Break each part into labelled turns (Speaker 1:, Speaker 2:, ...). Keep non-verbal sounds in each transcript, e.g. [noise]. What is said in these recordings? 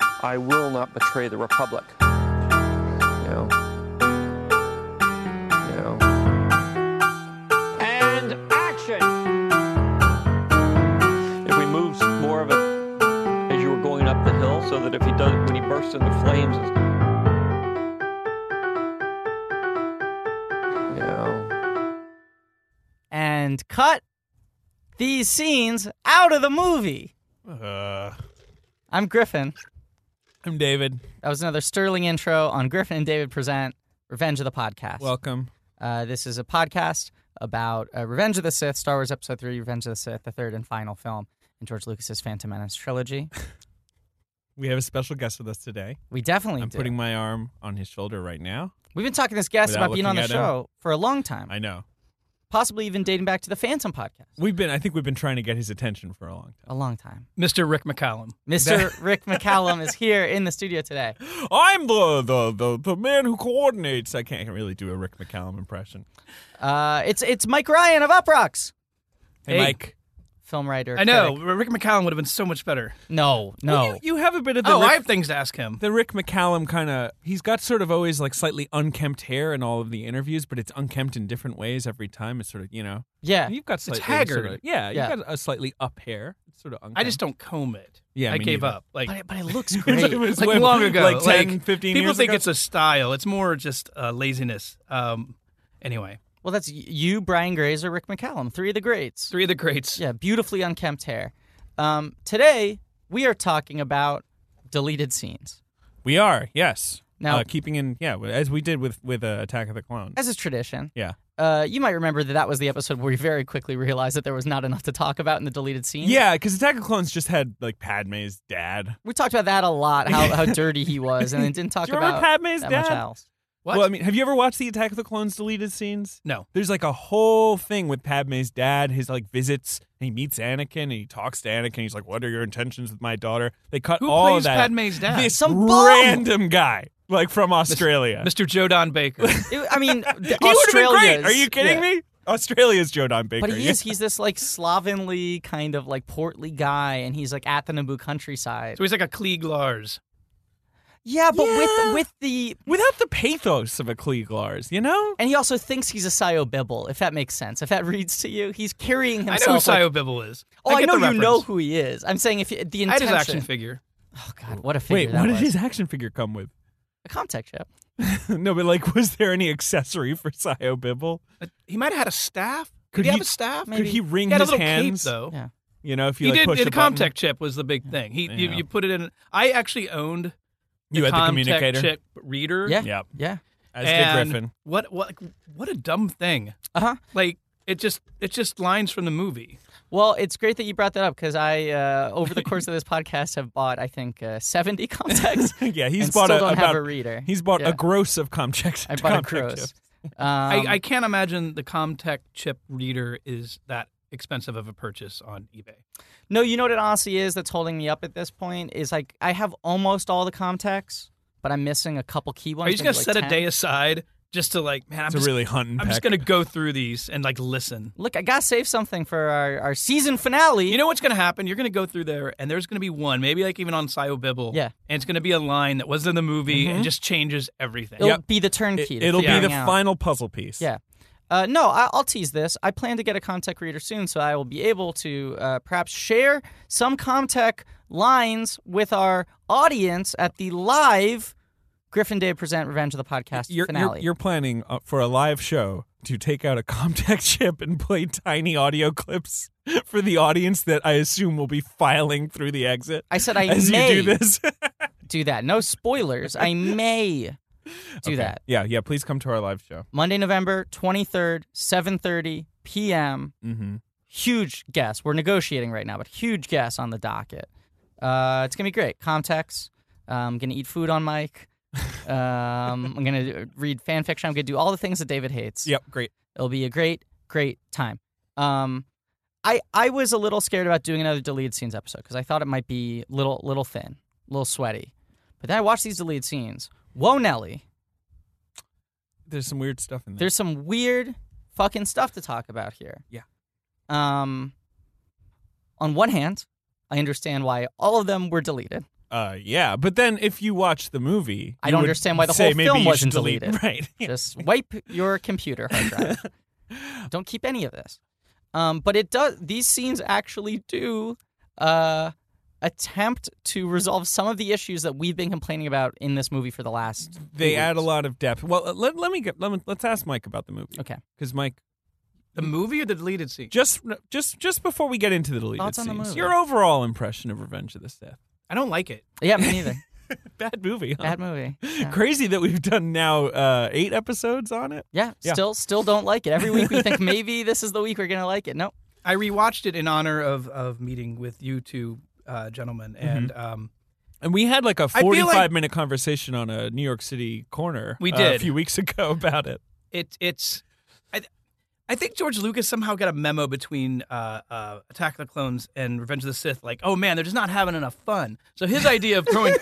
Speaker 1: I will not betray the Republic. You know. You know.
Speaker 2: And action!
Speaker 1: If we move more of it as you were going up the hill, so that if he does, when he bursts into flames, it's, you know.
Speaker 3: and cut these scenes out of the movie.
Speaker 4: Uh,
Speaker 3: I'm Griffin.
Speaker 4: I'm David.
Speaker 3: That was another sterling intro on Griffin and David present Revenge of the Podcast.
Speaker 4: Welcome.
Speaker 3: uh, this is a podcast about uh, Revenge of the Sith, Star Wars Episode Three, Revenge of the Sith, the third and final film in George Lucas's Phantom Menace trilogy.
Speaker 4: We have a special guest with us today.
Speaker 3: We definitely
Speaker 4: I'm
Speaker 3: do.
Speaker 4: putting my arm on his shoulder right now.
Speaker 3: We've been talking to this guest
Speaker 4: Without
Speaker 3: about being on the
Speaker 4: looking at him.
Speaker 3: show for a long time,
Speaker 4: I know.
Speaker 3: possibly even dating back to the Phantom podcast.
Speaker 4: We've been I think we've been trying to get his attention for a long
Speaker 3: A long
Speaker 4: [laughs]
Speaker 3: time.
Speaker 5: Mr. Rick McCallum.
Speaker 3: Mr. Rick McCallum is here in the studio today.
Speaker 4: time. I'm the the the, the man who coordinates. I can't really do a Rick McCallum impression.
Speaker 3: Uh, it's it's Mike Ryan of Up Rocks,
Speaker 4: Hey,
Speaker 5: Hey.
Speaker 4: Mike.
Speaker 3: film writer.
Speaker 5: I know
Speaker 3: critic.
Speaker 5: Rick McCallum would have been so much better.
Speaker 3: No, no.
Speaker 4: You, you have a bit of the
Speaker 5: oh,
Speaker 4: Rick,
Speaker 5: I have things to ask him.
Speaker 4: the Rick McCallum kind of he's got sort of always like slightly unkempt hair in all of the interviews, but it's unkempt in different ways every time. It's sort of, you know.
Speaker 3: yeah.
Speaker 4: You've got slightly
Speaker 5: haggard.
Speaker 4: sort of- yeah,
Speaker 3: Yeah.
Speaker 4: you've got a slightly up hair. It's sort of unkempt.
Speaker 5: I just don't comb it.
Speaker 4: Yeah,
Speaker 5: I
Speaker 4: me
Speaker 5: gave
Speaker 4: neither.
Speaker 5: up. Like,
Speaker 3: But it, but it [laughs] looks
Speaker 4: [laughs] It
Speaker 3: great.
Speaker 4: was
Speaker 5: [laughs] like
Speaker 4: when-
Speaker 5: long ago,
Speaker 4: like 10, 15
Speaker 5: like, people
Speaker 4: years
Speaker 5: think
Speaker 4: ago.
Speaker 5: it's a style. It's more just uh, laziness. Um, anyway,
Speaker 3: well, that's y- you, Brian Grazer, Rick McCallum, three of the greats.
Speaker 5: three of the greats.
Speaker 3: Yeah, beautifully unkempt hair. Um, today we are talking about deleted scenes,
Speaker 4: We are, yes.
Speaker 3: Now-
Speaker 4: uh, keeping in, yeah, as we did with with uh, Attack of the Clones.
Speaker 3: as is tradition.
Speaker 4: yeah,
Speaker 3: Uh, you might remember that that was the episode where we very quickly realized that there was not enough to talk about in the deleted scenes.
Speaker 4: yeah, because Attack of the Clones just had like Padme's dad.
Speaker 3: we talked about that a lot, how,
Speaker 4: [laughs]
Speaker 3: how dirty he was, and then didn't talk
Speaker 4: Do you remember
Speaker 3: about
Speaker 4: Padme's
Speaker 3: that much
Speaker 4: dad?
Speaker 3: else.
Speaker 5: What?
Speaker 4: Well, I mean, have you ever watched the Attack of the Clones deleted scenes?
Speaker 5: No.
Speaker 4: There's like a whole thing with Padme's dad. His like visits, and he meets Anakin, and he talks to Anakin. He's like, "What are your intentions with my daughter?" They cut
Speaker 5: Who
Speaker 4: all
Speaker 5: plays
Speaker 4: of that.
Speaker 5: Padme's dad?
Speaker 4: This [laughs]
Speaker 3: Some bum!
Speaker 4: random guy, like from Australia.
Speaker 5: Mr. Joe Don
Speaker 4: [laughs]
Speaker 5: Baker.
Speaker 3: It- I mean,
Speaker 4: He would've been
Speaker 3: Australia.
Speaker 4: great. Are you kidding me? Australia's Jodan Baker.
Speaker 3: But he is, he's this like slovenly kind of like portly guy, and he's like at the Naboo countryside.
Speaker 5: so he's like a Klieg Lars.
Speaker 3: Yeah, but
Speaker 4: Yeah.
Speaker 3: with with the
Speaker 4: without the pathos of a Klieg Lars, you know?
Speaker 3: and he also thinks he's a Sayo Bibble, if that makes sense. If that [laughs] reads to you, he's carrying
Speaker 5: I
Speaker 3: himself.
Speaker 5: know who
Speaker 3: like-
Speaker 5: Sayo Bibble is.
Speaker 3: oh, I,
Speaker 5: get
Speaker 3: know
Speaker 5: the
Speaker 3: you
Speaker 5: reference.
Speaker 3: know who he is. I'm saying if you, the
Speaker 5: I had his
Speaker 3: intention.
Speaker 5: action figure.
Speaker 3: oh God, what a figure
Speaker 4: Wait,
Speaker 3: that
Speaker 4: what did
Speaker 3: was.
Speaker 4: his action figure come with? [laughs]
Speaker 3: a contact chip.
Speaker 4: no, but like, was there any accessory for Sayo Bibble?
Speaker 5: Uh, He might have had a staff.
Speaker 4: Could
Speaker 5: Could he,
Speaker 4: he-
Speaker 5: have a staff?
Speaker 3: Maybe.
Speaker 4: Could he wring
Speaker 5: He had a
Speaker 4: his
Speaker 5: little
Speaker 4: hands?
Speaker 5: cape though.
Speaker 3: Yeah.
Speaker 4: You know, if you
Speaker 5: He
Speaker 4: like
Speaker 5: did.
Speaker 4: push
Speaker 5: The
Speaker 4: a button?
Speaker 5: Comtech chip was the big thing. He you,
Speaker 4: Yeah.
Speaker 5: you put it in. I actually owned
Speaker 4: you had the
Speaker 5: Comtech
Speaker 4: communicator.
Speaker 5: chip reader.
Speaker 3: Yeah. [laughs]
Speaker 4: Yep,
Speaker 3: Yeah.
Speaker 4: as
Speaker 5: and
Speaker 4: did Griffin. [laughs]
Speaker 5: What what like, what a dumb thing.
Speaker 3: Uh huh.
Speaker 5: Like it just it's just lines from the movie.
Speaker 3: Well, it's great that you brought that up because I, uh, over the course of
Speaker 5: [laughs]
Speaker 3: this podcast, have bought I think uh, 70 [laughs] contacts.
Speaker 4: Yeah, he's
Speaker 3: and
Speaker 4: bought
Speaker 3: still
Speaker 4: a,
Speaker 3: don't
Speaker 4: about,
Speaker 3: have a reader.
Speaker 4: He's bought
Speaker 3: Yeah.
Speaker 4: a gross of Comtech.
Speaker 3: I bought a
Speaker 4: Comtech
Speaker 3: gross.
Speaker 4: chips.
Speaker 3: Um,
Speaker 5: I, I can't imagine the Comtech chip reader is that expensive of a purchase on eBay.
Speaker 3: No, you know what it honestly is that's holding me up at this point is like I have almost all the contacts, but I'm missing a couple key ones.
Speaker 5: Are you just
Speaker 3: maybe,
Speaker 5: gonna
Speaker 3: like,
Speaker 5: set
Speaker 3: 10.
Speaker 5: a day aside just to like man I'm
Speaker 4: It's
Speaker 5: just,
Speaker 4: a really hunt and
Speaker 5: I'm just
Speaker 4: peck.
Speaker 5: gonna go through these and like listen.
Speaker 3: Look, I gotta save something for our, our season finale.
Speaker 5: You know what's gonna happen? You're gonna go through there and there's gonna be one, maybe like even on Sio Bibble.
Speaker 3: Yeah.
Speaker 5: And it's gonna be a line that wasn't in the movie and just changes everything.
Speaker 3: it'll
Speaker 4: Yep.
Speaker 3: be the turnkey.
Speaker 4: It,
Speaker 3: to
Speaker 4: it'll be
Speaker 3: figuring
Speaker 4: the
Speaker 3: out.
Speaker 4: final puzzle piece.
Speaker 3: Yeah. Uh, no, I, I'll tease this. I plan to get a Comtech reader soon, so I will be able to uh, perhaps share some Comtech lines with our audience at the live Griffin Day Present Revenge of the Podcast
Speaker 4: You're,
Speaker 3: finale.
Speaker 4: you're, you're planning uh, for a live show to take out a Comtech [laughs] chip and play tiny audio clips [laughs] for the audience that I assume will be filing through the exit.
Speaker 3: I said I
Speaker 4: [laughs] as
Speaker 3: may
Speaker 4: you do this.
Speaker 3: do that. No spoilers. I may do that.
Speaker 4: yeah, yeah. Please come to our live show.
Speaker 3: Monday, November 23rd, 7:30 p.m.
Speaker 4: Mm-hmm.
Speaker 3: Huge guess. We're negotiating right now, but huge guess on the docket. Uh, it's gonna be great. Comtex. Uh, I'm gonna eat food on mic. Um, I'm gonna read fan fiction. I'm gonna do all the things that David hates.
Speaker 4: Yep. Great.
Speaker 3: It'll be a great, great time. Um, I I was a little scared about doing another deleted scenes episode because I thought it might be little little thin, little sweaty. But then I watched these deleted scenes. Whoa, Nelly.
Speaker 4: There's some weird stuff in there.
Speaker 3: There's some weird fucking stuff to talk about here.
Speaker 4: Yeah.
Speaker 3: Um on one hand, I understand why all of them were deleted.
Speaker 4: Uh, yeah, but then if you watch the movie,
Speaker 3: I
Speaker 4: you
Speaker 3: don't
Speaker 4: would
Speaker 3: understand why the
Speaker 4: say
Speaker 3: whole
Speaker 4: maybe
Speaker 3: film
Speaker 4: you should
Speaker 3: wasn't
Speaker 4: delete-
Speaker 3: deleted.
Speaker 4: [laughs] Right. Yeah.
Speaker 3: Just wipe your computer hard drive.
Speaker 4: [laughs]
Speaker 3: Don't keep any of this. Um, but it does. These scenes actually do uh, attempt to resolve some of the issues that we've been complaining about in this movie for the last.
Speaker 4: They
Speaker 3: few
Speaker 4: add a
Speaker 3: weeks.
Speaker 4: lot of depth. Well, let, let me get let me, let's ask Mike about the movie.
Speaker 3: Okay.
Speaker 4: Because Mike,
Speaker 5: The movie or the deleted scene?
Speaker 4: just just just before we get into the deleted
Speaker 3: Thoughts on
Speaker 4: scenes,
Speaker 3: the movie?
Speaker 4: your overall impression of Revenge of the Sith.
Speaker 5: I don't like it.
Speaker 3: Yeah, me
Speaker 4: [laughs]
Speaker 3: neither.
Speaker 4: Bad movie.
Speaker 3: [laughs]
Speaker 4: Huh?
Speaker 3: Bad movie. Yeah.
Speaker 4: Crazy that we've done now uh, eight episodes on it.
Speaker 3: Yeah,
Speaker 4: Yeah.
Speaker 3: still, still don't like it. Every week we think maybe this is the week we're gonna like it. Nope.
Speaker 5: I rewatched it in honor of of meeting with you two uh, gentlemen, and um,
Speaker 4: And we had like a
Speaker 5: feel like-
Speaker 4: 45 minute conversation on a New York City corner.
Speaker 5: We
Speaker 4: uh, a
Speaker 5: did.
Speaker 4: few weeks ago about it.
Speaker 5: it it's. I, th- I think George Lucas somehow got a memo between uh, uh, Attack of the Clones and Revenge of the Sith, like, oh man, they're just not having enough fun. So his idea of throwing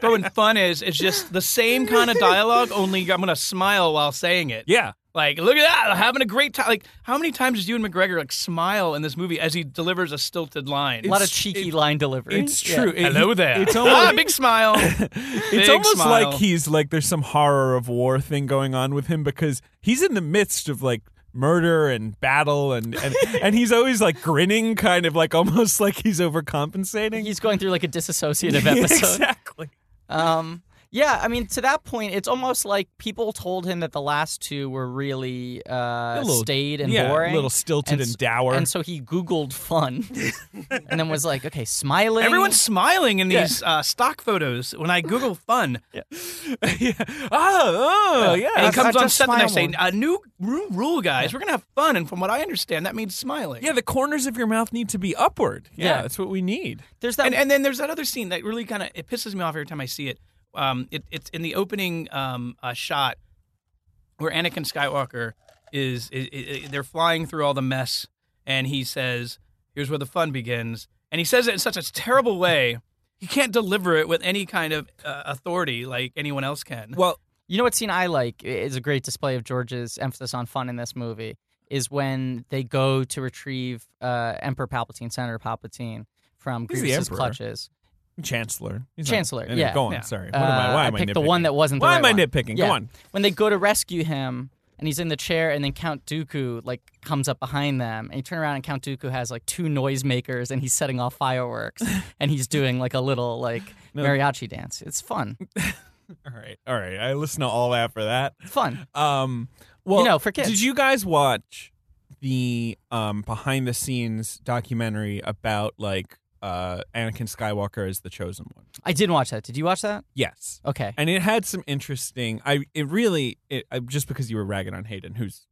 Speaker 5: throwing fun is is just the same kind of dialogue, only I'm gonna smile while saying it.
Speaker 4: Yeah.
Speaker 5: Like, look at that, I'm having a great time. Like, how many times does Ewan McGregor like smile in this movie as he delivers a stilted line?
Speaker 3: A lot
Speaker 4: [laughs]
Speaker 3: of cheeky line delivery.
Speaker 4: It's
Speaker 3: Yeah.
Speaker 4: true. It-
Speaker 5: Hello there. [laughs]
Speaker 4: It's
Speaker 5: ah,
Speaker 4: almost,
Speaker 5: big smile.
Speaker 4: [laughs] it's
Speaker 5: big
Speaker 4: almost
Speaker 5: smile.
Speaker 4: like he's like there's some horror of war thing going on with him because he's in the midst of like murder and battle and
Speaker 5: [laughs]
Speaker 4: and, and he's always like grinning kind of like almost like he's overcompensating.
Speaker 3: He's going through like a disassociative
Speaker 4: [laughs] Yeah,
Speaker 3: episode.
Speaker 4: exactly.
Speaker 3: Um, yeah, I mean, to that point, it's almost like people told him that the last two were really uh,
Speaker 4: little-
Speaker 3: staid and
Speaker 4: yeah,
Speaker 3: boring,
Speaker 4: a little stilted and,
Speaker 3: and s-
Speaker 4: dour.
Speaker 3: and so he Googled
Speaker 4: [laughs]
Speaker 3: fun, and then was like, okay, smiling.
Speaker 5: Everyone's smiling in these uh, stock photos when I Google fun.
Speaker 4: [laughs] yeah.
Speaker 3: Uh,
Speaker 4: Oh, oh, yeah.
Speaker 5: And
Speaker 4: I-
Speaker 5: he
Speaker 4: I
Speaker 5: comes on
Speaker 4: just
Speaker 5: set the
Speaker 4: smile
Speaker 5: next day.
Speaker 4: more.
Speaker 5: A new room rule, guys. We're gonna have fun, and from what I understand, that means smiling.
Speaker 4: Yeah, the corners of your mouth need to be upward. Yeah,
Speaker 3: Yeah.
Speaker 4: that's what we need.
Speaker 3: There's that.
Speaker 5: And and then there's that other scene that really kind of it pisses me off every time I see it. Um, it it's in the opening um uh, shot where Anakin Skywalker is, i i i- they're flying through all the mess, and he says, "Here's where the fun begins," and he says it in such a terrible way. He can't deliver it with any kind of uh, authority like anyone else can.
Speaker 4: Well,
Speaker 3: you know what scene I like is a great display of George's emphasis on fun in this movie is when they go to retrieve uh, Emperor Palpatine, Senator Palpatine from
Speaker 4: He's the
Speaker 3: Grievous's
Speaker 4: emperor.
Speaker 3: clutches.
Speaker 4: Chancellor. He's
Speaker 3: Chancellor,
Speaker 4: Anyway,
Speaker 3: yeah.
Speaker 4: Go on.
Speaker 5: Yeah.
Speaker 4: Sorry. What am I?
Speaker 3: Uh,
Speaker 4: Why
Speaker 3: I
Speaker 4: am I,
Speaker 3: picked
Speaker 4: nitpicking?
Speaker 3: the one that wasn't the
Speaker 4: Why
Speaker 3: right
Speaker 4: am I
Speaker 3: one.
Speaker 4: nitpicking?
Speaker 3: Yeah.
Speaker 4: Go on.
Speaker 3: when they go to rescue him and he's in the chair and then Count Dooku like comes up behind them and you turn around and Count Dooku has like two noisemakers and he's setting off
Speaker 4: [laughs]
Speaker 3: fireworks and he's doing like a little like mariachi dance. It's fun.
Speaker 4: All right. All right. I listen to all that for that.
Speaker 3: Fun.
Speaker 4: Um. Well,
Speaker 3: know, for kids.
Speaker 4: Did you guys watch the um behind the scenes documentary about like uh Anakin Skywalker as the chosen one?
Speaker 3: I did watch that. Did you watch that?
Speaker 4: Yes.
Speaker 3: Okay.
Speaker 4: and it had some interesting i it really it I, just because you were ragging on hayden who's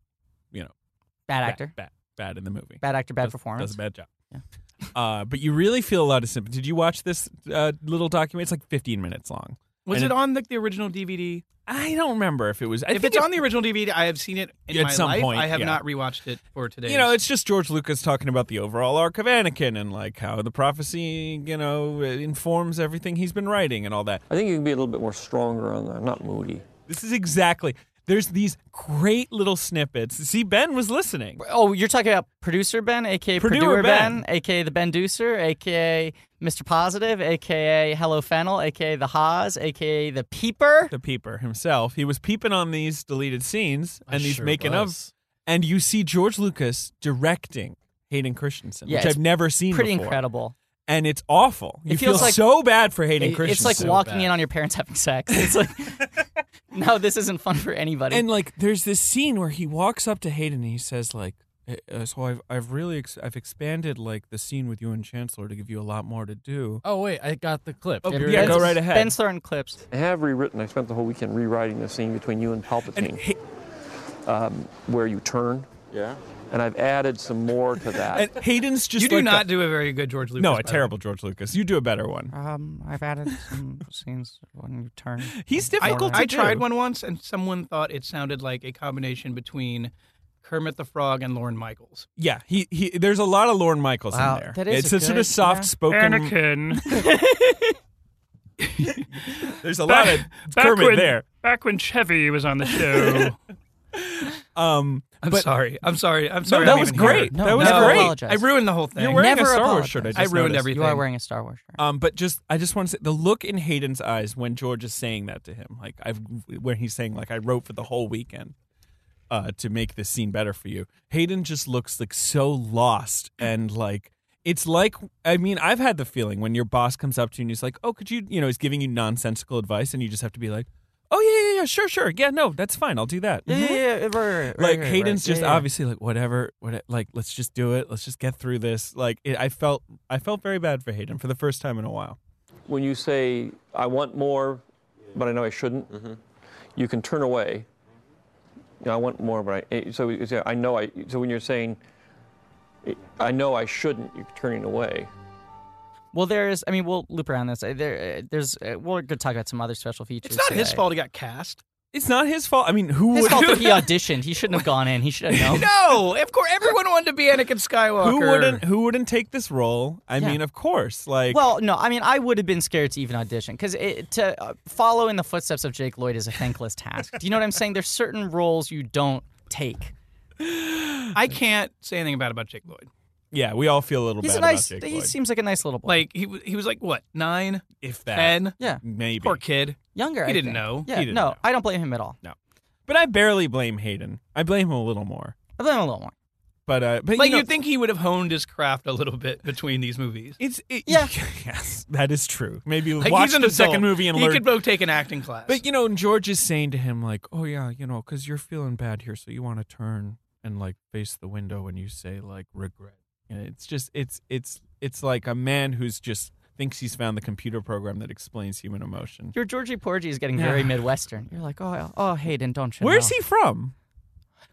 Speaker 3: Bad
Speaker 4: bad-
Speaker 3: actor.
Speaker 4: bad, bad in the movie
Speaker 3: Bad actor, bad
Speaker 4: Does-
Speaker 3: performance.
Speaker 4: does a bad job
Speaker 3: Yeah.
Speaker 4: [laughs] uh, but you really feel a lot of sympathy. Did you watch this uh, little document? It's like 15 minutes long.
Speaker 5: Was
Speaker 4: and
Speaker 5: it on the, the original DVD?
Speaker 4: I don't remember if it was. I
Speaker 5: if
Speaker 4: think
Speaker 5: it's
Speaker 4: it-
Speaker 5: on the original DVD, I have seen it in
Speaker 4: At
Speaker 5: my
Speaker 4: some
Speaker 5: life.
Speaker 4: point,
Speaker 5: I have
Speaker 4: yeah.
Speaker 5: not rewatched it for today.
Speaker 4: you know, it's just George Lucas talking about the overall arc of Anakin and like how the prophecy, you know, informs everything he's been writing and all that.
Speaker 1: I think you can be a little bit more stronger on that, not moody.
Speaker 4: This is exactly. There's these great little snippets. See, Ben was listening.
Speaker 3: Oh, you're talking about producer Ben, aka
Speaker 4: Producer
Speaker 3: producer
Speaker 4: Ben.
Speaker 3: ben, aka the Ben Deucer, aka Mr. Positive, aka Hello Fennel, aka the Haas, aka the Peeper.
Speaker 4: the peeper himself. He was peeping on these deleted scenes and these
Speaker 2: sure
Speaker 4: making
Speaker 2: was.
Speaker 4: of, and you see George Lucas directing Hayden Christensen,
Speaker 3: Yeah,
Speaker 4: which
Speaker 3: it's
Speaker 4: I've never seen.
Speaker 3: Pretty
Speaker 4: before.
Speaker 3: incredible.
Speaker 4: and it's awful. You
Speaker 3: feels
Speaker 4: feel
Speaker 3: like-
Speaker 4: so bad for Hayden
Speaker 3: It- it's
Speaker 4: Christensen.
Speaker 3: like walking
Speaker 2: bad.
Speaker 3: in on your parents having sex. It's
Speaker 4: [laughs]
Speaker 3: like, no, this isn't fun for anybody.
Speaker 4: and like there's this scene where he walks up to Hayden and he says like. "Uh, So I've I've really ex- I've expanded like the scene with you and Chancellor to give you a lot more to do.
Speaker 2: Oh wait, I got the clip.
Speaker 4: Oh,
Speaker 2: Here it
Speaker 4: yeah,
Speaker 2: is.
Speaker 4: go right ahead.
Speaker 3: Ben Stern clips.
Speaker 1: I have rewritten, I spent the whole weekend rewriting the scene between you and Palpatine
Speaker 4: And Hay-
Speaker 1: where you turn.
Speaker 6: Yeah.
Speaker 1: And I've added some more to that.
Speaker 4: and Hayden's just
Speaker 5: you do
Speaker 4: like
Speaker 5: not
Speaker 4: a-
Speaker 5: do a very good George Lucas.
Speaker 4: no
Speaker 5: by
Speaker 4: a
Speaker 5: the way.
Speaker 4: terrible George Lucas. You do a better one.
Speaker 3: Um, I've added [laughs] some scenes when you
Speaker 4: [laughs]
Speaker 3: turn.
Speaker 4: He's
Speaker 5: I,
Speaker 4: difficult to
Speaker 5: I
Speaker 4: do.
Speaker 5: tried one once, and someone thought it sounded like a combination between Kermit the Frog and Lauren Michaels.
Speaker 4: Yeah, he, he there's a lot of Lorne Michaels
Speaker 3: Wow,
Speaker 4: in there.
Speaker 3: that is
Speaker 4: it's
Speaker 3: a
Speaker 4: a, sort
Speaker 3: good-
Speaker 4: of soft spoken.
Speaker 5: [laughs]
Speaker 4: There's a lot of Kermit there.
Speaker 5: [laughs] back when Chevy was on the show.
Speaker 4: Um,
Speaker 5: I'm
Speaker 4: But-
Speaker 5: sorry. I'm sorry. I'm sorry.
Speaker 4: that
Speaker 5: I'm
Speaker 4: was
Speaker 5: even here.
Speaker 4: great.
Speaker 3: No,
Speaker 4: that was
Speaker 3: never
Speaker 4: great.
Speaker 3: apologize.
Speaker 5: I ruined the whole thing.
Speaker 4: You're wearing
Speaker 3: Never
Speaker 4: a Star Wars
Speaker 3: apologize.
Speaker 4: shirt. I,
Speaker 3: I
Speaker 4: just
Speaker 5: I ruined
Speaker 4: noticed.
Speaker 5: everything.
Speaker 3: You are wearing a Star Wars shirt.
Speaker 4: Um, but just I just want to say the look in Hayden's eyes when George is saying that to him, like I've when he's saying like I wrote for the whole weekend uh, to make this scene better for you. Hayden just looks like so lost and like it's like I mean I've had the feeling when your boss comes up to you and he's like, oh, could you you know he's giving you nonsensical advice and you just have to be like, oh yeah yeah yeah sure sure yeah no that's fine I'll do that. Mhm.
Speaker 3: Yeah, yeah, yeah, right, right, right,
Speaker 4: Mm-hmm. Like
Speaker 3: right,
Speaker 4: Hayden's
Speaker 3: right.
Speaker 4: just
Speaker 3: Yeah, yeah.
Speaker 4: obviously like whatever, what like let's just do it, let's just get through this. Like it, I felt, I felt very bad for Hayden for the first time in a while.
Speaker 1: when you say, I want more, but I know I shouldn't, you can turn away. You know, I want more, but I, eh, so you say, I know I, so when you're saying, eh, I know I shouldn't, you're turning away.
Speaker 3: Well, there is. I mean, we'll loop around this. Uh, There, uh, there's. Uh, we're going to talk about some other special features.
Speaker 5: It's not his
Speaker 3: today.
Speaker 5: fault he got cast.
Speaker 4: It's not his fault. I mean, who
Speaker 3: His
Speaker 4: would [laughs]
Speaker 3: fault that he auditioned. He shouldn't have gone in. He should have known.
Speaker 5: No, of course everyone wanted to be Anakin Skywalker.
Speaker 4: who wouldn't who wouldn't take this role? I
Speaker 3: Yeah.
Speaker 4: mean, of course. Like
Speaker 3: Well, no, I mean, I would have been scared to even audition because to uh, follow in the footsteps of Jake Lloyd is a thankless task. Do you know what I'm saying? There's certain roles you don't take.
Speaker 5: I can't say anything bad about Jake Lloyd.
Speaker 4: yeah, we all feel a little
Speaker 3: He's
Speaker 4: bad
Speaker 3: a nice.
Speaker 4: about Jake
Speaker 3: He
Speaker 4: Lloyd.
Speaker 3: seems like a nice little boy.
Speaker 5: Like he w- he was like what nine,
Speaker 4: if that
Speaker 5: ten?
Speaker 3: yeah,
Speaker 4: maybe.
Speaker 5: Poor kid.
Speaker 3: younger.
Speaker 5: He
Speaker 3: I
Speaker 5: didn't
Speaker 3: think.
Speaker 5: know.
Speaker 3: Yeah,
Speaker 4: He didn't
Speaker 3: no,
Speaker 4: know.
Speaker 3: I don't blame him at all.
Speaker 4: But I barely blame Hayden. I blame him a little more.
Speaker 3: I blame him a little more.
Speaker 4: But uh but
Speaker 5: Like
Speaker 4: you know,
Speaker 5: you'd think he would have honed his craft a little bit between these movies.
Speaker 4: it's it,
Speaker 3: Yeah.
Speaker 4: [laughs] yes, that is true. Maybe
Speaker 5: Like
Speaker 4: watch
Speaker 5: he's an
Speaker 4: the
Speaker 5: adult.
Speaker 4: second movie and
Speaker 5: he
Speaker 4: learn
Speaker 5: could both take an acting class.
Speaker 4: But you know, and George is saying to him like, "Oh yeah, you know, because you're feeling bad here, so you want to turn and like face the window and you say like regret." And it's just it's it's it's like a man who's just thinks he's found the computer program that explains human emotion.
Speaker 3: Your Georgie Porgy is getting very
Speaker 4: Yeah.
Speaker 3: Midwestern. You're like, oh, oh, Hayden, don't you?
Speaker 4: Where's
Speaker 3: know?
Speaker 4: he from?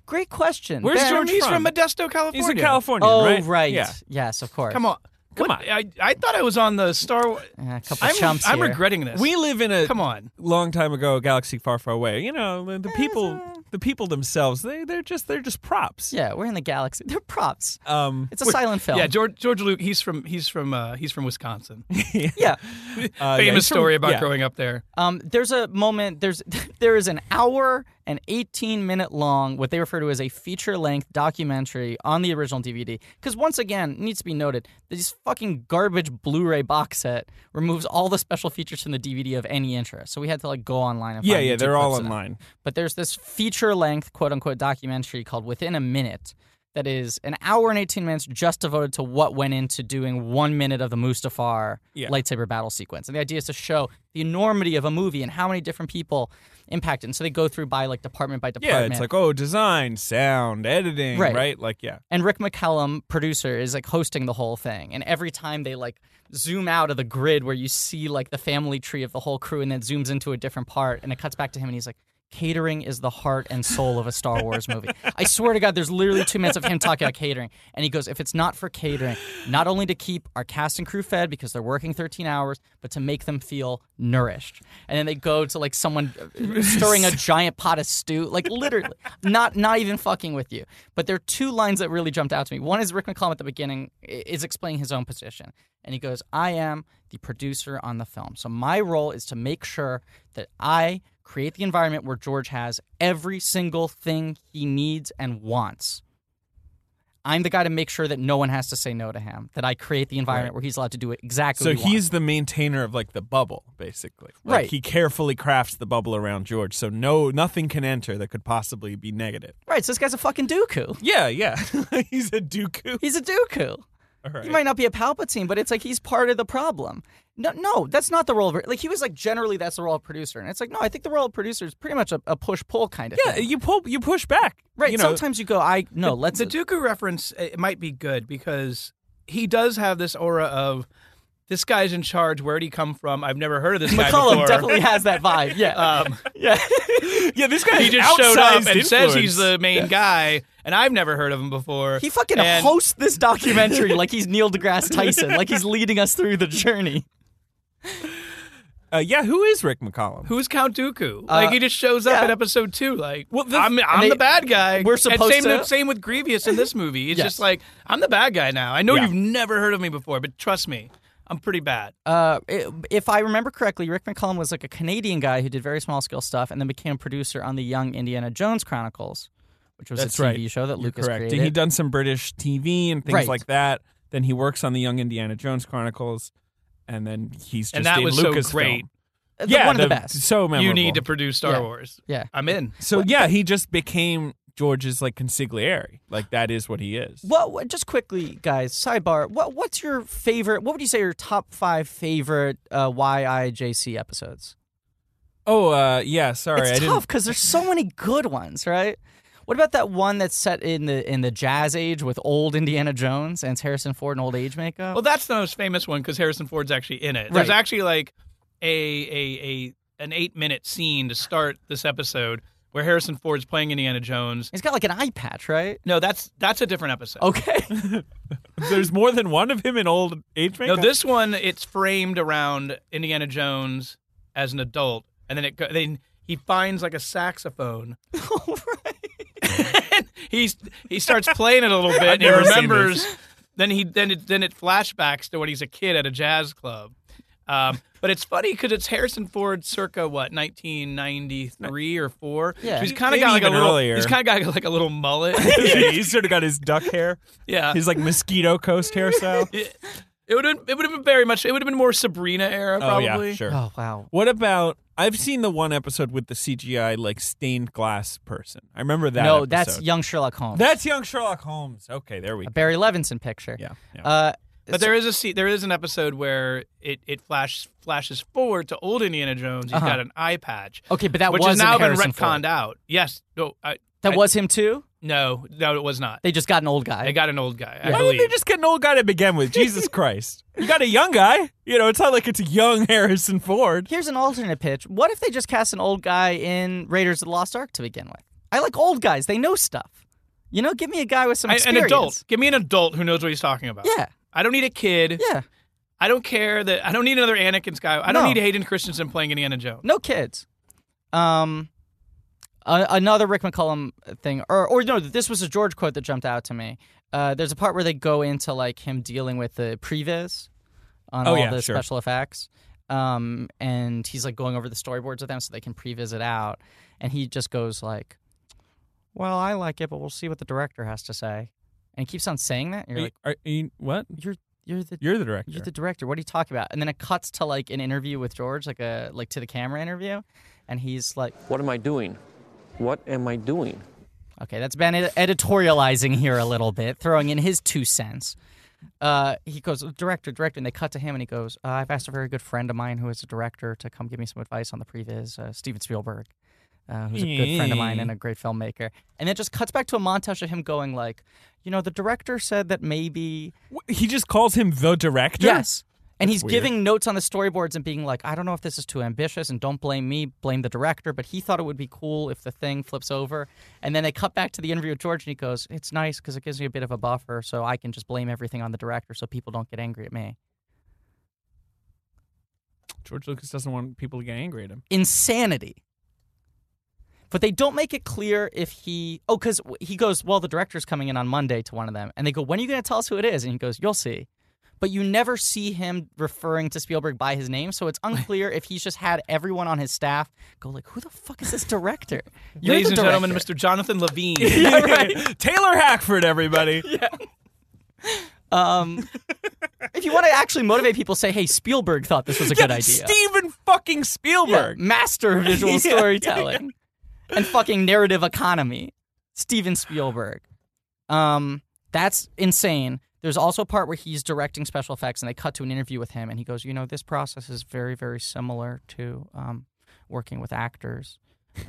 Speaker 3: Great question.
Speaker 4: Where's
Speaker 3: Ben,
Speaker 4: George
Speaker 5: he's
Speaker 4: from?
Speaker 5: from Modesto, California.
Speaker 4: He's a Californian,
Speaker 3: Oh,
Speaker 4: right?
Speaker 3: right.
Speaker 4: Yeah.
Speaker 3: Yes, of course.
Speaker 5: Come on.
Speaker 4: Come
Speaker 5: What-
Speaker 4: on.
Speaker 5: I, I thought I was on the Star Wars.
Speaker 3: Eh, a couple
Speaker 5: I'm,
Speaker 3: chumps
Speaker 5: I'm
Speaker 3: here.
Speaker 5: regretting this.
Speaker 4: We live in a
Speaker 5: Come on.
Speaker 4: long time ago, a galaxy far, far away. You know, the, the people, the people themselves, they they're just they're just props.
Speaker 3: Yeah, we're in the galaxy. They're props.
Speaker 4: Um.
Speaker 3: It's a silent film.
Speaker 5: Yeah, George George Luke. He's from he's from uh, he's from
Speaker 4: [laughs]
Speaker 5: Wisconsin.
Speaker 3: yeah.
Speaker 4: uh, yeah,
Speaker 5: Famous
Speaker 4: Oh, he's from-
Speaker 5: story about
Speaker 4: yeah.
Speaker 5: growing up there.
Speaker 3: Um, there's a moment. There's [laughs] there is an hour and 18 minute long what they refer to as a feature length documentary on the original DVD. Because once again, it needs to be noted, this fucking garbage Blu-ray box set removes all the special features from the DVD of any interest. So we had to like go online and
Speaker 4: Yeah,
Speaker 3: find
Speaker 4: yeah,
Speaker 3: YouTube
Speaker 4: they're all
Speaker 3: clips of them.
Speaker 4: online.
Speaker 3: But there's this feature length quote unquote documentary called Within a Minute. That is an hour and 18 minutes just devoted to what went into doing one minute of the Mustafar
Speaker 4: Yeah.
Speaker 3: lightsaber battle sequence. And the idea is to show the enormity of a movie and how many different people impacted. And so they go through by like department by
Speaker 4: Yeah,
Speaker 3: department.
Speaker 4: it's like oh, design, sound, editing,
Speaker 3: Right.
Speaker 4: right? Like yeah,
Speaker 3: and Rick McCallum, producer, is like hosting the whole thing. And every time they like zoom out of the grid where you see like the family tree of the whole crew and then zooms into a different part and it cuts back to him and he's like, Catering is the heart and soul of a Star Wars movie. I swear to God, there's literally two minutes of him talking about catering. And he goes, If it's not for catering, not only to keep our cast and crew fed because they're working 13 hours, but to make them feel nourished. And then they go to like someone uh,
Speaker 4: [laughs]
Speaker 3: stirring a giant pot of stew, like literally, not not even fucking with you. But there are two lines that really jumped out to me. One is Rick McCallum at the beginning i- is explaining his own position, and he goes, "I am the producer on the film, so my role is to make sure that I." Create the environment where George has every single thing he needs and wants. I'm the guy to make sure that no one has to say no to him. That I create the environment where he's allowed to do exactly.
Speaker 4: So
Speaker 3: what he wants.
Speaker 4: he's the maintainer of like the bubble, basically. Like,
Speaker 3: Right.
Speaker 4: He carefully crafts the bubble around George, so no, nothing can enter that could possibly be negative.
Speaker 3: right. So this guy's a fucking Dooku. [laughs]
Speaker 4: Yeah, yeah. He's a Dooku.
Speaker 3: He's a Dooku.
Speaker 4: All right.
Speaker 3: He might not be a Palpatine, but it's like he's part of the problem. No, no, that's not the role of like he was like generally that's the role of producer, and it's like no, I think the role of producer is pretty much a, a push pull kind of
Speaker 4: yeah,
Speaker 3: thing.
Speaker 4: you pull, you push back.
Speaker 3: Right.
Speaker 4: You know,
Speaker 3: Sometimes you go, I no, let's
Speaker 4: [laughs]
Speaker 5: The Dooku reference it might be good because he does have this aura of this guy's in charge. Where'd he come from? I've never heard of this guy
Speaker 3: McCollum
Speaker 5: before.
Speaker 3: definitely has that vibe.
Speaker 4: [laughs]
Speaker 3: Yeah,
Speaker 5: Um,
Speaker 3: yeah.
Speaker 4: yeah, this
Speaker 3: [laughs]
Speaker 4: guy
Speaker 5: he just showed up and
Speaker 4: influence.
Speaker 5: says he's the main guy, and I've never heard of him before.
Speaker 3: He fucking
Speaker 5: and,
Speaker 3: hosts this
Speaker 4: [laughs]
Speaker 3: documentary like he's Neil deGrasse Tyson, like he's leading us through the journey.
Speaker 4: Uh, yeah, who is Rick McCollum?
Speaker 5: Who's Count Dooku? Like he just shows up
Speaker 3: Uh, yeah.
Speaker 5: in episode two. Like
Speaker 4: Well, the-
Speaker 5: I'm, I'm
Speaker 3: they-
Speaker 5: the bad guy.
Speaker 3: we're
Speaker 5: And
Speaker 3: supposed
Speaker 5: same,
Speaker 3: to-
Speaker 5: Same with Grievous in this movie. It's
Speaker 3: Yes.
Speaker 5: just like I'm the bad guy now. I know
Speaker 4: Yeah.
Speaker 5: you've never heard of me before, but trust me, I'm pretty bad.
Speaker 3: uh, i- if I remember correctly, Rick McCollum was like a Canadian guy who did very small scale stuff and then became a producer on the Young Indiana Jones Chronicles, which was
Speaker 4: That's
Speaker 3: a TV
Speaker 4: right.
Speaker 3: show that Lucas
Speaker 4: Correct.
Speaker 3: created.
Speaker 4: He'd done some British TV and things
Speaker 3: Right.
Speaker 4: like that. Then he works on the Young Indiana Jones Chronicles, and then he's just
Speaker 5: And that
Speaker 4: in
Speaker 5: was so
Speaker 4: Lucasfilm.
Speaker 5: great.
Speaker 3: Uh, the-
Speaker 4: Yeah,
Speaker 3: one of the, best.
Speaker 4: So memorable.
Speaker 5: You need to produce Star
Speaker 3: Yeah.
Speaker 5: Wars.
Speaker 3: Yeah.
Speaker 5: I'm in.
Speaker 4: So yeah, he just became George's like consigliere. Like that is what he is.
Speaker 3: What, what? Just quickly, guys. Sidebar. What? What's your favorite? What would you say your top five favorite uh, YIJC episodes?
Speaker 4: Oh uh, yeah, sorry, I
Speaker 3: it's
Speaker 4: didn't.
Speaker 3: tough because there's so many good ones, right? What about that one that's set in the in the Jazz Age with old Indiana Jones and it's Harrison Ford and old age makeup?
Speaker 5: Well, that's the most famous one because Harrison Ford's actually in it. There's
Speaker 3: Right.
Speaker 5: actually like a a a an eight minute scene to start this episode where Harrison Ford's playing Indiana Jones.
Speaker 3: He's got like an eye patch, right?
Speaker 5: No, that's that's a different episode.
Speaker 3: Okay.
Speaker 4: [laughs]
Speaker 3: [laughs]
Speaker 4: [laughs] There's more than one of him in old age
Speaker 5: No,
Speaker 4: makeup. [laughs]
Speaker 5: this one it's framed around Indiana Jones as an adult, and then it go- then he finds like a saxophone. [laughs] and he's he starts playing it
Speaker 4: [laughs]
Speaker 5: a little bit, and he
Speaker 4: never seen
Speaker 5: remembers. Then he then it then it flashbacks to when he's a kid at a jazz club. Um, but it's funny because it's Harrison Ford, circa what 1993 or four.
Speaker 3: Yeah.
Speaker 5: so he's kind of
Speaker 4: Maybe
Speaker 5: got like a
Speaker 4: even
Speaker 5: little.
Speaker 4: earlier.
Speaker 5: He's kind of got like a
Speaker 4: [laughs]
Speaker 5: little mullet.
Speaker 4: yeah, he's sort of got his duck hair,
Speaker 5: yeah,
Speaker 4: his like mosquito coast
Speaker 5: [laughs]
Speaker 4: hairstyle.
Speaker 5: it, it would have it would have been very much. It would have been more Sabrina era
Speaker 4: Oh
Speaker 5: probably.
Speaker 4: yeah, sure.
Speaker 3: oh wow.
Speaker 4: What about? I've seen the one episode with the CGI like stained glass person. I remember that.
Speaker 3: no,
Speaker 4: episode.
Speaker 3: that's young Sherlock Holmes.
Speaker 4: that's young Sherlock Holmes. Okay, there we
Speaker 3: a
Speaker 5: Uh,
Speaker 4: go.
Speaker 3: Barry Levinson picture.
Speaker 4: Yeah. yeah.
Speaker 3: Uh,
Speaker 5: But there is a se- there is an episode where it it flash, flashes forward to old Indiana Jones. He's
Speaker 3: Uh-huh.
Speaker 5: got an eye patch,
Speaker 3: okay, but that
Speaker 5: which
Speaker 3: was
Speaker 5: has now
Speaker 3: in
Speaker 5: been
Speaker 3: Harrison
Speaker 5: retconned
Speaker 3: Ford.
Speaker 5: out. Yes, no, I,
Speaker 3: That
Speaker 5: I-
Speaker 3: was him too.
Speaker 5: no, no, it was not.
Speaker 3: They just got an old guy.
Speaker 5: They got an old guy. I
Speaker 4: Why
Speaker 5: believe.
Speaker 4: didn't they just get an old guy to begin with?
Speaker 5: [laughs]
Speaker 4: Jesus Christ. You got a young guy. You know, it's not like it's a young [laughs] Harrison Ford.
Speaker 3: Here's an alternate pitch. What if they just cast an old guy in Raiders of the Lost Ark to begin with? I like old guys. They know stuff. You know, give me a guy with some
Speaker 5: I- an
Speaker 3: experience.
Speaker 5: adult. Give me an adult who knows what he's talking about.
Speaker 3: Yeah.
Speaker 5: I don't need a kid.
Speaker 3: Yeah.
Speaker 5: I don't care that I don't need another Anakin Skywalker. I don't
Speaker 3: No.
Speaker 5: need Hayden Christensen playing Indiana Jones.
Speaker 3: No kids. Um, a- another Rick McCullum thing, or or no, this was a George quote that jumped out to me. Uh, there's a part where they go into like him dealing with the previs on
Speaker 4: Oh,
Speaker 3: all
Speaker 4: yeah,
Speaker 3: the
Speaker 4: sure.
Speaker 3: special effects. Um, and he's like going over the storyboards with them so they can previs it out. And he just goes like, "Well, I like it, but we'll see what the director has to say." And he keeps on saying that. And you're like,
Speaker 4: Are you- what?
Speaker 3: "You're you're the
Speaker 4: You're the director.
Speaker 3: you're the director. What are you talking about? And then it cuts to like an interview with George, like a like to the camera interview, and he's like,
Speaker 1: What am I doing? What am I doing?
Speaker 3: "Okay, that's Ben ed- editorializing here a little bit, throwing in his two cents." Uh, he goes, "Director, director," and they cut to him, and he goes, uh, "I've asked a very good friend of mine who is a director to come give me some advice on the previs, uh, Steven Spielberg, uh, who's a good friend of mine and a great filmmaker." And it just cuts back to a montage of him going like, "You know, the director said that maybe."
Speaker 4: Wh- he just calls him the director?
Speaker 3: Yes. And he's
Speaker 4: weird.
Speaker 3: giving notes on the storyboards and being like, I don't know if this is too ambitious and don't blame me, blame the director, but he thought it would be cool if the thing flips over. And then they cut back to the interview with George and he goes, It's nice because it gives me a bit of a buffer so I can just blame everything on the director so people don't get angry at me.
Speaker 4: George Lucas doesn't want people to get angry at him.
Speaker 3: Insanity. But they don't make it clear if he. Oh, because he goes, Well, the director's coming in on Monday to one of them. And they go, When are you going to tell us who it is? And he goes, You'll see. But you never see him referring to Spielberg by his name. So it's unclear if he's just had everyone on his staff go, like, Who the fuck is this
Speaker 5: [laughs]
Speaker 3: director? You're
Speaker 5: Ladies
Speaker 3: the
Speaker 5: and gentlemen,
Speaker 3: director.
Speaker 5: Mr.
Speaker 3: [laughs]
Speaker 5: Jonathan
Speaker 4: [laughs]
Speaker 5: Levine.
Speaker 4: Taylor Hackford, everybody.
Speaker 3: Um, if you want to actually motivate people, say, Hey, Spielberg thought this was a good idea.
Speaker 4: Steven fucking
Speaker 3: Yeah,
Speaker 4: Spielberg.
Speaker 3: master of
Speaker 5: [laughs]
Speaker 3: visual storytelling and fucking narrative economy. Steven Spielberg. Um, that's insane. There's also a part where he's directing special effects, and they cut to an interview with him, and he goes, "You know, this process is very, very similar to um, working with actors."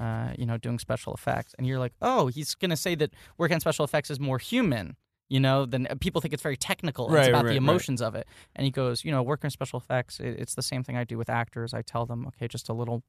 Speaker 3: Uh, you know, doing special effects, and you're like, oh, he's gonna say that working on special effects is more human, you know, than uh, people think it's very technical. and it's
Speaker 4: Right,
Speaker 3: about
Speaker 4: right,
Speaker 3: the
Speaker 4: right.
Speaker 3: emotions of it. And he goes, you know, working on special effects, it, it's the same thing I do with actors. I tell them, okay, just a little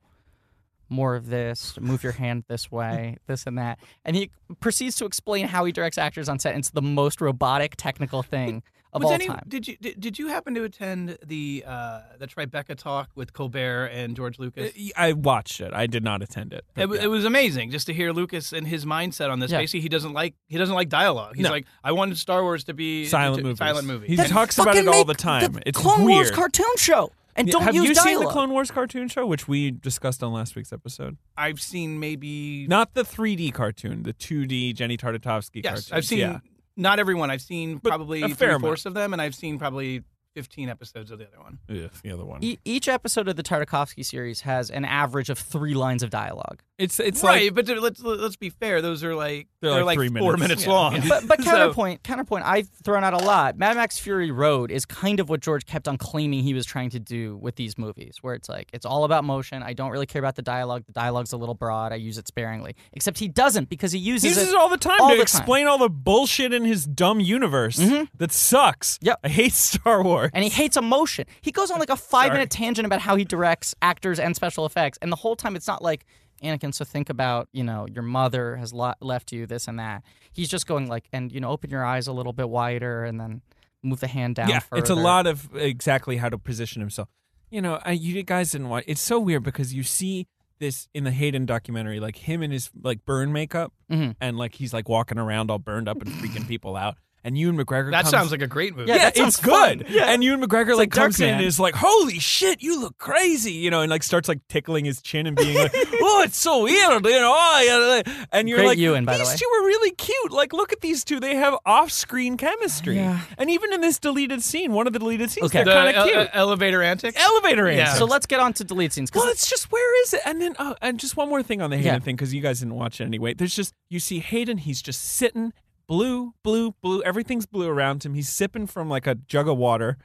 Speaker 3: more of this, move your hand this
Speaker 4: [laughs]
Speaker 3: way, this and that. And he proceeds to explain how he directs actors on set. And it's the most robotic, technical thing of
Speaker 5: Was
Speaker 3: all
Speaker 5: any-
Speaker 3: time.
Speaker 5: Did you did, did you happen to attend the uh, the Tribeca talk with Colbert and George Lucas?
Speaker 4: I watched it. I did not attend it.
Speaker 5: It, w- it was amazing just to hear Lucas and his mindset on this.
Speaker 3: Yeah.
Speaker 5: Basically, he doesn't like he doesn't like dialogue. He's
Speaker 4: No.
Speaker 5: like, I wanted Star Wars to be
Speaker 4: silent
Speaker 5: to-
Speaker 4: movies.
Speaker 5: Silent movie.
Speaker 4: He talks about it all the time. it's
Speaker 3: Clone
Speaker 4: weird.
Speaker 3: Wars cartoon show. and don't
Speaker 4: Have
Speaker 3: use
Speaker 4: you seen the
Speaker 3: dial-up.
Speaker 4: Clone Wars cartoon show, which we discussed on last week's episode?
Speaker 5: I've seen maybe
Speaker 4: Not the 3D cartoon, the 2D Jenny Tartakovsky
Speaker 5: yes,
Speaker 4: cartoon.
Speaker 5: I've seen
Speaker 4: Yeah.
Speaker 5: not everyone. I've seen probably
Speaker 4: a fair
Speaker 5: three fourths of them, and I've seen probably fifteen episodes of the other one.
Speaker 4: Ugh, the other one.
Speaker 3: E- each episode of the Tartakovsky series has an average of three lines of dialogue.
Speaker 4: It's it's
Speaker 5: right,
Speaker 4: like
Speaker 5: but let's let's be fair. Those are like
Speaker 4: They're
Speaker 5: they're
Speaker 4: like
Speaker 5: like,
Speaker 4: three
Speaker 5: four
Speaker 4: minutes.
Speaker 5: minutes
Speaker 4: Yeah.
Speaker 5: long.
Speaker 3: But but
Speaker 4: [laughs]
Speaker 5: So-
Speaker 3: counterpoint counterpoint I've thrown out a lot. Mad Max Fury Road is kind of what George kept on claiming he was trying to do with these movies, where it's like it's all about motion. I don't really care about the dialogue. The dialogue's a little broad. I use it sparingly. Except he doesn't because he
Speaker 4: he
Speaker 3: uses
Speaker 4: uses
Speaker 3: it.
Speaker 4: it all the time
Speaker 3: all
Speaker 4: to
Speaker 3: the time.
Speaker 4: explain all the bullshit in his dumb universe that sucks.
Speaker 3: Yep.
Speaker 4: I hate Star Wars.
Speaker 3: and he hates emotion. He goes on like a five minute tangent about how he directs actors and special effects, and the whole time it's not like Anakin. So think about you know your mother has lo- left you this and that. He's just going like and you know open your eyes a little bit wider and then move the hand down.
Speaker 4: yeah, it's
Speaker 3: further.
Speaker 4: a lot of exactly how to position himself. You know, I, you guys didn't watch. It's so weird because you see this in the Hayden documentary, like him and his like burn makeup,
Speaker 3: Mhm.
Speaker 4: and like he's like walking around all burned up and freaking people out. And Ewan McGregor
Speaker 5: [laughs] that
Speaker 4: comes,
Speaker 5: sounds like a great movie.
Speaker 3: Yeah,
Speaker 4: yeah,
Speaker 3: that sounds
Speaker 4: it's good.
Speaker 3: fun. Yeah.
Speaker 4: And Ewan McGregor like,
Speaker 3: like
Speaker 4: comes in
Speaker 3: Darkman.
Speaker 4: and is like, "Holy shit, you look crazy," you know, and like starts like tickling his chin and being like, "Oh, it's so weird," you know. oh, yeah, yeah." And you're
Speaker 3: Great
Speaker 4: like,
Speaker 3: Ewan, by the
Speaker 4: "These
Speaker 3: way.
Speaker 4: two are really cute. Like, look at these two. They have off-screen chemistry."
Speaker 3: Yeah.
Speaker 4: And even in this deleted scene, one of the deleted scenes,
Speaker 3: Okay.
Speaker 4: they're
Speaker 5: the uh,
Speaker 4: kind of
Speaker 5: ele-
Speaker 4: cute.
Speaker 5: elevator antics.
Speaker 4: Elevator
Speaker 5: Yeah.
Speaker 4: answer.
Speaker 3: So let's get on to delete scenes. 'cause
Speaker 4: Well, it's just where is it? And then, oh, and just one more thing on the Hayden
Speaker 3: Yeah.
Speaker 4: thing, 'cause thing because you guys didn't watch it anyway. There's just you see Hayden, he's just sitting, blue, blue, blue. Everything's blue around him. He's sipping from like a jug of water.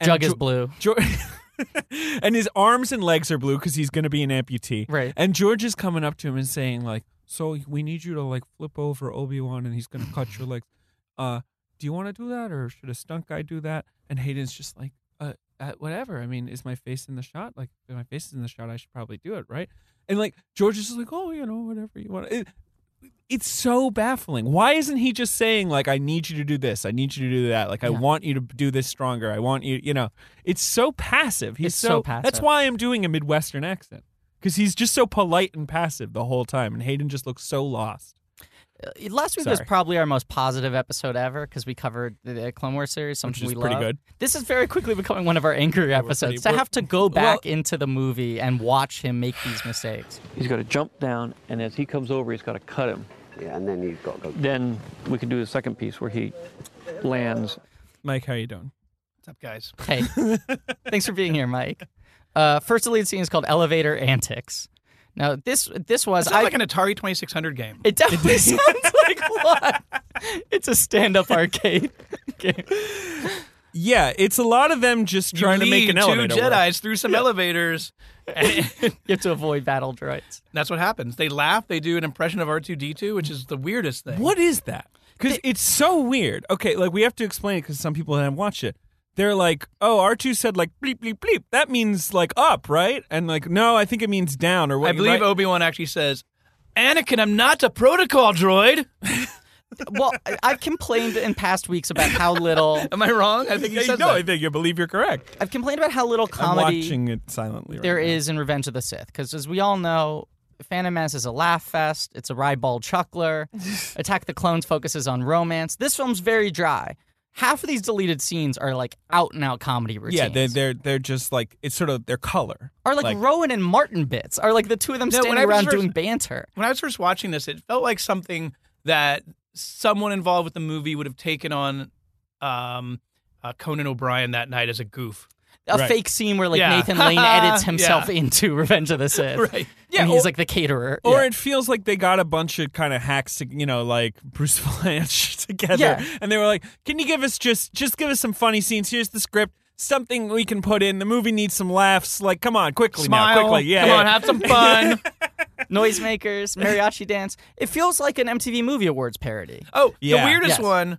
Speaker 4: And
Speaker 3: Jug is
Speaker 4: Jo-
Speaker 3: blue.
Speaker 4: Jo- [laughs] and his arms and legs are blue because he's going to be an amputee.
Speaker 3: Right.
Speaker 4: And George is coming up to him and saying like, "So we need you to like flip over Obi Wan, and he's going to cut your legs. Uh, do you want to do that, or should a stunt guy do that?" And Hayden's just like, "Uh, uh whatever. I mean, is my face in the shot? Like, if my face is in the shot, I should probably do it, right?" And like George is just like, "Oh, you know, whatever you want." It, it's so baffling. Why isn't he just saying like, "I need you to do this. I need you to do that. Like, I
Speaker 3: Yeah.
Speaker 4: want you to do this stronger. I want you." You know, it's so passive. He's
Speaker 3: It's so
Speaker 4: That's
Speaker 3: passive.
Speaker 4: why I'm doing a midwestern accent because he's just so polite and passive the whole time, and Hayden just looks so lost.
Speaker 3: Uh, Last week was
Speaker 4: Sorry.
Speaker 3: probably our most positive episode ever because we covered the- the Clone Wars series, something
Speaker 4: is
Speaker 3: we
Speaker 4: pretty
Speaker 3: love.
Speaker 4: good.
Speaker 3: This is very quickly becoming one of our angry episodes.
Speaker 4: pretty-
Speaker 3: to have to go back into the movie and watch him make these mistakes.
Speaker 1: He's got to jump down, and as he comes over, he's got to cut him.
Speaker 2: Yeah, and then you've got to go.
Speaker 1: Then we can do the second piece where he lands.
Speaker 4: Mike, how you doing?
Speaker 5: What's up, guys?
Speaker 3: Hey,
Speaker 4: [laughs]
Speaker 3: thanks for being here, Mike. Uh, first lead scene is called Elevator Antics. Now this this was
Speaker 5: It's
Speaker 3: I,
Speaker 5: like an Atari Twenty Six Hundred game.
Speaker 3: [laughs] it
Speaker 4: [laughs]
Speaker 3: definitely sounds like one. It's a stand-up arcade [laughs] game.
Speaker 4: Yeah, it's a lot of them just trying
Speaker 5: you
Speaker 4: to make
Speaker 5: lead
Speaker 4: an elevator.
Speaker 5: two
Speaker 4: work.
Speaker 5: Jedi's through some elevators. And
Speaker 3: You have to avoid battle droids.
Speaker 5: that's what happens. They laugh. They do an impression of R two D two, which is the weirdest thing.
Speaker 4: What is that? Because it's so weird. Okay, like we have to explain it because some people haven't watched it. They're like, oh, R2 said like bleep, bleep, bleep. That means like up, right? And like, no, I think it means down or what?
Speaker 5: I believe
Speaker 4: right?
Speaker 5: Obi Wan actually says, "Anakin, I'm not a protocol droid." [laughs]
Speaker 3: Well, I- I've complained in past weeks about how little
Speaker 5: Am I wrong? I think he
Speaker 4: Yeah,
Speaker 5: says
Speaker 4: no, I
Speaker 5: that.
Speaker 4: think you believe you're correct.
Speaker 3: I've complained about how little
Speaker 4: I'm
Speaker 3: comedy
Speaker 4: watching it silently.
Speaker 3: there
Speaker 4: right now.
Speaker 3: is in Revenge of the Sith, because as we all know, Phantom Menace is a laugh fest. It's a ribald chuckler. Attack the Clones focuses on romance. This film's very dry. Half of these deleted scenes are like out and out comedy routines.
Speaker 4: Yeah, they're, they're they're just like it's sort of their color.
Speaker 3: are like,
Speaker 4: like-
Speaker 3: Rowan and Martin bits. Are like the two of them
Speaker 5: No, when
Speaker 3: standing
Speaker 5: I was
Speaker 3: around
Speaker 5: first-
Speaker 3: doing banter.
Speaker 5: when I was first watching this, it felt like something that someone involved with the movie would have taken on um, uh, Conan O'Brien that night as a goof.
Speaker 3: A
Speaker 4: Right.
Speaker 3: fake scene where like
Speaker 5: Yeah.
Speaker 3: Nathan Lane edits himself
Speaker 5: Yeah.
Speaker 3: into Revenge of the Sith.
Speaker 5: Right.
Speaker 4: Yeah,
Speaker 3: and he's
Speaker 4: or-
Speaker 3: like the caterer.
Speaker 4: Or
Speaker 3: Yeah.
Speaker 4: it feels like they got a bunch of kind of hacks, to, you know, like [laughs] Bruce Valanche together,
Speaker 3: Yeah.
Speaker 4: and they were like, "Can you give us just just give us some funny scenes? Here's the script, something we can put in. The movie needs some laughs. Like, come on, quickly
Speaker 5: Smile.
Speaker 4: now, quickly, yeah,
Speaker 5: Come
Speaker 4: yeah.
Speaker 5: on, have
Speaker 4: [laughs]
Speaker 5: some fun.
Speaker 3: Noisemakers, mariachi dance. It feels like an MTV Movie Awards parody.
Speaker 5: oh,
Speaker 4: Yeah.
Speaker 5: the weirdest
Speaker 3: Yes.
Speaker 5: one,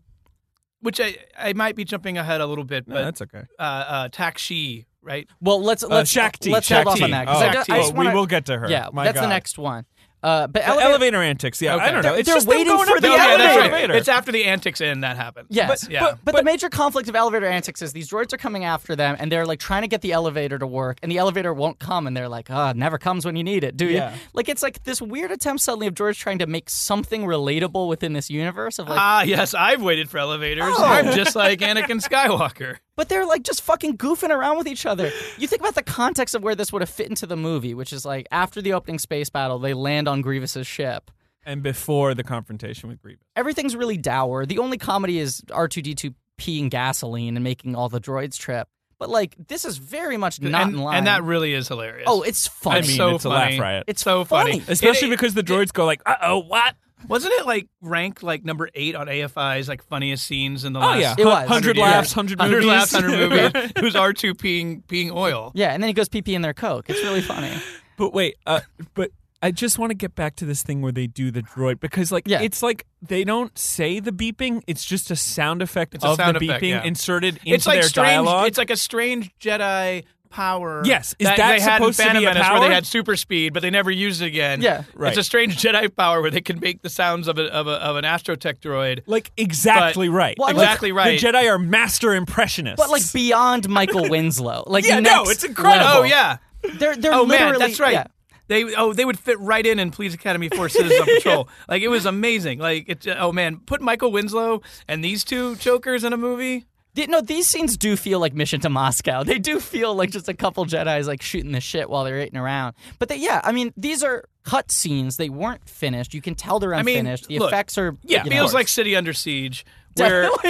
Speaker 5: which I, I might be jumping ahead a little bit,
Speaker 4: No,
Speaker 5: but
Speaker 4: that's okay.
Speaker 5: uh, uh, Taxi, right?
Speaker 3: Well, let's
Speaker 4: Uh,
Speaker 3: let's
Speaker 4: Shakti,
Speaker 3: let's hold off
Speaker 4: Shakti.
Speaker 3: on that. 'cause
Speaker 4: Oh,
Speaker 3: I ju- I
Speaker 5: Shakti.
Speaker 3: just
Speaker 4: well,
Speaker 3: wanna-
Speaker 4: we will get to her.
Speaker 3: Yeah,
Speaker 4: My
Speaker 3: that's
Speaker 4: God.
Speaker 3: the next one. Uh, but
Speaker 4: elevator,
Speaker 3: elevator,
Speaker 4: antics. Yeah, I
Speaker 5: Okay.
Speaker 4: don't know. It's
Speaker 3: They're
Speaker 4: just them
Speaker 3: waiting
Speaker 4: going
Speaker 3: for
Speaker 4: up
Speaker 3: the
Speaker 4: and down
Speaker 5: yeah, that's right.
Speaker 4: elevator.
Speaker 5: It's after the antics end that happens.
Speaker 3: Yes.
Speaker 5: But- yeah.
Speaker 4: but-
Speaker 3: But, the major conflict of elevator antics is these droids are coming after them, and they're like trying to get the elevator to work, and the elevator won't come, and they're like, "Ah, it never comes when you need it, do you?"
Speaker 4: Yeah.
Speaker 3: Like it's like this weird attempt suddenly of George trying to make something relatable within this universe of like,
Speaker 5: ah, yes, I've waited for elevators. I'm just like Anakin Skywalker.
Speaker 3: but they're like just fucking goofing around with each other. You think about the context of where this would have fit into the movie, which is like after the opening space battle, they land on Grievous's ship.
Speaker 4: and before the confrontation with Grievous.
Speaker 3: Everything's really dour. The only comedy is R2D2 peeing gasoline and making all the droids trip. But like this is very much not
Speaker 5: and,
Speaker 3: in line.
Speaker 5: and that really is hilarious.
Speaker 3: oh, it's funny.
Speaker 5: I
Speaker 4: I mean,
Speaker 5: so
Speaker 4: it's a
Speaker 5: funny.
Speaker 4: laugh riot.
Speaker 3: It's
Speaker 5: so funny.
Speaker 3: funny.
Speaker 4: Especially
Speaker 5: It- it-
Speaker 4: because the droids go like, "Uh oh, what?"
Speaker 5: wasn't it like ranked like number eight on AFI's like funniest scenes in the
Speaker 4: Oh
Speaker 5: last.
Speaker 4: yeah,
Speaker 3: It was.
Speaker 4: hundred
Speaker 5: 100
Speaker 4: laughs,
Speaker 5: years.
Speaker 4: hundred
Speaker 5: 100
Speaker 4: movies, [laughs]
Speaker 5: laughs, 100 [laughs] movies. It was R2 peeing, peeing oil.
Speaker 3: yeah, and then he goes pee pee in their coke. It's really funny.
Speaker 5: [laughs]
Speaker 4: But wait, uh, but I just want to get back to this thing where they do the droid because, like,
Speaker 3: Yeah.
Speaker 4: it's like they don't say the beeping; it's just a sound effect
Speaker 5: It's a
Speaker 4: of
Speaker 5: sound
Speaker 4: the beeping
Speaker 5: effect, yeah.
Speaker 4: inserted into
Speaker 5: It's like
Speaker 4: their
Speaker 5: strange.
Speaker 4: dialogue.
Speaker 5: It's like a strange Jedi power.
Speaker 4: Yes, is that
Speaker 5: they had in
Speaker 4: supposed to
Speaker 5: Phantom
Speaker 4: be a
Speaker 5: Menace Where
Speaker 4: power?
Speaker 5: they had super speed, but they never used it again.
Speaker 3: Yeah.
Speaker 4: Right.
Speaker 5: It's a strange Jedi power where they can make the sounds of a, of a of an astrotech droid.
Speaker 4: Like, exactly right.
Speaker 3: Well,
Speaker 4: Like,
Speaker 5: exactly right.
Speaker 4: The Jedi are master impressionists.
Speaker 3: But like beyond Michael Winslow. Like
Speaker 4: Yeah, no,
Speaker 3: next
Speaker 4: it's incredible.
Speaker 5: Oh
Speaker 3: level.
Speaker 5: yeah.
Speaker 3: They're they're
Speaker 5: Oh
Speaker 3: literally
Speaker 5: man, that's right.
Speaker 3: yeah.
Speaker 5: They oh they would fit right in in Police
Speaker 4: [laughs]
Speaker 5: Academy Four Citizens on Patrol. Like it was amazing. Like it, oh man, put Michael Winslow and these two jokers in a movie.
Speaker 3: Th- No, these scenes do feel like Mission to Moscow. They do feel like just a couple Jedi's like shooting the shit while they're eating around. But they, yeah, I mean, these are cut scenes. They weren't finished. You can tell they're
Speaker 5: I mean,
Speaker 3: unfinished. the
Speaker 5: look,
Speaker 3: effects are
Speaker 4: yeah,
Speaker 3: you know,
Speaker 5: Feels like City Under Siege. Where [laughs]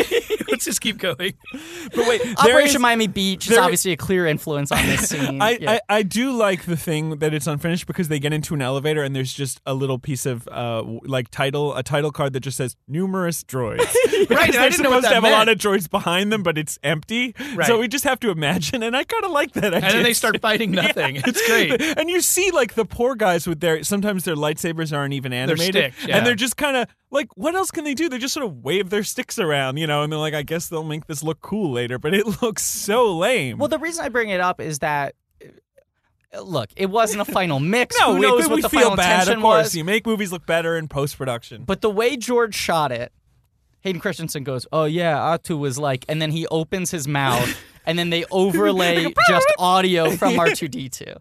Speaker 5: let's just keep going.
Speaker 4: but wait, there
Speaker 3: Operation
Speaker 4: is,
Speaker 3: Miami Beach is
Speaker 4: there-
Speaker 3: obviously a clear influence on
Speaker 4: [laughs]
Speaker 3: this scene.
Speaker 4: I,
Speaker 3: yeah.
Speaker 4: I, I do like the thing that it's unfinished because they get into an elevator and there's just a little piece of uh w- like title a title card that just says numerous
Speaker 5: [laughs]
Speaker 4: droids. right,
Speaker 5: I
Speaker 4: they're
Speaker 5: didn't
Speaker 4: supposed
Speaker 5: know what
Speaker 4: to
Speaker 5: that
Speaker 4: have a lot of
Speaker 5: meant.
Speaker 4: droids behind them, but it's empty.
Speaker 5: Right.
Speaker 4: So we just have to imagine, and I kind of like that.
Speaker 5: And then
Speaker 4: [laughs]
Speaker 5: they start fighting nothing. It's great.
Speaker 4: And you see, like the poor guys with their sometimes their lightsabers aren't even animated,
Speaker 5: sticks, yeah.
Speaker 4: and they're just kind of like, what else can they do? They just sort of wave their sticks around, you know, and they're like, I guess they'll make this look cool later, but it [laughs] looks so lame.
Speaker 3: well, the reason I bring it up is that. uh, Look, it wasn't a final mix.
Speaker 4: [laughs] No,
Speaker 3: Who
Speaker 4: we,
Speaker 3: knows
Speaker 4: we,
Speaker 3: what
Speaker 4: we
Speaker 3: the
Speaker 4: feel
Speaker 3: final
Speaker 4: bad.
Speaker 3: tension
Speaker 4: Of course,
Speaker 3: was?
Speaker 4: you make movies look better in post production.
Speaker 3: But the way George shot it, Hayden Christensen goes, "Oh yeah, Atu was like," and then he opens his mouth, and then they overlay just audio from R two D two.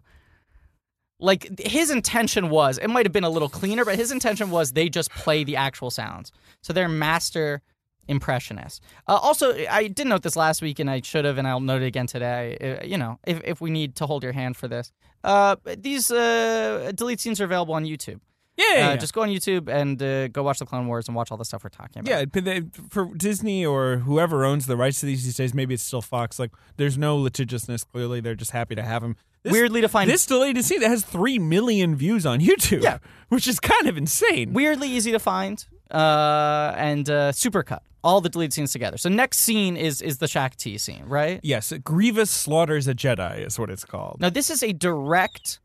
Speaker 3: Like his intention was, it might have been a little cleaner, but his intention was they just play the actual sounds. So they're master impressionists. Uh, also, I did note this last week, and I should have, and I'll note it again today. Uh, you know, if, if we need to hold your hand for this, uh, these uh, delete scenes are available on YouTube.
Speaker 4: yeah,
Speaker 3: Uh, Just go on YouTube and uh, go watch the Clone Wars and watch all the stuff we're talking about.
Speaker 4: yeah. But they, for Disney or whoever owns the rights to these these days, maybe it's still Fox. Like, there's no litigiousness. Clearly, they're just happy to have them. This,
Speaker 3: weirdly defined,
Speaker 4: this deleted scene that has three million views on YouTube.
Speaker 3: Yeah.
Speaker 4: [laughs] which is kind of insane.
Speaker 3: weirdly easy to find, uh, and uh, supercut all the deleted scenes together. So next scene is is the Shakti scene, right?
Speaker 4: yes, Grievous slaughters a Jedi is what it's called.
Speaker 3: Now this is a direct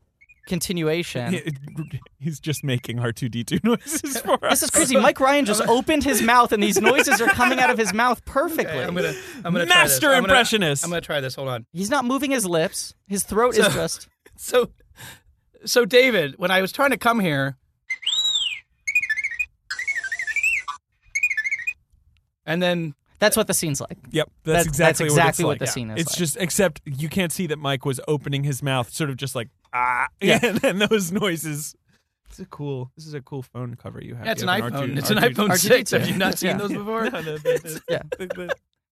Speaker 3: continuation.
Speaker 4: He- [laughs] He's just making R two D two
Speaker 3: [laughs]
Speaker 4: noises for us.
Speaker 3: This is crazy. Mike Ryan just opened his mouth, and these noises are coming out of his mouth perfectly.
Speaker 5: I'm gonna, I'm gonna try this.
Speaker 4: Master
Speaker 5: I'm gonna-
Speaker 4: impressionist.
Speaker 5: I'm gonna try this. Hold on.
Speaker 3: He's not moving his lips. His throat is just.
Speaker 5: So, so David, when I was trying to come here, and then
Speaker 3: That's what the scene's like.
Speaker 4: Yep,
Speaker 3: That's-
Speaker 4: that's,
Speaker 3: that's
Speaker 4: exactly what, it's
Speaker 3: exactly what
Speaker 4: like.
Speaker 3: the scene is
Speaker 4: It's
Speaker 3: like.
Speaker 4: just except you can't see that Mike was opening his mouth, sort of just like ah, [laughs] and, and those noises. It's a cool. This is a cool phone cover you have.
Speaker 5: that's
Speaker 4: You
Speaker 5: an
Speaker 4: have
Speaker 5: iPhone.
Speaker 4: R2
Speaker 5: it's an
Speaker 4: R2
Speaker 5: iPhone
Speaker 3: R2D2.
Speaker 5: six. Have you not seen
Speaker 3: Yeah. [laughs]
Speaker 5: those before?
Speaker 3: Yeah.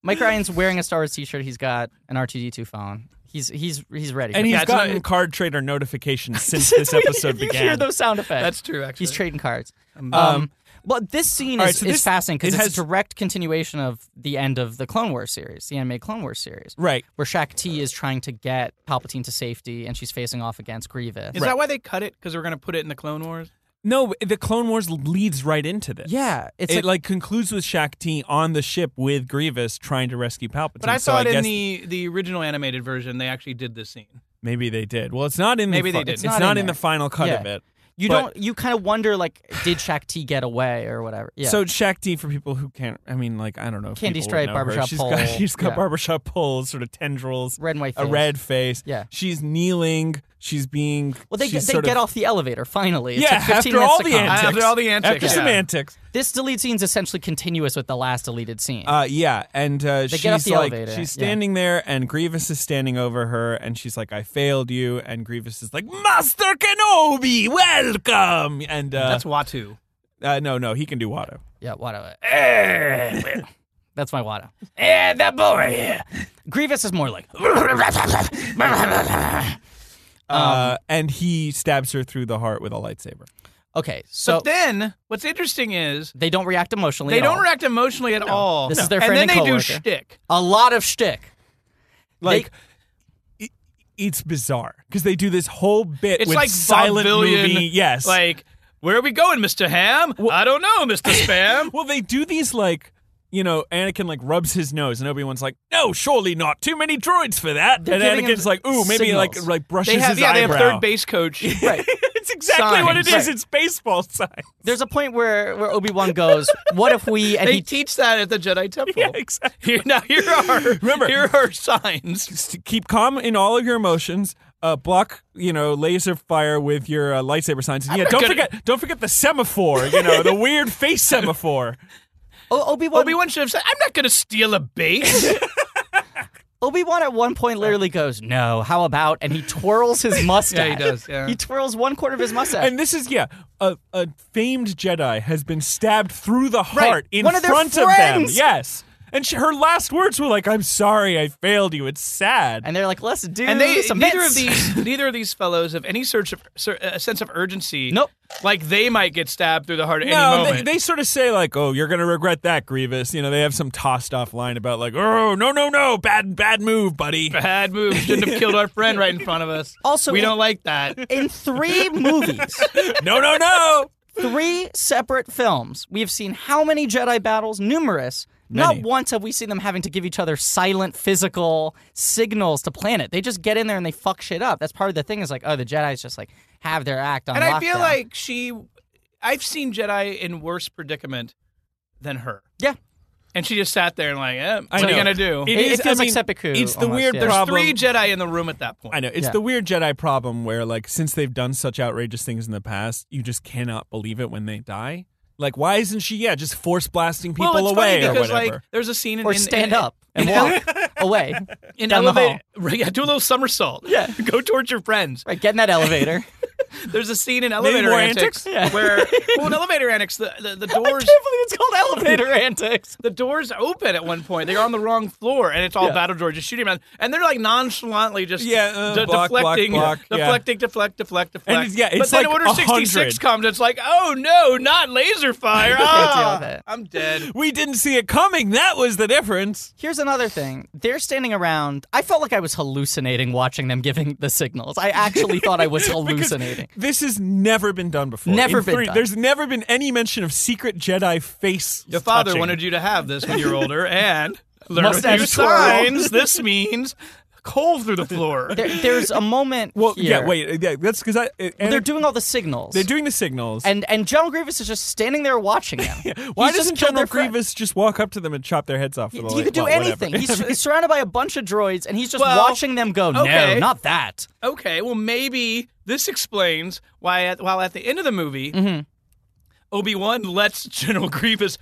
Speaker 3: Mike Ryan's wearing a Star Wars T-shirt. He's got an R2D2 phone. He's he's he's ready.
Speaker 4: And he's
Speaker 5: Yeah, it's
Speaker 4: gotten
Speaker 5: not-
Speaker 4: card trader notifications since
Speaker 3: Since
Speaker 4: [laughs] this
Speaker 3: we-
Speaker 4: episode
Speaker 3: you
Speaker 4: began.
Speaker 3: hear those sound effects.
Speaker 5: That's true. Actually,
Speaker 3: He's trading cards. Um,
Speaker 4: Um,
Speaker 3: but this scene is,
Speaker 4: all right, so
Speaker 3: is
Speaker 4: this-
Speaker 3: fascinating because
Speaker 4: it
Speaker 3: it's
Speaker 4: has-
Speaker 3: a direct continuation of the end of the Clone Wars series, the anime Clone Wars series,
Speaker 4: Right.
Speaker 3: where Shaq T is trying to get Palpatine to safety, and she's facing off against Grievous.
Speaker 5: Is that why they cut it? Because we're gonna put it in the Clone Wars.
Speaker 4: No, the Clone Wars leads right into this.
Speaker 3: Yeah, it's
Speaker 4: it
Speaker 3: a-
Speaker 4: like concludes with Shaq T on the ship with Grievous trying to rescue Palpatine.
Speaker 5: But I
Speaker 4: so
Speaker 5: saw it in
Speaker 4: guess
Speaker 5: the the original animated version. They actually did this scene.
Speaker 4: maybe they did. Well, it's not in
Speaker 5: Maybe
Speaker 4: the fi-
Speaker 5: they did.
Speaker 4: It's,
Speaker 5: It's
Speaker 4: not,
Speaker 3: not in
Speaker 4: in, the
Speaker 3: there.
Speaker 4: final cut
Speaker 3: Yeah.
Speaker 4: of it.
Speaker 3: you
Speaker 4: but-
Speaker 3: don't. You kind of wonder, like, did Shaq T get away or whatever? Yeah.
Speaker 4: So Shaq D for people who can't, I mean, like I don't know. if
Speaker 3: Candy
Speaker 4: people would
Speaker 3: stripe,
Speaker 4: know her.
Speaker 3: barbershop
Speaker 4: She's
Speaker 3: pole.
Speaker 4: Got, she's got
Speaker 3: Yeah.
Speaker 4: barbershop poles, sort of tendrils,
Speaker 3: red and white.
Speaker 4: a
Speaker 3: face.
Speaker 4: red face.
Speaker 3: Yeah.
Speaker 4: she's kneeling. She's being.
Speaker 3: Well, they
Speaker 4: she's
Speaker 3: they
Speaker 4: sort
Speaker 3: get
Speaker 4: of,
Speaker 3: off the elevator finally. It
Speaker 4: Yeah,
Speaker 3: took 15
Speaker 4: after
Speaker 3: minutes
Speaker 4: all
Speaker 3: to
Speaker 4: the
Speaker 3: come. Uh,
Speaker 4: antics,
Speaker 5: After all the antics,
Speaker 4: after
Speaker 5: yeah.
Speaker 4: some antics.
Speaker 3: This delete scene's essentially continuous with the last deleted scene.
Speaker 4: Uh, yeah, and uh,
Speaker 3: They
Speaker 4: she's
Speaker 3: get off the
Speaker 4: like,
Speaker 3: elevator,
Speaker 4: she's
Speaker 3: yeah.
Speaker 4: standing there, and Grievous is standing over her, and she's like, "I failed you," and Grievous is like, "Master Kenobi, welcome." And uh,
Speaker 5: That's Watu.
Speaker 4: uh, no, no, he can do Watto. [laughs] eh.
Speaker 3: yeah, Watto. That's my Watto.
Speaker 2: Yeah, that boy.
Speaker 3: Grievous is more like
Speaker 5: Um,
Speaker 4: uh, and he stabs her through the heart with a lightsaber.
Speaker 3: okay. So
Speaker 5: But then what's interesting is
Speaker 3: they don't react emotionally.
Speaker 5: they
Speaker 3: at
Speaker 5: don't
Speaker 3: all.
Speaker 5: react emotionally at all.
Speaker 3: This is their
Speaker 5: and
Speaker 3: friend
Speaker 5: then
Speaker 3: and
Speaker 5: they do
Speaker 3: coworker.
Speaker 5: shtick.
Speaker 3: A lot of shtick.
Speaker 4: Like it- it's bizarre because they do this whole bit
Speaker 5: It's
Speaker 4: with
Speaker 5: like
Speaker 4: silent
Speaker 5: vaudevillian,
Speaker 4: movie. Yes,
Speaker 5: Like, where are we going, Mr. Ham? I don't know, Mr. Spam.
Speaker 4: Well, they do these like you know, Anakin like rubs his nose, and Obi Wan's like, "No, surely not. Too many droids for that."
Speaker 3: They're
Speaker 4: and
Speaker 3: giving him
Speaker 4: Anakin's like, "Ooh, maybe like
Speaker 3: signals.
Speaker 4: like brushes
Speaker 5: they have
Speaker 4: his
Speaker 5: yeah,
Speaker 4: eyebrow."
Speaker 5: they have third base coach. [laughs]
Speaker 3: Right.
Speaker 4: [laughs] it's exactly what it
Speaker 5: Signs.
Speaker 4: is.
Speaker 5: Right.
Speaker 4: It's baseball sign.
Speaker 3: There's a point where where Obi Wan goes, "What if we?" And
Speaker 5: They
Speaker 3: he
Speaker 5: teach that at the [laughs] Jedi Temple.
Speaker 4: [laughs] Yeah, exactly.
Speaker 5: Here now, here are
Speaker 4: Remember-
Speaker 5: here are
Speaker 4: [laughs]
Speaker 5: signs.
Speaker 4: Just to keep calm in all of your emotions. Uh, block, you know, laser fire with your uh, lightsaber signs, and yeah, don't
Speaker 5: gonna-
Speaker 4: forget, don't forget the semaphore. You know, the
Speaker 3: [laughs]
Speaker 4: weird face semaphore.
Speaker 3: Obi Wan
Speaker 5: Obi Wan should have said, "I'm not going to steal a base." [laughs]
Speaker 3: Obi Wan at one point literally goes, "No, how about?" And he twirls [laughs] his mustache.
Speaker 5: does, yeah.
Speaker 3: He twirls one quarter of his mustache.
Speaker 4: And this is yeah, a, a famed Jedi has been stabbed through the heart in
Speaker 3: One of their
Speaker 4: front of them.
Speaker 3: friends.
Speaker 4: Yes, and she, her last words were like, "I'm sorry, I failed you. It's sad."
Speaker 3: And they're like, "Let's do
Speaker 5: and they
Speaker 3: some
Speaker 5: neither
Speaker 3: bits."
Speaker 5: of these neither of these fellows have any search of ser, a sense of urgency.
Speaker 3: Nope.
Speaker 5: Like they might get stabbed through the heart at any
Speaker 4: no, they,
Speaker 5: moment.
Speaker 4: they sort of say like, "Oh, you're gonna regret that, Grievous." You know, they have some tossed off line about like, "Oh, no, no, no, bad, bad
Speaker 3: [laughs]
Speaker 4: move, buddy."
Speaker 5: Bad move. Shouldn't have killed our friend right in front of us.
Speaker 3: Also-
Speaker 5: we don't like that.
Speaker 3: in [laughs] three movies,
Speaker 4: no, no, no.
Speaker 3: three separate films, we have seen how many Jedi battles? Numerous.
Speaker 4: Many.
Speaker 3: Not once have we seen them having to give each other silent physical signals to planet. They just get in there and they fuck shit up. That's part of the thing is like, oh, the Jedi's just like have their act on
Speaker 5: And I feel
Speaker 3: lockdown.
Speaker 5: like she, I've seen Jedi in worse predicament than her,
Speaker 3: yeah. and
Speaker 5: and she just sat there and like, eh,
Speaker 4: I
Speaker 5: what are you
Speaker 4: know.
Speaker 5: gonna do?
Speaker 3: It- it
Speaker 4: I
Speaker 3: feels like
Speaker 4: mean,
Speaker 3: seppuku
Speaker 4: It's the
Speaker 3: almost,
Speaker 4: weird
Speaker 3: yeah. There's
Speaker 5: There's
Speaker 4: problem.
Speaker 5: three Jedi in the room at that point.
Speaker 4: I know it's
Speaker 3: Yeah.
Speaker 4: the weird Jedi problem where like since they've done such outrageous things in the past, you just cannot believe it when they die. Like, why isn't she? Yeah, just force blasting people
Speaker 5: well, Oh, it's
Speaker 4: away
Speaker 5: funny
Speaker 4: or
Speaker 5: because
Speaker 4: whatever.
Speaker 5: like there's a scene in,
Speaker 3: or
Speaker 5: in-
Speaker 3: stand
Speaker 5: in-
Speaker 3: up and walk
Speaker 5: [laughs]
Speaker 3: away
Speaker 5: in
Speaker 3: down the hall.
Speaker 5: elevator. Right, [laughs] yeah, do a little somersault. Yeah, [laughs] go towards your friends.
Speaker 3: Right, get in that
Speaker 5: [laughs]
Speaker 3: elevator.
Speaker 5: There's a scene in elevator
Speaker 4: more
Speaker 5: antics,
Speaker 4: antics?
Speaker 5: where
Speaker 4: [laughs]
Speaker 5: well, in elevator antics the the, the doors.
Speaker 3: it's called [laughs] elevator antics.
Speaker 5: The doors open at one point. They're on the wrong floor, and it's all battle droids just shooting around. And they're like nonchalantly just
Speaker 4: Yeah, uh,
Speaker 5: de-
Speaker 4: block, block,
Speaker 5: deflecting,
Speaker 4: block, yeah.
Speaker 5: deflecting, deflect, deflect, deflect.
Speaker 4: it's- yeah,
Speaker 5: but
Speaker 4: it's
Speaker 5: then
Speaker 4: like
Speaker 5: Order 66
Speaker 4: 100.
Speaker 5: comes. It's like, oh no, not
Speaker 3: [laughs]
Speaker 5: laser fire.
Speaker 3: deal
Speaker 5: Ah,
Speaker 3: with it.
Speaker 5: I'm dead.
Speaker 4: we didn't see it coming. That was the difference.
Speaker 3: Here's another thing. They're standing around. I felt like I was hallucinating watching them giving the signals. I actually thought I
Speaker 5: [laughs]
Speaker 3: was hallucinating.
Speaker 4: This has never been done before.
Speaker 3: Never
Speaker 4: In
Speaker 3: been
Speaker 4: three-
Speaker 3: done.
Speaker 4: There's never been any mention of secret Jedi face.
Speaker 5: Your father
Speaker 4: touching.
Speaker 5: wanted you to have this when you're older,
Speaker 4: [laughs]
Speaker 5: and learn a
Speaker 3: Mustache
Speaker 5: few
Speaker 3: twirl.
Speaker 5: signs. This means coal through
Speaker 3: [laughs]
Speaker 5: the floor.
Speaker 3: There, there's a moment
Speaker 4: Well,
Speaker 3: here-
Speaker 4: yeah, wait, yeah, that's because I. uh, Anakin-
Speaker 3: They're doing all the signals.
Speaker 4: they're doing the signals.
Speaker 3: and and General Grievous is just standing there watching them.
Speaker 4: [laughs] Why
Speaker 3: He's just
Speaker 4: doesn't
Speaker 3: killed
Speaker 4: General
Speaker 3: their friend.
Speaker 4: Grievous just walk up to them and chop their heads off? With a
Speaker 3: He could do
Speaker 4: well, whatever. [laughs]
Speaker 3: anything. He's, he's surrounded by a bunch of droids, and he's just
Speaker 5: Well,
Speaker 3: watching them go.
Speaker 5: okay.
Speaker 3: No, not that.
Speaker 5: okay, well, maybe this explains why, at, while at the end of the movie, Obi Wan lets [laughs] General Grievous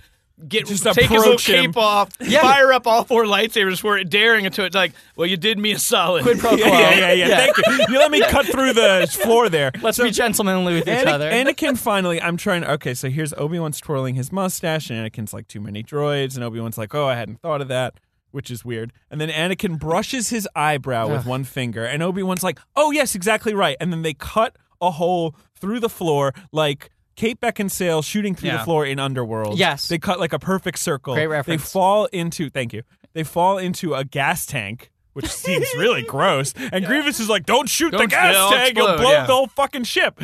Speaker 5: get
Speaker 4: Just
Speaker 5: take his little
Speaker 4: approach him.
Speaker 5: cape off,
Speaker 3: Yeah.
Speaker 5: fire up all four lightsabers for it, daring into it. Like, well, you did me a solid.
Speaker 3: Quid
Speaker 5: [laughs]
Speaker 3: pro quo.
Speaker 4: [laughs] yeah,
Speaker 3: [laughs]
Speaker 4: yeah, yeah, Thank you. You let me cut through the floor there.
Speaker 3: Let's be gentlemanly with each
Speaker 4: Ana-
Speaker 3: other.
Speaker 4: Anakin finally, I'm trying. Okay, so here's Obi Wan's twirling his mustache, and Anakin's like, too many droids, and Obi Wan's like, oh, I hadn't thought of that, which is weird. And then Anakin brushes his eyebrow with one finger, and Obi Wan's like, oh, yes, exactly right. And then they cut a hole through the floor, like. Kate Beckinsale shooting through
Speaker 5: Yeah.
Speaker 4: the floor in Underworld.
Speaker 3: Yes.
Speaker 4: They cut like a perfect circle.
Speaker 3: Great
Speaker 4: They
Speaker 3: reference.
Speaker 4: fall into, thank you. They fall into a gas tank, which seems
Speaker 3: [laughs]
Speaker 4: really gross. And Grievous is like, don't shoot the
Speaker 5: Don't-
Speaker 4: gas
Speaker 5: they'll
Speaker 4: tank, you'll
Speaker 5: explode,
Speaker 4: blow
Speaker 5: yeah.
Speaker 4: the whole fucking ship.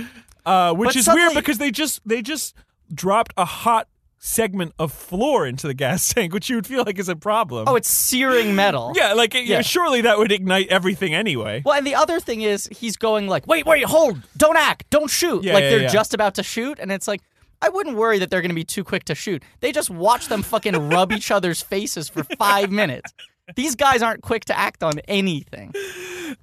Speaker 4: Uh, which
Speaker 3: But
Speaker 4: is
Speaker 3: suddenly-
Speaker 4: weird because they just they just dropped a hot segment of floor into the gas [laughs] tank, which you would feel like is a problem.
Speaker 3: oh, it's searing metal.
Speaker 4: yeah, like it,
Speaker 3: Yeah.
Speaker 4: surely that would ignite everything anyway.
Speaker 3: Well, and the other thing is he's going like, wait, wait, hold, don't act, don't shoot.
Speaker 4: Yeah,
Speaker 3: like
Speaker 4: yeah,
Speaker 3: they're
Speaker 4: yeah.
Speaker 3: just about to shoot, and it's like, I wouldn't worry that they're going to be too quick to shoot. They just watch them fucking rub each other's faces for five minutes. These guys aren't quick to act on anything.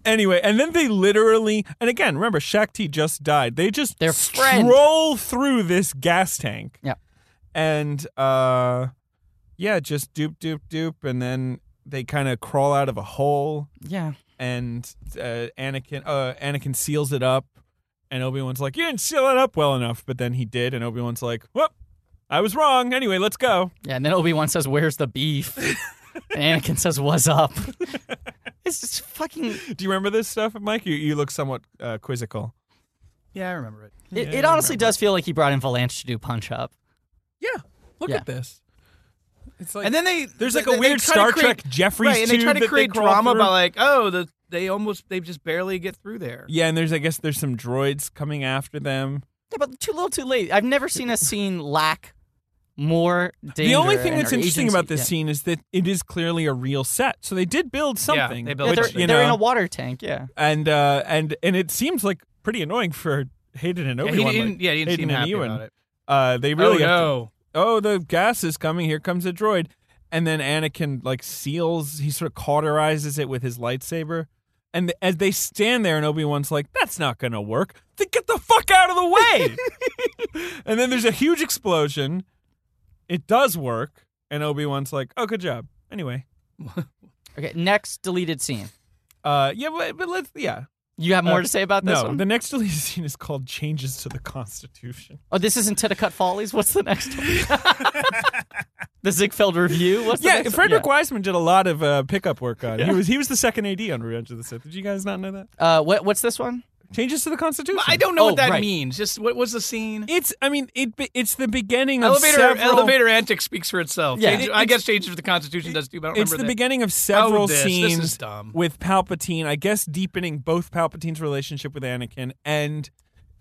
Speaker 4: Anyway, and then they literally and again remember Shakti just died. They just
Speaker 3: Their friend.
Speaker 4: stroll through this gas tank.
Speaker 3: Yeah.
Speaker 4: and uh, yeah, just doop doop doop, and then they kind of crawl out of a hole.
Speaker 3: Yeah.
Speaker 4: and uh, Anakin uh, Anakin seals it up, and Obi Wan's like, "You didn't seal it up well enough," but then he did, and Obi Wan's like, "Whoop, I was wrong." Anyway, let's go. [laughs]
Speaker 3: Yeah, and then Obi Wan says, "Where's the beef?" And Anakin says, "What's
Speaker 5: [laughs]
Speaker 3: up?" it's just fucking.
Speaker 4: Do you remember this stuff, Mike? You, you look somewhat uh, quizzical.
Speaker 5: Yeah, I remember it.
Speaker 3: It,
Speaker 5: Yeah,
Speaker 3: it
Speaker 5: I
Speaker 3: honestly
Speaker 5: remember
Speaker 3: does feel like he brought in Valanche to do punch up.
Speaker 5: Yeah, look
Speaker 3: Yeah.
Speaker 5: at this.
Speaker 4: It's like
Speaker 5: And then they
Speaker 4: there's like
Speaker 5: they-
Speaker 4: a
Speaker 5: they
Speaker 4: weird
Speaker 5: try to
Speaker 4: Star
Speaker 5: create-
Speaker 4: Trek Jeffries
Speaker 5: right, and they
Speaker 4: tube
Speaker 5: try
Speaker 4: that
Speaker 5: to create
Speaker 4: crawl
Speaker 5: drama
Speaker 4: through.
Speaker 5: by like, oh, the, they almost they just barely get through there.
Speaker 4: yeah, and there's I guess there's some droids coming after them.
Speaker 3: Yeah, but too little, too late. I've never
Speaker 5: [laughs]
Speaker 3: seen a scene lack more danger.
Speaker 4: the only thing
Speaker 3: and-
Speaker 4: that's
Speaker 3: or
Speaker 4: interesting
Speaker 3: agency.
Speaker 4: about this
Speaker 3: Yeah.
Speaker 4: scene is that it is clearly a real set. So they did build something.
Speaker 5: they built
Speaker 3: Yeah,
Speaker 4: which,
Speaker 3: they're,
Speaker 5: something.
Speaker 4: you
Speaker 3: they're
Speaker 4: know,
Speaker 3: in a water tank. Yeah.
Speaker 4: and uh, and and it seems like pretty annoying for Hayden and
Speaker 5: Yeah,
Speaker 4: Obi
Speaker 5: he
Speaker 4: Wan.
Speaker 5: didn't. yeah, he didn't
Speaker 4: Hayden
Speaker 5: seem
Speaker 4: and
Speaker 5: happy
Speaker 4: Ewan.
Speaker 5: about it.
Speaker 4: uh, they really have to-
Speaker 5: oh no!
Speaker 4: oh the gas is coming. Here comes a droid, and then Anakin like seals. He sort of cauterizes it with his lightsaber. And th- as they stand there, and Obi Wan's like, "That's not gonna work. Then get the fuck out of the way." [laughs] and then there's a huge explosion. It does work, and Obi Wan's like, "Oh, good job." Anyway,
Speaker 3: Okay. Next deleted scene.
Speaker 4: uh, yeah, but, but let's yeah.
Speaker 3: You have more
Speaker 4: Uh,
Speaker 3: to say about this
Speaker 4: No,
Speaker 3: one?
Speaker 4: the next deleted [laughs] scene is called "Changes to the Constitution."
Speaker 3: oh, this isn't Titicut Follies. What's the next one? the Ziegfeld Review. What's the
Speaker 4: [laughs] Yeah,
Speaker 3: next
Speaker 4: Frederick
Speaker 3: One?
Speaker 4: Wiseman did a lot of uh, pickup work on. it. He was he was the second AD on Revenge of the Sith. Did you guys not know that?
Speaker 3: Yeah. Uh, what, what's this one?
Speaker 4: Changes to the Constitution.
Speaker 5: I don't know
Speaker 3: Oh,
Speaker 5: what that
Speaker 3: right.
Speaker 5: means. Just what was the scene?
Speaker 4: It's I mean it be- it's the beginning of
Speaker 5: Elevator
Speaker 4: several,
Speaker 5: elevator antics speaks for itself.
Speaker 3: Yeah.
Speaker 5: Change-
Speaker 3: It-
Speaker 5: I guess changes to the Constitution does too, but I don't
Speaker 4: It's the
Speaker 5: remember that. Oh,
Speaker 4: beginning of several
Speaker 5: this. This is
Speaker 4: scenes
Speaker 5: dumb.
Speaker 4: with Palpatine. I guess deepening both Palpatine's relationship with Anakin and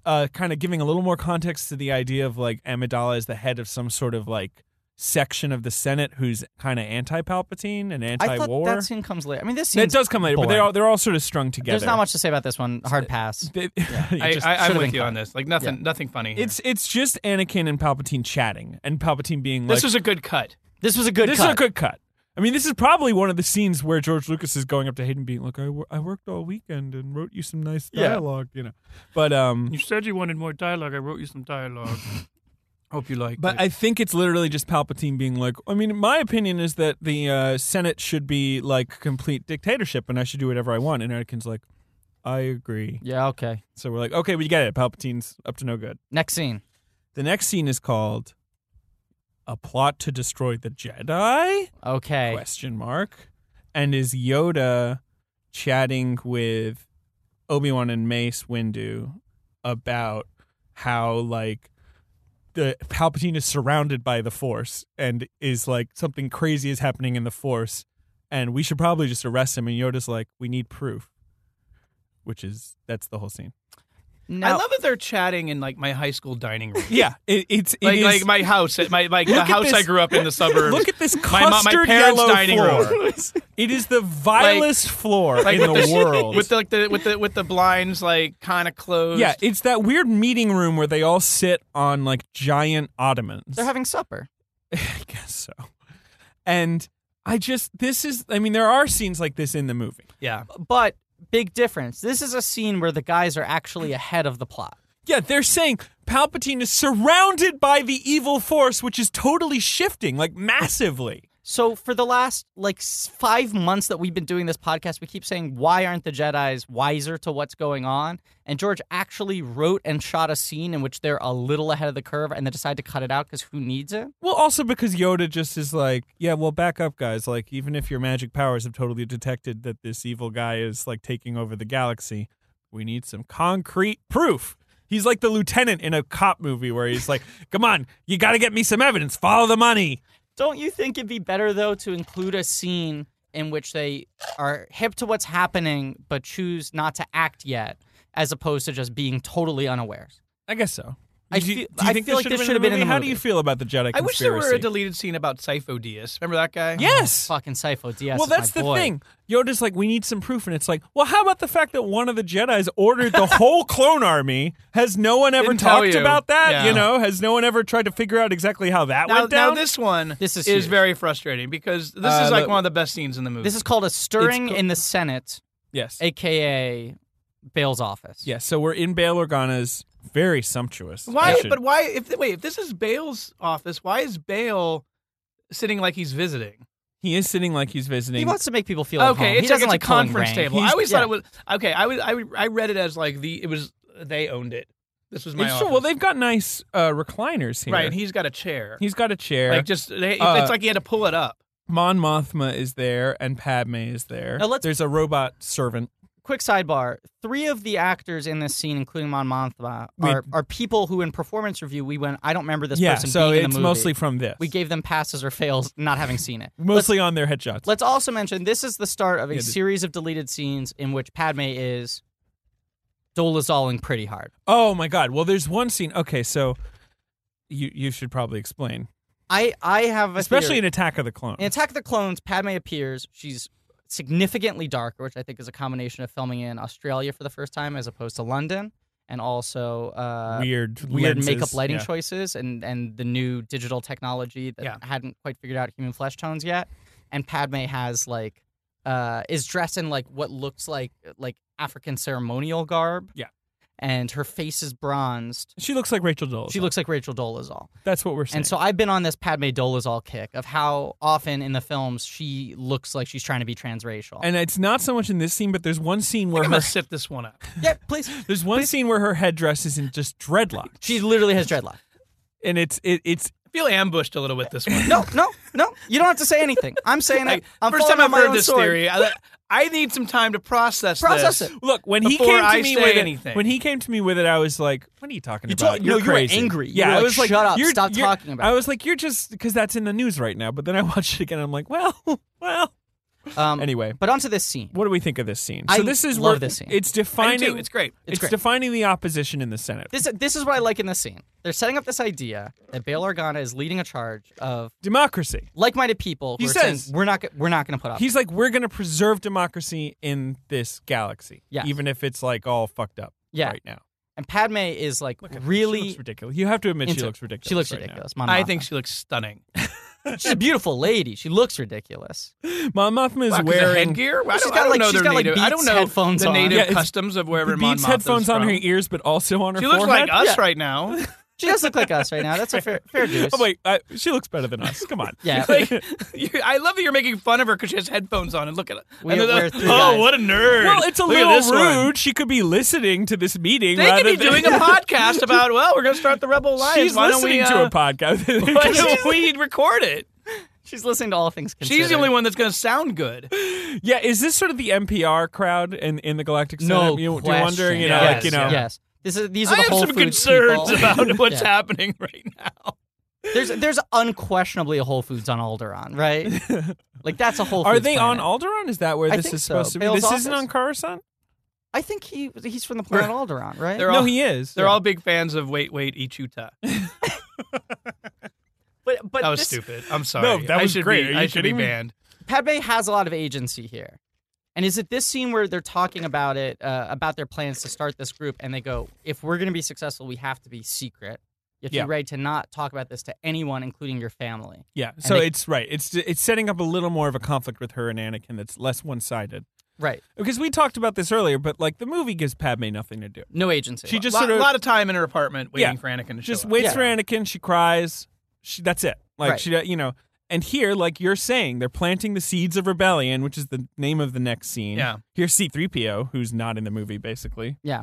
Speaker 4: uh, kind of giving a little more context to the idea of like Amidala is the head of some sort of like section of the Senate who's kind of anti-Palpatine and
Speaker 3: I thought
Speaker 4: anti-war.
Speaker 3: that scene comes later. I mean, this scene
Speaker 4: It does come later, but
Speaker 3: boring.
Speaker 4: they're all they're all sort of strung together.
Speaker 3: There's not much to say about this one. Hard pass.
Speaker 4: They- [laughs] you
Speaker 5: I,
Speaker 4: just-
Speaker 5: I, I'm
Speaker 3: should've
Speaker 5: with
Speaker 3: been
Speaker 5: you on this. Like nothing, nothing funny. here.
Speaker 4: It's it's just Anakin and Palpatine chatting, and Palpatine being like,
Speaker 5: this was a good cut.
Speaker 3: This was a good
Speaker 4: "This
Speaker 3: cut.
Speaker 4: is a good cut." I mean, this is probably one of the scenes where George Lucas is going up to Hayden, being like, "I, wor- I worked all weekend and wrote you some nice
Speaker 3: Yeah.
Speaker 4: dialogue," you know. But um,
Speaker 5: said you wanted more dialogue. I wrote you some dialogue. [laughs] Hope you like.
Speaker 4: but I think it's literally just Palpatine being like, "I mean, my opinion is that the uh, Senate should be like complete dictatorship, and I should do whatever I want." And Anakin's like, "I agree."
Speaker 3: Yeah. Okay.
Speaker 4: So we're like, "Okay, we get it. Palpatine's up to no good."
Speaker 3: Next scene.
Speaker 4: The next scene is called "A Plot to Destroy the Jedi."
Speaker 3: Okay.
Speaker 4: question mark and is yoda chatting with obi-wan and mace windu about how like the palpatine is surrounded by the force and is like something crazy is happening in the force and we should probably just arrest him and yoda's like we need proof which is that's the whole scene
Speaker 5: I
Speaker 3: Now,
Speaker 5: love that they're chatting in like my high school dining room.
Speaker 4: yeah it, it's [laughs] it
Speaker 5: like
Speaker 4: is-
Speaker 5: like my house, at my like the
Speaker 4: Look at
Speaker 5: house I
Speaker 4: this-
Speaker 5: grew up in the
Speaker 4: [laughs]
Speaker 5: suburbs.
Speaker 4: look at this custard
Speaker 5: my mom- my parents'
Speaker 4: yellow
Speaker 5: dining
Speaker 4: floor.
Speaker 5: room. [laughs]
Speaker 4: it is the vilest floor
Speaker 5: like
Speaker 4: in the
Speaker 5: with [laughs]
Speaker 4: world
Speaker 5: with the, like the with the with the blinds like kind of closed.
Speaker 4: Yeah, it's that weird meeting room where they all sit on like giant ottomans.
Speaker 3: they're having supper.
Speaker 4: I guess [laughs] so. And I just this is I mean there are scenes like this in the movie.
Speaker 5: yeah.
Speaker 3: But big difference. This is a scene where the guys are actually ahead of the plot.
Speaker 4: Yeah, they're saying Palpatine is surrounded by the evil force which is totally shifting like massively.
Speaker 3: So for the last like s- five months that we've been doing this podcast, we keep saying why aren't the Jedi's wiser to what's going on? And George actually wrote and shot a scene in which they're a little ahead of the curve, and they decide to cut it out because who needs it?
Speaker 4: Well, also because Yoda just is like, yeah, well, back up, guys. Like, even if your magic powers have totally detected that this evil guy is like taking over the galaxy, we need some concrete proof. He's like the lieutenant in a cop movie where he's like, [laughs] come on, you got to get me some evidence. Follow the money.
Speaker 3: Don't you think it'd be better though to include a scene in which they are hip to what's happening but choose not to act yet, as opposed to just being totally unaware?
Speaker 4: I guess so.
Speaker 3: I
Speaker 4: Do you-
Speaker 3: feel-
Speaker 4: do you
Speaker 3: I
Speaker 4: think
Speaker 3: feel like
Speaker 4: should
Speaker 3: this
Speaker 4: have
Speaker 3: should've been in the
Speaker 4: How do you
Speaker 3: movie.
Speaker 4: feel about the Jedi conspiracy?
Speaker 5: I wish there were a deleted scene about Sifo Dyas. Remember that guy?
Speaker 4: yes.
Speaker 3: Fucking Sifo Dyas.
Speaker 4: Well,
Speaker 3: is my
Speaker 4: that's the
Speaker 3: boy.
Speaker 4: thing. Yoda's like, we need some proof, and it's like, well, how about the fact that one of the Jedi's ordered the whole clone army? Has no one ever
Speaker 5: Didn't tell
Speaker 4: talked
Speaker 5: you.
Speaker 4: about that?
Speaker 5: Yeah.
Speaker 4: You know, has no one ever tried to figure out exactly how that
Speaker 5: Now,
Speaker 4: went down?
Speaker 5: now this one
Speaker 3: This is huge.
Speaker 5: very frustrating because this
Speaker 4: Uh,
Speaker 5: is like
Speaker 4: the-
Speaker 5: one of the best scenes in the movie.
Speaker 3: This is called a stirring
Speaker 4: co-
Speaker 3: in the Senate,
Speaker 4: yes,
Speaker 3: aka Bale's office.
Speaker 4: yes. So we're in Bail Organa's very sumptuous.
Speaker 5: why,
Speaker 4: mansion.
Speaker 5: but why? If wait, if this is Bale's office, why is Bale sitting like he's visiting?
Speaker 4: he is sitting like he's visiting.
Speaker 3: He wants to make people feel at home.
Speaker 5: Okay,
Speaker 3: he
Speaker 5: it's like
Speaker 3: doesn't
Speaker 5: it's
Speaker 3: like
Speaker 5: a
Speaker 3: pulling
Speaker 5: conference
Speaker 3: rank.
Speaker 5: table.
Speaker 3: He's-
Speaker 5: I always
Speaker 3: yeah.
Speaker 5: thought it was okay. I would, I would, I read it as like the it was they owned it. This was my
Speaker 4: It's true.
Speaker 5: office.
Speaker 4: Well, they've got nice uh, recliners here.
Speaker 5: right. And he's got a chair.
Speaker 4: he's got a chair.
Speaker 5: like just they,
Speaker 4: Uh,
Speaker 5: it's like he had to pull it up.
Speaker 4: Mon Mothma is there and Padme is there.
Speaker 3: Now let's-
Speaker 4: There's a robot servant.
Speaker 3: Quick sidebar: Three of the actors in this scene, including Mon Mothma,
Speaker 4: We-
Speaker 3: are, are people who, in performance review, we went. I don't remember this
Speaker 4: yeah,
Speaker 3: person.
Speaker 4: so
Speaker 3: being
Speaker 4: it's
Speaker 3: in the movie.
Speaker 4: mostly from this.
Speaker 3: we gave them passes or fails, not having seen it.
Speaker 4: [laughs] mostly on their headshots.
Speaker 3: Let's also mention this is the start of a
Speaker 4: Yeah, this-
Speaker 3: series of deleted scenes in which Padme is dolazoling pretty hard.
Speaker 4: oh my god. Well, there's one scene. Okay, so you you should probably explain,
Speaker 3: I I have a
Speaker 4: especially
Speaker 3: theory.
Speaker 4: in Attack of the Clones.
Speaker 3: In Attack of the Clones, Padme appears. She's significantly darker, which I think is a combination of filming in Australia for the first time as opposed to London, and also uh,
Speaker 4: weird,
Speaker 3: weird
Speaker 4: lenses.
Speaker 3: makeup lighting
Speaker 4: Yeah.
Speaker 3: choices and and the new digital technology that
Speaker 5: Yeah.
Speaker 3: hadn't quite figured out human flesh tones yet. And Padme has like uh is dressed in like what looks like like African ceremonial garb.
Speaker 4: Yeah.
Speaker 3: And her face is bronzed.
Speaker 4: She looks like Rachel Dolezal.
Speaker 3: She looks like Rachel Dolezal.
Speaker 4: That's what we're saying.
Speaker 3: And so I've been on this Padme Dolezal kick of how often in the films she looks like she's trying to be transracial.
Speaker 4: and it's not so much in this scene, but there's one scene where
Speaker 5: I'm gonna
Speaker 4: her
Speaker 5: sit this one up.
Speaker 3: [laughs] yeah, please.
Speaker 4: there's one scene where her headdress is in just dreadlocks,
Speaker 3: She literally has dreadlock.
Speaker 4: and it's it, it's
Speaker 5: I feel ambushed a little with
Speaker 3: [laughs]
Speaker 5: this one.
Speaker 3: No, no, no. You don't have to say anything. I'm saying it.
Speaker 5: Like,
Speaker 3: I'm
Speaker 5: first
Speaker 3: falling
Speaker 5: time
Speaker 3: on
Speaker 5: I've
Speaker 3: my
Speaker 5: heard
Speaker 3: own
Speaker 5: this
Speaker 3: sword.
Speaker 5: theory. I, I need some time to process,
Speaker 3: Process
Speaker 5: this.
Speaker 3: it.
Speaker 4: look when
Speaker 5: Before
Speaker 4: he came to
Speaker 5: I
Speaker 4: me
Speaker 5: say
Speaker 4: with
Speaker 5: anything.
Speaker 4: it. When he came to me with it, I was like, "What are you talking
Speaker 3: You
Speaker 4: about?
Speaker 3: told-
Speaker 4: you're
Speaker 3: no, you were
Speaker 4: crazy."
Speaker 3: angry. You
Speaker 4: Yeah,
Speaker 3: were
Speaker 4: I
Speaker 3: like,
Speaker 4: was like,
Speaker 3: "Shut up.
Speaker 4: You're,
Speaker 3: Stop
Speaker 4: you're-"
Speaker 3: talking about
Speaker 4: I was like, "You're just because that's in the news right now." But then I [laughs] watched it again. and I'm like, "Well, [laughs] well."
Speaker 3: Um,
Speaker 4: Anyway,
Speaker 3: But onto this scene.
Speaker 4: what do we think of this scene?
Speaker 3: I
Speaker 4: so this is
Speaker 3: love
Speaker 4: where
Speaker 3: this scene.
Speaker 4: it's
Speaker 5: I
Speaker 4: defining.
Speaker 5: do. It's great.
Speaker 3: It's
Speaker 4: It's,
Speaker 3: great.
Speaker 4: defining the opposition in the Senate.
Speaker 3: This this is what I like in this scene. They're setting up this idea that Bail Organa is leading a charge of
Speaker 4: Democracy.
Speaker 3: like-minded people. Who
Speaker 4: He
Speaker 3: are
Speaker 4: says-
Speaker 3: saying, "We're not go- we're not going to put up."
Speaker 4: He's like, we're going to preserve democracy in this galaxy,
Speaker 3: Yes.
Speaker 4: even if it's like all fucked up
Speaker 3: Yeah.
Speaker 4: right now.
Speaker 3: and Padme is like
Speaker 4: She
Speaker 3: really.
Speaker 4: looks ridiculous. You have to admit she
Speaker 3: into-
Speaker 4: looks ridiculous.
Speaker 3: She looks
Speaker 4: right
Speaker 3: ridiculous. Mon
Speaker 5: I
Speaker 3: Mothma.
Speaker 5: think she looks stunning.
Speaker 3: she's a beautiful lady. She looks ridiculous.
Speaker 4: Now. Mon Mothma is
Speaker 5: Wow, 'cause the
Speaker 4: wearing
Speaker 5: headgear. Well, I
Speaker 3: She's
Speaker 5: don't,
Speaker 3: got,
Speaker 5: I don't
Speaker 3: like-
Speaker 5: know
Speaker 3: she's
Speaker 5: their
Speaker 3: got, like,
Speaker 5: native. I
Speaker 3: Beats
Speaker 5: don't know
Speaker 3: headphones
Speaker 5: the
Speaker 3: on.
Speaker 4: [laughs]
Speaker 5: native
Speaker 4: Yeah, it's-
Speaker 5: customs of wherever
Speaker 4: the
Speaker 5: Mon
Speaker 4: Beats
Speaker 5: Mothma's
Speaker 4: headphones on
Speaker 5: from.
Speaker 4: her ears, but also on her
Speaker 5: She looks
Speaker 4: forehead.
Speaker 5: like us
Speaker 3: Yeah.
Speaker 4: [laughs]
Speaker 5: right now. [laughs]
Speaker 3: She does look like us right now. That's a fair fair juice.
Speaker 4: Oh, wait, I, she looks better than us.
Speaker 5: [laughs]
Speaker 4: Come on.
Speaker 3: Yeah.
Speaker 5: Like, you- I love that you're making fun of her because she has headphones on and look at it.
Speaker 3: We-
Speaker 5: and they're
Speaker 3: we're
Speaker 5: like,
Speaker 3: three
Speaker 5: oh,
Speaker 3: guys."
Speaker 5: what a nerd!
Speaker 4: well, it's a
Speaker 5: Look at
Speaker 4: little
Speaker 5: this one.
Speaker 4: rude. She could be listening to this meeting
Speaker 5: They
Speaker 4: rather
Speaker 5: could be
Speaker 4: than [laughs]
Speaker 5: doing a podcast about. Well, we're going to start the Rebel Alliance.
Speaker 4: She's
Speaker 5: why don't
Speaker 4: listening
Speaker 5: we,
Speaker 4: to
Speaker 5: uh,
Speaker 4: a podcast. [laughs]
Speaker 5: [laughs] Why don't we record it?
Speaker 3: she's listening to all things considered.
Speaker 5: She's the only one that's going to sound good.
Speaker 4: Yeah, is this sort of the NPR crowd in, in the Galactic
Speaker 3: No
Speaker 4: Senate? You, you
Speaker 3: question.
Speaker 4: wonder, you know,
Speaker 5: Yes,
Speaker 4: like you know,
Speaker 3: Yes. This is, these are
Speaker 5: I
Speaker 3: the
Speaker 5: have
Speaker 3: Whole
Speaker 5: some
Speaker 3: Foods
Speaker 5: concerns
Speaker 3: people.
Speaker 4: [laughs]
Speaker 3: [laughs]
Speaker 5: about what's
Speaker 3: Yeah.
Speaker 5: happening right now.
Speaker 3: There's there's unquestionably a Whole Foods on Alderaan, right?
Speaker 4: [laughs]
Speaker 3: like that's a Whole. Foods
Speaker 4: are they on
Speaker 3: planet.
Speaker 4: Alderaan? Is that where
Speaker 3: I
Speaker 4: this
Speaker 3: think
Speaker 4: is
Speaker 3: so.
Speaker 4: supposed to be?
Speaker 3: Bale's
Speaker 4: this isn't
Speaker 3: office.
Speaker 4: on Coruscant.
Speaker 3: I think he he's from the planet Alderaan, right?
Speaker 5: They're
Speaker 4: No,
Speaker 5: all-
Speaker 4: he is.
Speaker 5: They're all big fans of Wait, Wait, Ichuta.
Speaker 4: [laughs]
Speaker 3: But but
Speaker 5: That was
Speaker 3: this-
Speaker 5: stupid. I'm sorry.
Speaker 4: that
Speaker 5: I
Speaker 4: was
Speaker 5: should
Speaker 4: great.
Speaker 5: Be,
Speaker 4: Are you
Speaker 5: I should be
Speaker 4: kidding me?
Speaker 5: banned.
Speaker 3: Padme has a lot of agency here. And is it this scene where they're talking about it, uh, about their plans to start this group, and they go, if we're going to be successful, we have to be secret. You have to
Speaker 4: Yeah.
Speaker 3: be ready to not talk about this to anyone, including your family.
Speaker 4: Yeah, so
Speaker 3: they-
Speaker 4: it's right. It's it's setting up a little more of a conflict with her and Anakin that's less one sided.
Speaker 3: Right.
Speaker 4: Because we talked about this earlier, but like the movie gives Padme nothing to do.
Speaker 3: No agency.
Speaker 4: She
Speaker 5: A
Speaker 4: just
Speaker 5: lot,
Speaker 4: sort of
Speaker 5: lot of time in her apartment waiting
Speaker 4: Yeah.
Speaker 5: for Anakin to
Speaker 4: just
Speaker 5: show up.
Speaker 4: waits
Speaker 3: Yeah.
Speaker 4: for Anakin. She cries. She that's it. Like
Speaker 3: Right.
Speaker 4: she, you know. And here, like you're saying, they're planting the seeds of rebellion, which is the name of the next scene.
Speaker 5: Yeah.
Speaker 4: Here's C-3PO, who's not in the movie, basically.
Speaker 3: Yeah.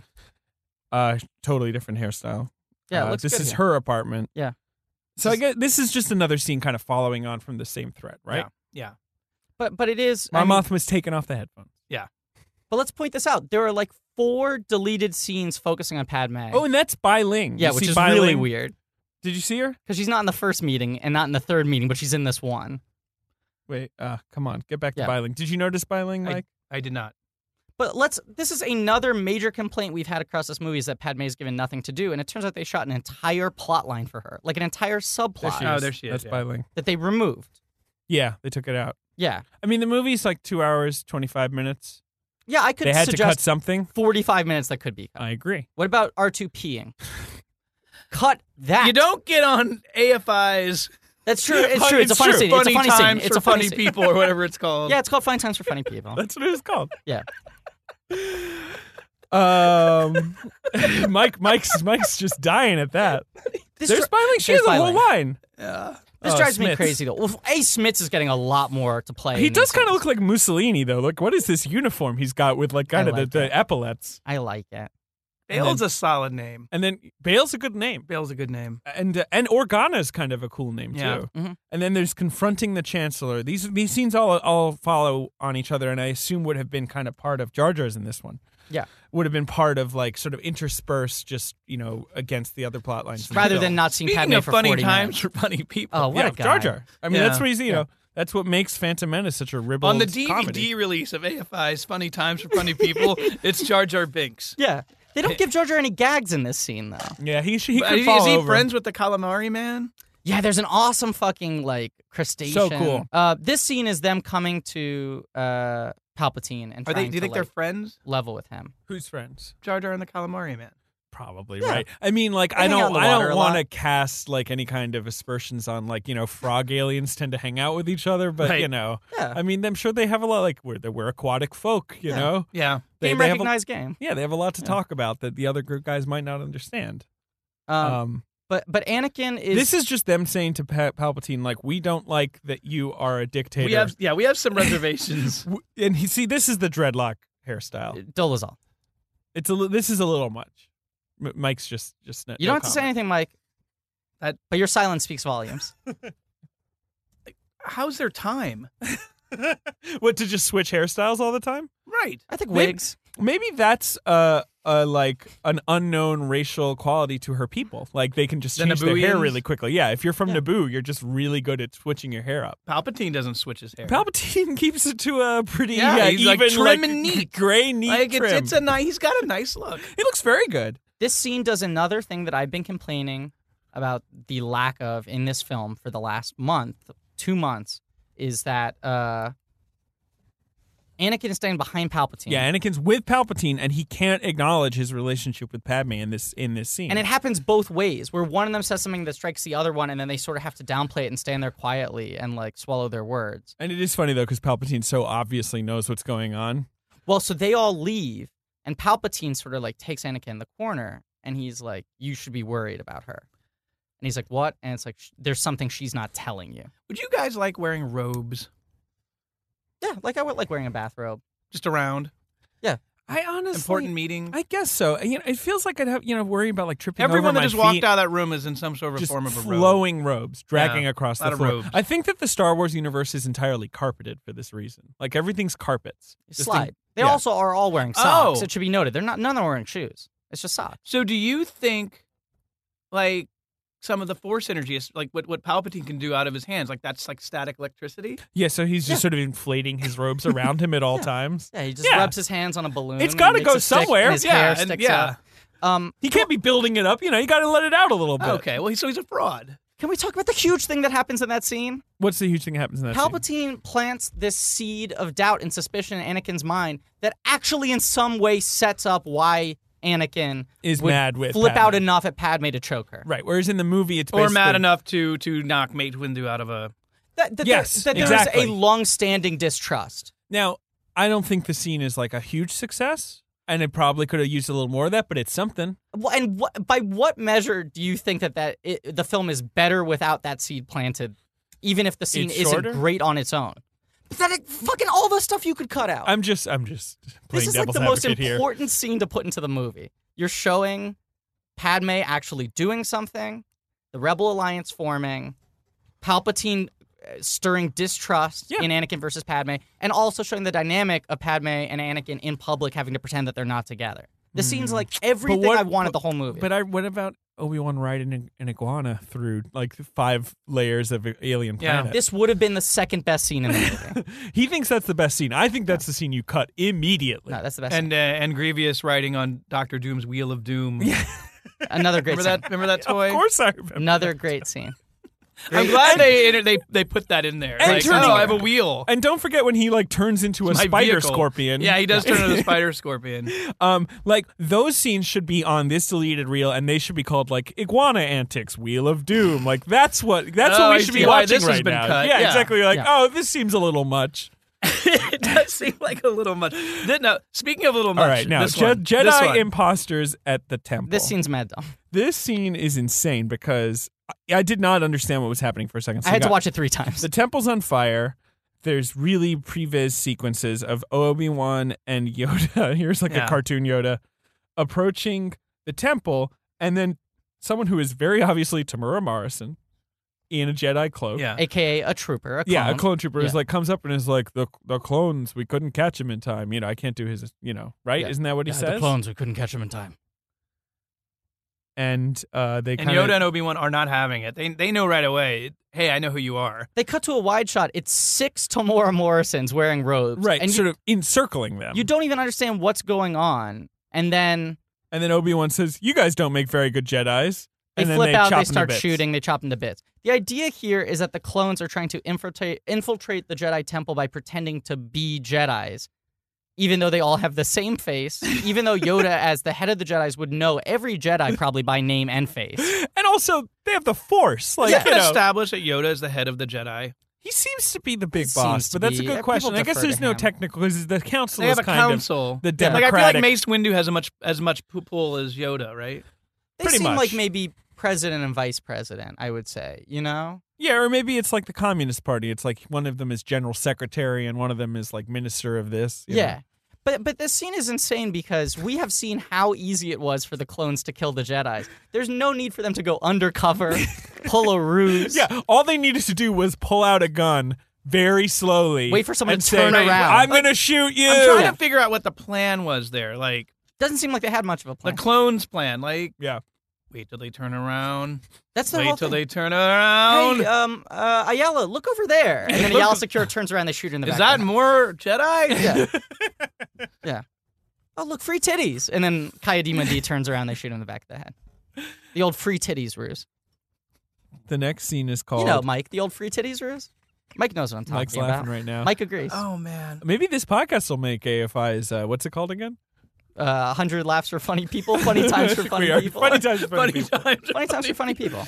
Speaker 4: Uh, totally different hairstyle.
Speaker 3: yeah, it
Speaker 4: Uh,
Speaker 3: looks
Speaker 4: this
Speaker 3: good
Speaker 4: is
Speaker 3: here.
Speaker 4: her apartment.
Speaker 3: Yeah.
Speaker 4: So I guess this is just another scene, kind of following on from the same thread, right?
Speaker 5: Yeah.
Speaker 3: But but it is.
Speaker 4: My
Speaker 3: I mean-
Speaker 4: mouth was taken off the headphones.
Speaker 3: But let's point this out. There are like four deleted scenes focusing on Padme.
Speaker 4: Oh, and that's Bai Ling.
Speaker 3: yeah,
Speaker 4: You
Speaker 3: which
Speaker 4: see
Speaker 3: is
Speaker 4: Bai
Speaker 3: really
Speaker 4: Ling?
Speaker 3: weird
Speaker 4: Did you see her?
Speaker 3: because she's not in the first meeting and not in the third meeting, but she's in this one.
Speaker 4: Wait, uh, come on, get back to
Speaker 3: Yeah.
Speaker 4: Bai Ling. Did you notice Bai Ling,
Speaker 5: I-
Speaker 4: Mike?
Speaker 5: I did not.
Speaker 3: But let's. This is another major complaint we've had across this movie is that Padme's given nothing to do, and it turns out they shot an entire plot line for her, like an entire subplot
Speaker 5: she Oh, is. there she
Speaker 4: That's
Speaker 5: yeah.
Speaker 4: Bai Ling.
Speaker 3: that they removed.
Speaker 4: Yeah, they took it out.
Speaker 3: Yeah,
Speaker 4: I mean, the movie's like two hours, 25 minutes.
Speaker 3: yeah. I could
Speaker 4: They had to cut
Speaker 3: suggest
Speaker 4: something.
Speaker 3: forty-five minutes that could be cut.
Speaker 4: I agree.
Speaker 3: What about R two peeing? cut that.
Speaker 5: You don't get on AFI's
Speaker 3: That's true. It's true. It's a funny scene. It's
Speaker 5: funny
Speaker 3: a funny
Speaker 5: times
Speaker 3: scene. It's
Speaker 5: for
Speaker 3: a funny,
Speaker 5: funny
Speaker 3: scene.
Speaker 5: people or whatever it's called.
Speaker 3: Yeah, it's called Fine Times for Funny People.
Speaker 4: That's what it was called.
Speaker 3: Yeah.
Speaker 4: Um, [laughs] Mike, Mike's, Mike's just dying at that.
Speaker 3: This
Speaker 4: There's
Speaker 3: dri-
Speaker 4: Bai Ling. She
Speaker 3: There's
Speaker 4: has a
Speaker 3: Bai
Speaker 4: whole
Speaker 3: Ling.
Speaker 4: line.
Speaker 3: This
Speaker 4: Oh,
Speaker 3: drives me
Speaker 4: Smits.
Speaker 3: crazy though. Well, A. Smits is getting a lot more to play.
Speaker 4: He
Speaker 3: in
Speaker 4: does
Speaker 3: these
Speaker 4: kind of
Speaker 3: scenes.
Speaker 4: look like Mussolini, though. Like, what is this unipaulm he's got with like kind
Speaker 3: I
Speaker 4: of
Speaker 3: like
Speaker 4: the, the epaulets?
Speaker 3: I like it.
Speaker 5: Bale's a solid name.
Speaker 4: And then Bale's a good name.
Speaker 5: Bale's a good name.
Speaker 4: And uh, and Organa's kind of a cool name
Speaker 5: Yeah.
Speaker 4: too. And then there's confronting the Chancellor. These these scenes all all follow on each other, and I assume would have been kind of part of Jar Jar's in this one.
Speaker 5: [laughs]
Speaker 3: Yeah.
Speaker 4: would have been part of like sort of interspersed, just you know, against the other plot lines. in the
Speaker 3: rather
Speaker 4: film.
Speaker 3: than not seeing
Speaker 5: Speaking
Speaker 3: Padme
Speaker 5: of
Speaker 3: for
Speaker 5: funny
Speaker 3: 40
Speaker 5: times
Speaker 3: minutes.
Speaker 5: for funny people.
Speaker 3: Oh, what
Speaker 4: yeah,
Speaker 3: a guy!
Speaker 4: Jar Jar. I mean,
Speaker 5: Yeah.
Speaker 4: that's what he's you know. That's what makes Phantom Menace such a ribald
Speaker 5: On the DVD
Speaker 4: comedy.
Speaker 5: release of AFI's Funny Times for
Speaker 3: [laughs]
Speaker 5: Funny People, it's Jar Jar Binks.
Speaker 3: Yeah, they don't give Jar Jar any gags in this scene though.
Speaker 4: Yeah, he sh- he
Speaker 5: But
Speaker 4: could
Speaker 5: is
Speaker 4: fall
Speaker 5: he
Speaker 4: over.
Speaker 5: friends with the calamari man?
Speaker 3: Yeah, there's an awesome fucking like crustacean.
Speaker 4: So cool.
Speaker 3: Uh, this scene is them coming to uh, Palpatine and
Speaker 5: Are they?
Speaker 3: trying
Speaker 5: Do
Speaker 3: to
Speaker 5: you think they're
Speaker 3: like,
Speaker 5: friends?
Speaker 3: level with him.
Speaker 4: Who's friends?
Speaker 5: Jar Jar and the calamari man.
Speaker 4: Probably right. I mean, like I
Speaker 3: hang out in
Speaker 4: don't
Speaker 3: the
Speaker 4: I
Speaker 3: water
Speaker 4: don't
Speaker 3: a
Speaker 4: want to
Speaker 3: lot.
Speaker 4: cast like any kind of aspersions on like you know frog aliens tend to hang out with each other, but
Speaker 5: Right.
Speaker 4: you know,
Speaker 3: Yeah.
Speaker 4: I mean, I'm sure they have a lot like we're we're aquatic folk, you know.
Speaker 5: Yeah.
Speaker 4: They,
Speaker 3: game
Speaker 4: they have a-
Speaker 3: recognized game.
Speaker 4: yeah, they have a lot to talk about that the other group guys might not understand.
Speaker 3: Um,
Speaker 4: um,
Speaker 3: but but Anakin is
Speaker 4: this is just them saying to pa- Palpatine like we don't like that you are a dictator.
Speaker 5: We have yeah, we have some
Speaker 4: [laughs]
Speaker 5: reservations.
Speaker 4: W- and he see this is the dreadlock hairstyle.
Speaker 3: Dolazal.
Speaker 4: It's a li- this is a little much. M- Mike's just just no,
Speaker 3: You
Speaker 4: no
Speaker 3: don't have to say
Speaker 4: comment.
Speaker 3: anything, Mike.
Speaker 5: That-
Speaker 3: but your silence speaks
Speaker 4: [laughs]
Speaker 3: volumes.
Speaker 5: How's their time?
Speaker 4: [laughs] What to just switch hairstyles all the time?
Speaker 5: Right.
Speaker 3: I think
Speaker 4: Maybe-
Speaker 3: wigs.
Speaker 4: Maybe that's uh, uh like an unknown racial quality to her people. Like they can just
Speaker 5: The
Speaker 4: change their hair
Speaker 5: Nabooians?
Speaker 4: really quickly. Yeah, if you're from
Speaker 3: Yeah.
Speaker 4: Naboo, you're just really good at switching your hair up.
Speaker 5: Palpatine doesn't switch his hair.
Speaker 4: Palpatine [laughs] keeps it to a pretty uh,
Speaker 5: Yeah, he's, like,
Speaker 4: even
Speaker 5: trim and neat.
Speaker 4: gray neat
Speaker 5: like it's,
Speaker 4: trim.
Speaker 5: it's a nice. He's got a nice look.
Speaker 4: he looks very good.
Speaker 3: This scene does another thing that I've been complaining about the lack of in this film for the last month, two months, is that uh, Anakin is standing behind Palpatine.
Speaker 4: Yeah, Anakin's with Palpatine, and he can't acknowledge his relationship with Padme in this in this scene.
Speaker 3: And it happens both ways, where one of them says something that strikes the other one, and then they sort of have to downplay it and stand there quietly and like swallow their words.
Speaker 4: And it is funny though because Palpatine so obviously knows what's going on.
Speaker 3: Well, so they all leave, and Palpatine sort of like takes Anakin in the corner, and he's like, "You should be worried about her." And he's like, "What?" And it's like, "Sh- "There's something she's not telling you."
Speaker 5: Would you guys like wearing robes
Speaker 3: Yeah, like I would like wearing a bathrobe.
Speaker 5: just around
Speaker 4: I honestly
Speaker 5: important meeting?
Speaker 4: I guess so. You know, it feels like I'd have you know worrying about like tripping over
Speaker 5: Everyone that
Speaker 4: my
Speaker 5: just
Speaker 4: feet,
Speaker 5: walked out of that room is in some sort of a
Speaker 4: just
Speaker 5: form of a robe.
Speaker 4: flowing robes dragging
Speaker 5: Yeah,
Speaker 4: across
Speaker 5: lot
Speaker 4: the
Speaker 5: of
Speaker 4: floor.
Speaker 5: robes.
Speaker 4: I think that the Star Wars universe is entirely carpeted for this reason. Like everything's carpets. This thing-
Speaker 3: Slide. They
Speaker 4: yeah.
Speaker 3: also are all wearing socks.
Speaker 5: Oh.
Speaker 3: It should be noted they're not none of them are wearing shoes. It's just socks.
Speaker 5: So do you think, like, some of the force energy is like what, what Palpatine can do out of his hands? Like that's like static electricity.
Speaker 4: yeah, so he's just
Speaker 3: Yeah.
Speaker 4: sort of inflating his robes around him at all times.
Speaker 3: [laughs] Yeah, he just
Speaker 4: Yeah.
Speaker 3: rubs his hands on a balloon.
Speaker 4: It's gotta
Speaker 3: and makes
Speaker 4: go
Speaker 3: a stick,
Speaker 4: somewhere.
Speaker 3: and his
Speaker 5: Yeah,
Speaker 3: hair
Speaker 5: and-
Speaker 3: sticks
Speaker 5: yeah.
Speaker 3: out. Um,
Speaker 4: He can't be building it up, you know. You got to let it out a little bit.
Speaker 5: Okay, well, he, so he's a fraud.
Speaker 3: can we talk about the huge thing that happens in that scene?
Speaker 4: What's the huge thing that happens in that? scene?
Speaker 3: Palpatine plants this seed of doubt and suspicion in Anakin's mind that actually, in some way, sets up why Anakin
Speaker 4: Is
Speaker 3: would
Speaker 4: mad with
Speaker 3: flip
Speaker 4: Padme.
Speaker 3: out enough at Padme to choke her.
Speaker 4: Right. Whereas in the movie, it's
Speaker 5: Or mad
Speaker 4: basically-
Speaker 5: enough to to knock Mace Windu out of a.
Speaker 3: That, that
Speaker 4: Yes,
Speaker 3: there, that there is
Speaker 4: exactly.
Speaker 3: a long-standing distrust.
Speaker 4: Now, I don't think the scene is like a huge success, and it probably could have used a little more of that, but it's something.
Speaker 3: Wh- And what, by what measure do you think that that it, the film is better without that seed planted, even if the scene
Speaker 4: It's
Speaker 3: isn't
Speaker 4: shorter?
Speaker 3: great on its own? But that it, fucking all the stuff you could cut out.
Speaker 4: I'm just, I'm just playing
Speaker 3: this is like
Speaker 4: devil's
Speaker 3: the most
Speaker 4: advocate here.
Speaker 3: important scene to put into the movie. You're showing Padme actually doing something, the Rebel Alliance forming, Palpatine uh, stirring distrust
Speaker 4: Yeah.
Speaker 3: in Anakin versus Padme, and also showing the dynamic of Padme and Anakin in public having to pretend that they're not together. The scene's like everything
Speaker 4: Hmm. what-
Speaker 3: I wanted the whole movie.
Speaker 4: But I, what about Obi Wan riding an, an iguana through like five layers of alien
Speaker 5: Yeah.
Speaker 4: planet?
Speaker 3: this would have been the second best scene in the movie.
Speaker 4: [laughs] he thinks that's the best scene. I think that's the scene you cut immediately.
Speaker 3: No, that's the best.
Speaker 5: And uh, and Grievous riding on Doctor Doom's Wheel of Doom.
Speaker 3: scene. Another great
Speaker 5: Remember
Speaker 3: scene.
Speaker 5: that? Remember [laughs] that
Speaker 4: of
Speaker 5: toy?
Speaker 4: course, I remember.
Speaker 3: Another great scene.
Speaker 5: I'm glad they inter- they they put that in there.
Speaker 4: And
Speaker 5: Like,
Speaker 4: turning-
Speaker 5: oh, I have a wheel.
Speaker 4: And don't forget when he like turns into a
Speaker 5: My
Speaker 4: spider
Speaker 5: vehicle.
Speaker 4: scorpion.
Speaker 5: Yeah, he does turn into a [laughs] spider scorpion.
Speaker 4: Um, like those scenes should be on this deleted reel, and they should be called like iguana antics, Wheel of Doom. Like that's what that's
Speaker 5: Oh,
Speaker 4: what
Speaker 5: I
Speaker 4: we should
Speaker 5: see
Speaker 4: be
Speaker 5: why
Speaker 4: watching
Speaker 5: this has
Speaker 4: right
Speaker 5: been
Speaker 4: now.
Speaker 5: cut.
Speaker 4: Yeah,
Speaker 5: Yeah.
Speaker 4: exactly. Like
Speaker 3: Yeah.
Speaker 4: oh, this seems a little much.
Speaker 5: it does seem like a little much. Then, now, speaking of little much,
Speaker 4: All right, now
Speaker 5: this
Speaker 4: Je-
Speaker 5: one,
Speaker 4: Jedi
Speaker 5: this one.
Speaker 4: imposters at the temple.
Speaker 3: This scene's mad dumb.
Speaker 4: This scene is insane because I, I did not understand what was happening for a second. So
Speaker 3: I had
Speaker 4: you
Speaker 3: to
Speaker 4: got-
Speaker 3: watch it three times.
Speaker 4: The temple's on fire. There's really previs sequences of Obi Wan and [laughs] Yoda. Here's like
Speaker 5: Yeah.
Speaker 4: a cartoon Yoda approaching the temple, and then someone who is very obviously Tamura Morrison in a Jedi cloak.
Speaker 5: Yeah.
Speaker 3: aka [laughs] a trooper. A
Speaker 4: Yeah, a
Speaker 3: clone.
Speaker 4: clone trooper is
Speaker 3: Yeah.
Speaker 4: like comes up and is like the the clones we couldn't catch him in time. You know, I can't do his. You know, right?
Speaker 3: Yeah.
Speaker 4: Isn't that what he
Speaker 3: Yeah,
Speaker 4: says?
Speaker 3: The clones, we couldn't catch them in time.
Speaker 4: And uh, they
Speaker 5: And
Speaker 4: kind of
Speaker 5: Yoda and Obi Wan are not having it. They they know right away. Hey, I know who you are.
Speaker 3: They cut to a wide shot. It's six Tamora Morrisons wearing robes.
Speaker 4: right,
Speaker 3: And you,
Speaker 4: sort of encircling them.
Speaker 3: you don't even understand what's going on. And then
Speaker 4: and then Obi Wan says, "You guys don't make very good Jedi's."
Speaker 3: they
Speaker 4: and then
Speaker 3: flip
Speaker 4: they
Speaker 3: out,
Speaker 4: chop
Speaker 3: they
Speaker 4: him to
Speaker 3: start
Speaker 4: bits.
Speaker 3: shooting, they chop them to bits. The idea here is that the clones are trying to infiltrate, infiltrate the Jedi Temple by pretending to be Jedi's, even though they all have the same
Speaker 4: [laughs]
Speaker 3: face, even though Yoda, as the head of the Jedi's, would know every Jedi probably by name and face.
Speaker 4: And also, they have the Force. Like,
Speaker 5: Like,
Speaker 4: you know,
Speaker 5: establish that Yoda is the head of the Jedi.
Speaker 4: he seems to be the big
Speaker 3: Seems
Speaker 4: boss,
Speaker 3: to
Speaker 4: but that's
Speaker 3: be.
Speaker 4: a
Speaker 3: Yeah,
Speaker 4: good
Speaker 3: people
Speaker 4: question. I guess
Speaker 3: defer to
Speaker 4: there's no
Speaker 3: him.
Speaker 4: technical because the council
Speaker 5: They
Speaker 4: is
Speaker 5: have a
Speaker 4: kind of
Speaker 5: council.
Speaker 4: the
Speaker 5: Yeah. Like I
Speaker 4: democratic.
Speaker 5: feel like Mace Windu has a much as much pull as Yoda, right?
Speaker 3: They
Speaker 4: [laughs] Pretty
Speaker 3: seem
Speaker 4: much.
Speaker 3: like maybe president and vice president, I would say, you know?
Speaker 4: yeah, or maybe it's like the Communist Party. It's like one of them is general secretary and one of them is like minister of this. you know?
Speaker 3: Yeah. But but this scene is insane because we have seen how easy it was for the clones to kill the Jedi's. There's no need for them to go
Speaker 4: [laughs]
Speaker 3: undercover, pull a ruse.
Speaker 4: Yeah, all they needed to do was pull out a gun very slowly.
Speaker 3: Wait for someone
Speaker 4: and
Speaker 3: to
Speaker 4: say,
Speaker 3: turn around.
Speaker 4: I'm going to shoot you.
Speaker 5: I'm trying to figure out what the plan was there. Like
Speaker 3: Doesn't seem like they had much of a
Speaker 5: the
Speaker 3: plan.
Speaker 5: clones' plan. Like
Speaker 4: yeah.
Speaker 5: wait till they turn around.
Speaker 3: That's the
Speaker 5: Wait
Speaker 3: whole
Speaker 5: till
Speaker 3: thing.
Speaker 5: they turn around.
Speaker 3: Hey, um, uh, Ayala, look over there. And then Ayala Secure turns around, they shoot her in the
Speaker 5: is
Speaker 3: back.
Speaker 5: that more Jedi? [laughs]
Speaker 3: Yeah. yeah. Oh, look, free titties. And then Kayadima D turns around, they shoot him in the back of the head. The old free titties ruse.
Speaker 4: The next scene is called
Speaker 3: You know, Mike, the old free titties ruse? Mike knows what I'm talking
Speaker 4: Mike's
Speaker 3: about.
Speaker 4: laughing right now.
Speaker 3: Mike agrees.
Speaker 5: Oh man.
Speaker 4: Maybe this podcast will make AFI's, uh, what's it called again?
Speaker 3: uh, 100 laughs for funny people, funny times for funny
Speaker 4: We are-
Speaker 3: people. [laughs]
Speaker 4: Funny times for funny,
Speaker 5: Funny
Speaker 4: people.
Speaker 5: times.
Speaker 3: Funny times for funny people.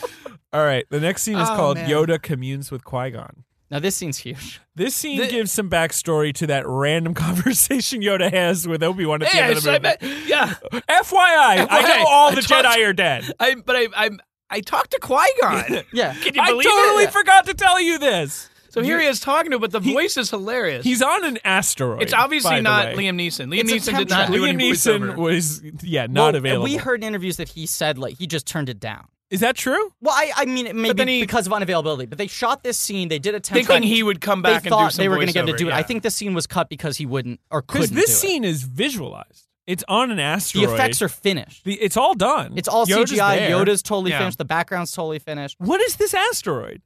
Speaker 4: All right. The next scene is
Speaker 5: Oh,
Speaker 4: called
Speaker 5: man.
Speaker 4: Yoda communes with Qui Gon.
Speaker 3: Now, this scene's huge.
Speaker 4: This scene
Speaker 5: The-
Speaker 4: gives some backstory to that random [laughs] conversation Yoda has with Obi Wan at the
Speaker 5: Yeah,
Speaker 4: end of the
Speaker 5: I
Speaker 4: movie.
Speaker 5: bet. Yeah.
Speaker 4: FYI, I know
Speaker 5: FYI,
Speaker 4: all
Speaker 5: I
Speaker 4: the
Speaker 5: talked-
Speaker 4: Jedi are dead.
Speaker 5: I but I I I talked to Qui
Speaker 4: [laughs]
Speaker 5: Gon.
Speaker 3: Yeah.
Speaker 5: Can you
Speaker 4: I
Speaker 5: believe
Speaker 4: totally
Speaker 5: it?
Speaker 4: forgot to tell you this.
Speaker 5: So here he is talking to, him, but the voice is hilarious.
Speaker 4: He's on an asteroid.
Speaker 5: it's
Speaker 4: by
Speaker 5: obviously
Speaker 4: the
Speaker 5: not
Speaker 4: way.
Speaker 5: Liam Neeson. Liam
Speaker 3: It's a
Speaker 5: Neeson did not
Speaker 3: temp
Speaker 5: do
Speaker 4: Liam
Speaker 5: any
Speaker 4: Neeson
Speaker 5: voiceover.
Speaker 4: was yeah not
Speaker 3: Well,
Speaker 4: available.
Speaker 3: We heard in interviews that he said, like, he just turned it down.
Speaker 4: Is that true?
Speaker 3: Well, I, I mean, it may
Speaker 5: But
Speaker 3: be
Speaker 5: then he-
Speaker 3: because of unavailability, but they shot this scene. They did attempt
Speaker 5: thinking he would come
Speaker 3: They
Speaker 5: back and do
Speaker 3: thought
Speaker 5: some
Speaker 3: they were going to get him to
Speaker 5: voiceover,
Speaker 3: do it.
Speaker 5: yeah.
Speaker 3: I think the scene was cut because he wouldn't or
Speaker 4: Because
Speaker 3: couldn't.
Speaker 4: this
Speaker 3: do it.
Speaker 4: scene is visualized. It's on an
Speaker 3: the
Speaker 4: asteroid.
Speaker 3: effects are finished.
Speaker 4: The- it's all done.
Speaker 3: It's all
Speaker 4: Yoda's
Speaker 3: CGI.
Speaker 4: there.
Speaker 3: Yoda's totally
Speaker 5: Yeah.
Speaker 3: finished. The background's totally finished.
Speaker 4: What is this asteroid?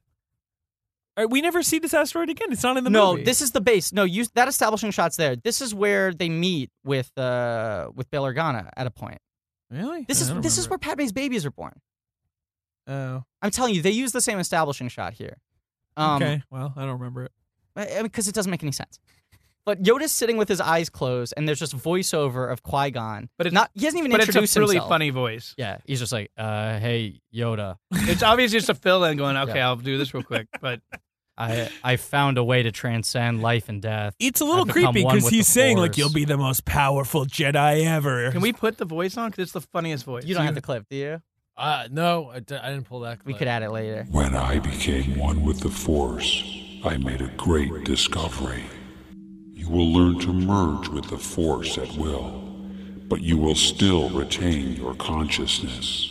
Speaker 4: All right, we never see this asteroid again. It's not in the
Speaker 3: no,
Speaker 4: movie.
Speaker 3: this is the base. No, you that establishing shot's there. This is where they meet with uh with Bail Organa at a point.
Speaker 4: really.
Speaker 3: This
Speaker 4: I
Speaker 3: is
Speaker 4: don't
Speaker 3: this is
Speaker 4: remember.
Speaker 3: where Padme's babies are born.
Speaker 4: Oh,
Speaker 3: I'm telling you, they use the same establishing shot here. Um,
Speaker 4: okay. Well, I don't remember it.
Speaker 3: Because it doesn't make any sense. But Yoda's sitting with his eyes closed, and there's just voiceover of Qui Gon.
Speaker 5: But it's-
Speaker 3: not he hasn't even
Speaker 5: but it's
Speaker 3: introduced
Speaker 5: a really
Speaker 3: himself.
Speaker 5: funny voice.
Speaker 3: Yeah, he's just like, uh, "Hey Yoda,
Speaker 5: It's obviously just a fill
Speaker 3: [laughs]
Speaker 5: in going, okay,
Speaker 3: Yeah.
Speaker 5: I'll do this real
Speaker 3: [laughs]
Speaker 5: quick. But
Speaker 3: I I found a way to transcend life and death."
Speaker 4: It's a little
Speaker 3: I've become
Speaker 4: creepy
Speaker 3: one
Speaker 4: because
Speaker 3: with
Speaker 4: he's
Speaker 3: the
Speaker 4: saying like
Speaker 3: Force.
Speaker 4: you'll be the most powerful Jedi ever.
Speaker 5: can we put the voice on? Because it's the funniest voice.
Speaker 3: You don't have the clip, do you?
Speaker 2: Uh, no, I, d- I didn't pull that.
Speaker 3: We
Speaker 2: clip.
Speaker 3: could add it later.
Speaker 6: When I became one with the Force, I made a great discovery. You will learn to merge with the Force at will, but you will still retain your consciousness.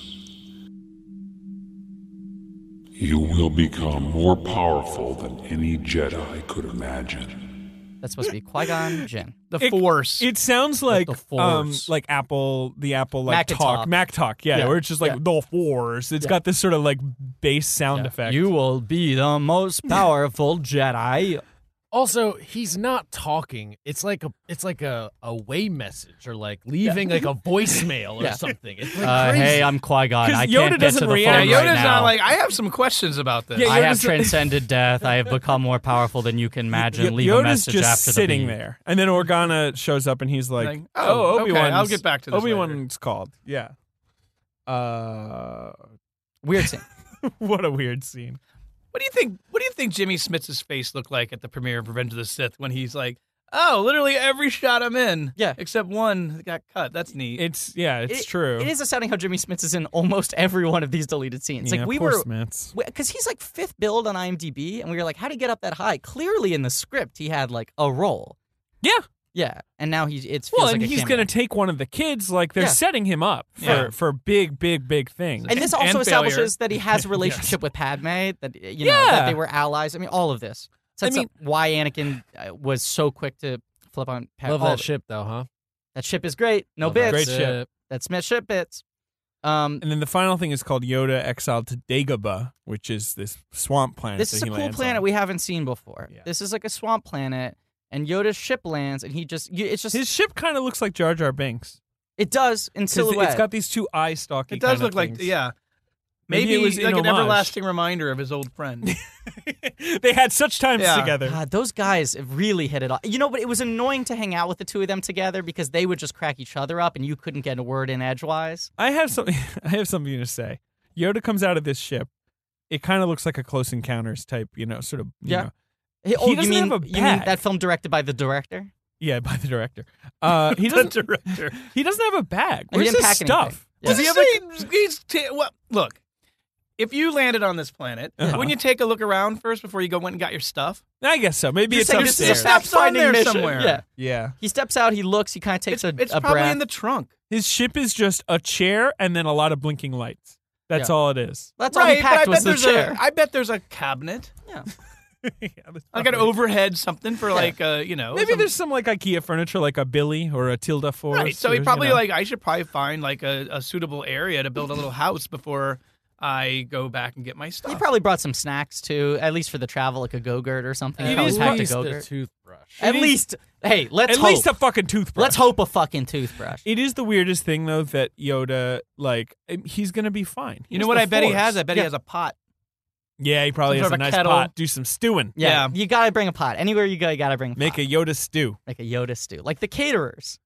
Speaker 6: You will become more powerful than any Jedi could imagine.
Speaker 3: That's supposed to be Qui [laughs] Gon Jinn.
Speaker 5: the
Speaker 4: It-
Speaker 5: force.
Speaker 4: It sounds like
Speaker 3: the Force.
Speaker 4: um like Apple the Apple like
Speaker 3: Macintosh.
Speaker 4: talk Mac talk yeah,
Speaker 3: Yeah,
Speaker 4: where it's just like
Speaker 3: yeah.
Speaker 4: the Force. It's got this sort of like bass sound effect.
Speaker 3: will be the [laughs] most powerful Jedi.
Speaker 2: Also, he's not talking. It's like a it's like a away message or like leaving like a voicemail or
Speaker 3: Yeah. Uh,
Speaker 2: something. It's like crazy.
Speaker 3: I'm Qui Gon.
Speaker 4: 'Cause I Yoda can't get doesn't to the phone
Speaker 5: yeah,
Speaker 4: react.
Speaker 5: Yoda's not like, I have some questions about this.
Speaker 4: Yeah,
Speaker 5: I-
Speaker 3: [laughs]
Speaker 4: I have Yoda's-
Speaker 3: transcended death. I have become more powerful than you can
Speaker 4: Y- Yoda's just sitting there, and then Organa shows up, and he's like,
Speaker 5: Like,
Speaker 4: "Oh,
Speaker 5: oh,
Speaker 4: Obi
Speaker 5: okay,
Speaker 4: Wan,
Speaker 5: I'll get back to this
Speaker 4: Obi Wan's called." Yeah. Uh, [laughs]
Speaker 3: Weird scene.
Speaker 4: what a weird scene.
Speaker 5: what do you think what do you think Jimmy Smith's face looked like at the premiere of Revenge of the Sith when he's like, Oh, literally every shot I'm in.
Speaker 3: Yeah.
Speaker 5: Except one that got cut. That's neat.
Speaker 4: It's yeah, it's
Speaker 3: It-
Speaker 4: true.
Speaker 3: It is astounding how Jimmy Smith is in almost every one of these deleted scenes.
Speaker 4: yeah,
Speaker 3: like we
Speaker 4: poor
Speaker 3: were,
Speaker 4: Smiths.
Speaker 3: because he's like fifth build on IMDb, and we were like, how would he get up that high? Clearly, in the script, he had like a role.
Speaker 4: Yeah,
Speaker 3: Yeah, and now he's it's feels
Speaker 4: Well,
Speaker 3: like
Speaker 4: and
Speaker 3: a
Speaker 4: he's
Speaker 3: cameo.
Speaker 4: going to take one of the kids. Like they're
Speaker 3: Yeah.
Speaker 4: setting him up for,
Speaker 5: Yeah.
Speaker 4: for big, big, big things.
Speaker 3: And this
Speaker 5: and
Speaker 3: also
Speaker 5: failure.
Speaker 3: establishes
Speaker 4: [laughs]
Speaker 3: that he has a relationship with Padme, that you know
Speaker 4: Yeah.
Speaker 3: that they were allies. I mean, all of this sets
Speaker 4: mean-
Speaker 3: up why Anakin uh, was so quick to flip on Padme.
Speaker 2: Love
Speaker 3: All
Speaker 2: that
Speaker 3: of it.
Speaker 2: ship though, huh?
Speaker 3: That ship is great. No
Speaker 2: Love that
Speaker 3: bits.
Speaker 4: Great ship.
Speaker 3: That's my ship bits. Um,
Speaker 4: And then the final thing is called Yoda Exiled to Dagobah, which is this swamp planet.
Speaker 3: this
Speaker 4: that
Speaker 3: is a
Speaker 4: he
Speaker 3: cool
Speaker 4: lands
Speaker 3: planet
Speaker 4: on.
Speaker 3: we haven't seen before.
Speaker 4: Yeah.
Speaker 3: This is like a swamp planet, and Yoda's ship lands, and he just you, it's just
Speaker 4: His ship kind of looks like Jar Jar Binks.
Speaker 3: it does in
Speaker 4: 'Cause
Speaker 3: silhouette.
Speaker 4: It's got these two eye stalking.
Speaker 5: It does look like yeah. Maybe,
Speaker 4: Maybe it was in
Speaker 5: like an
Speaker 4: homage.
Speaker 5: everlasting reminder of his old
Speaker 3: [laughs]
Speaker 5: friend. [laughs]
Speaker 4: [laughs] they had such times
Speaker 5: Yeah.
Speaker 4: together.
Speaker 3: God, those guys really hit it off. You know, but it was annoying to hang out with the two of them together because they would just crack each other up, and you couldn't get a word in edgewise.
Speaker 4: I have something. [laughs] I have something to say. Yoda comes out of this ship. It kind of looks like a Close Encounters type, you know, sort of. you
Speaker 3: Yeah.
Speaker 4: know-
Speaker 3: Hey, oh, you
Speaker 4: doesn't
Speaker 3: mean
Speaker 4: have a
Speaker 3: you mean
Speaker 4: pet.
Speaker 3: that film directed by the director?
Speaker 4: yeah, by the director. Uh, he doesn't.
Speaker 5: director.
Speaker 4: He doesn't have a bag.
Speaker 3: And he
Speaker 4: Where's
Speaker 3: didn't
Speaker 4: his
Speaker 3: pack anything.
Speaker 4: stuff?
Speaker 3: Yeah.
Speaker 5: Does he ever? He's ta- well, look. If you landed on this planet,
Speaker 4: Uh-huh.
Speaker 5: wouldn't you take a look around first before you go went and got your stuff?
Speaker 4: [laughs] I guess so. Maybe
Speaker 5: You're
Speaker 4: it's
Speaker 5: saying
Speaker 4: upstairs.
Speaker 5: this is a fact-
Speaker 3: Fact-finding
Speaker 5: there
Speaker 3: mission.
Speaker 5: somewhere.
Speaker 3: Yeah,
Speaker 4: yeah.
Speaker 3: he steps out. He looks. He kind of takes
Speaker 5: It's,
Speaker 3: a,
Speaker 5: it's
Speaker 3: a
Speaker 5: probably
Speaker 3: breath.
Speaker 5: in the trunk.
Speaker 4: His ship is just a chair and then a lot of blinking lights. That's
Speaker 3: Yeah.
Speaker 4: all it is.
Speaker 3: That's all
Speaker 5: right,
Speaker 3: he
Speaker 5: but I
Speaker 3: packed
Speaker 5: bet
Speaker 3: was the
Speaker 5: there's
Speaker 3: chair.
Speaker 5: a. I bet there's a cabinet.
Speaker 4: [laughs] yeah,
Speaker 5: Like an overhead something for like uh you know
Speaker 4: Maybe
Speaker 5: some-
Speaker 4: there's some like IKEA furniture, like a Billy or a Tilda Force.
Speaker 5: right. So
Speaker 4: or,
Speaker 5: he probably
Speaker 4: you know.
Speaker 5: like I should probably find like a, a suitable area to build a little house before I go back and get my stuff.
Speaker 3: He probably brought some snacks too, at least for the travel, like a go-gurt or something. He
Speaker 2: At
Speaker 3: probably
Speaker 2: least
Speaker 3: packed a
Speaker 2: the
Speaker 3: go-gurt.
Speaker 2: toothbrush.
Speaker 3: At
Speaker 4: It is-
Speaker 3: least, hey, let's
Speaker 4: at
Speaker 3: hope.
Speaker 4: least a fucking toothbrush.
Speaker 3: let's hope a fucking toothbrush.
Speaker 4: It is the weirdest thing though that Yoda like um, he's gonna be fine. He
Speaker 5: you know
Speaker 4: has
Speaker 5: what
Speaker 4: the
Speaker 5: I bet he
Speaker 4: Force.
Speaker 5: has? I bet
Speaker 4: yeah.
Speaker 5: he has a pot.
Speaker 4: Yeah, he probably
Speaker 5: Some
Speaker 4: has
Speaker 5: sort
Speaker 4: a
Speaker 5: of a
Speaker 4: nice
Speaker 5: kettle.
Speaker 4: pot. Do some stewing.
Speaker 3: yeah,
Speaker 5: yeah.
Speaker 3: you gotta bring a pot. Anywhere you go, you gotta bring a
Speaker 4: Make
Speaker 3: pot.
Speaker 4: a Yoda stew.
Speaker 3: like a Yoda stew, like the caterers.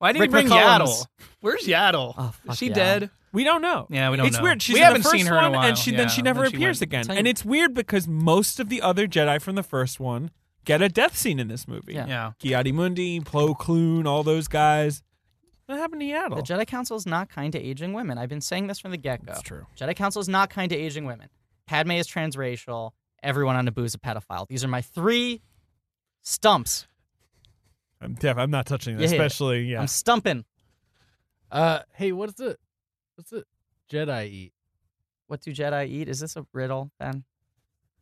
Speaker 5: Why didn't
Speaker 3: Rick
Speaker 5: he bring
Speaker 3: McCollum's.
Speaker 5: Yaddle? Where's Yaddle?
Speaker 3: Oh, fuck
Speaker 5: Is she
Speaker 3: Yaddle.
Speaker 5: dead?
Speaker 4: We don't know.
Speaker 5: Yeah, we don't
Speaker 4: it's
Speaker 5: know.
Speaker 4: weird. She's
Speaker 5: We
Speaker 4: in
Speaker 5: haven't
Speaker 4: the first
Speaker 5: seen her in
Speaker 4: one,
Speaker 5: a
Speaker 4: and she
Speaker 5: while.
Speaker 4: then she
Speaker 5: Yeah,
Speaker 4: never
Speaker 5: then she
Speaker 4: appears
Speaker 5: went.
Speaker 4: again.
Speaker 3: Tell you-
Speaker 4: And it's weird because most of the other Jedi from the first one get a death scene in this movie.
Speaker 3: Yeah.
Speaker 5: Yeah.
Speaker 4: Ki-Adi Mundi, Plo Koon, all those guys. What happened to
Speaker 3: The
Speaker 4: Yaddle?
Speaker 3: Jedi Council is not kind to aging women. I've been saying this from the get-go.
Speaker 4: Oh. That's true.
Speaker 3: Jedi Council is not kind to aging women. Padme is transracial. Everyone on Naboo is a pedophile. These are my three stumps.
Speaker 4: I'm def- I'm not touching that,
Speaker 3: Yeah, yeah.
Speaker 4: especially yeah.
Speaker 3: I'm stumping.
Speaker 2: Uh, hey, what's it? What's it? Jedi eat?
Speaker 3: What do Jedi eat? Is this a riddle, Ben?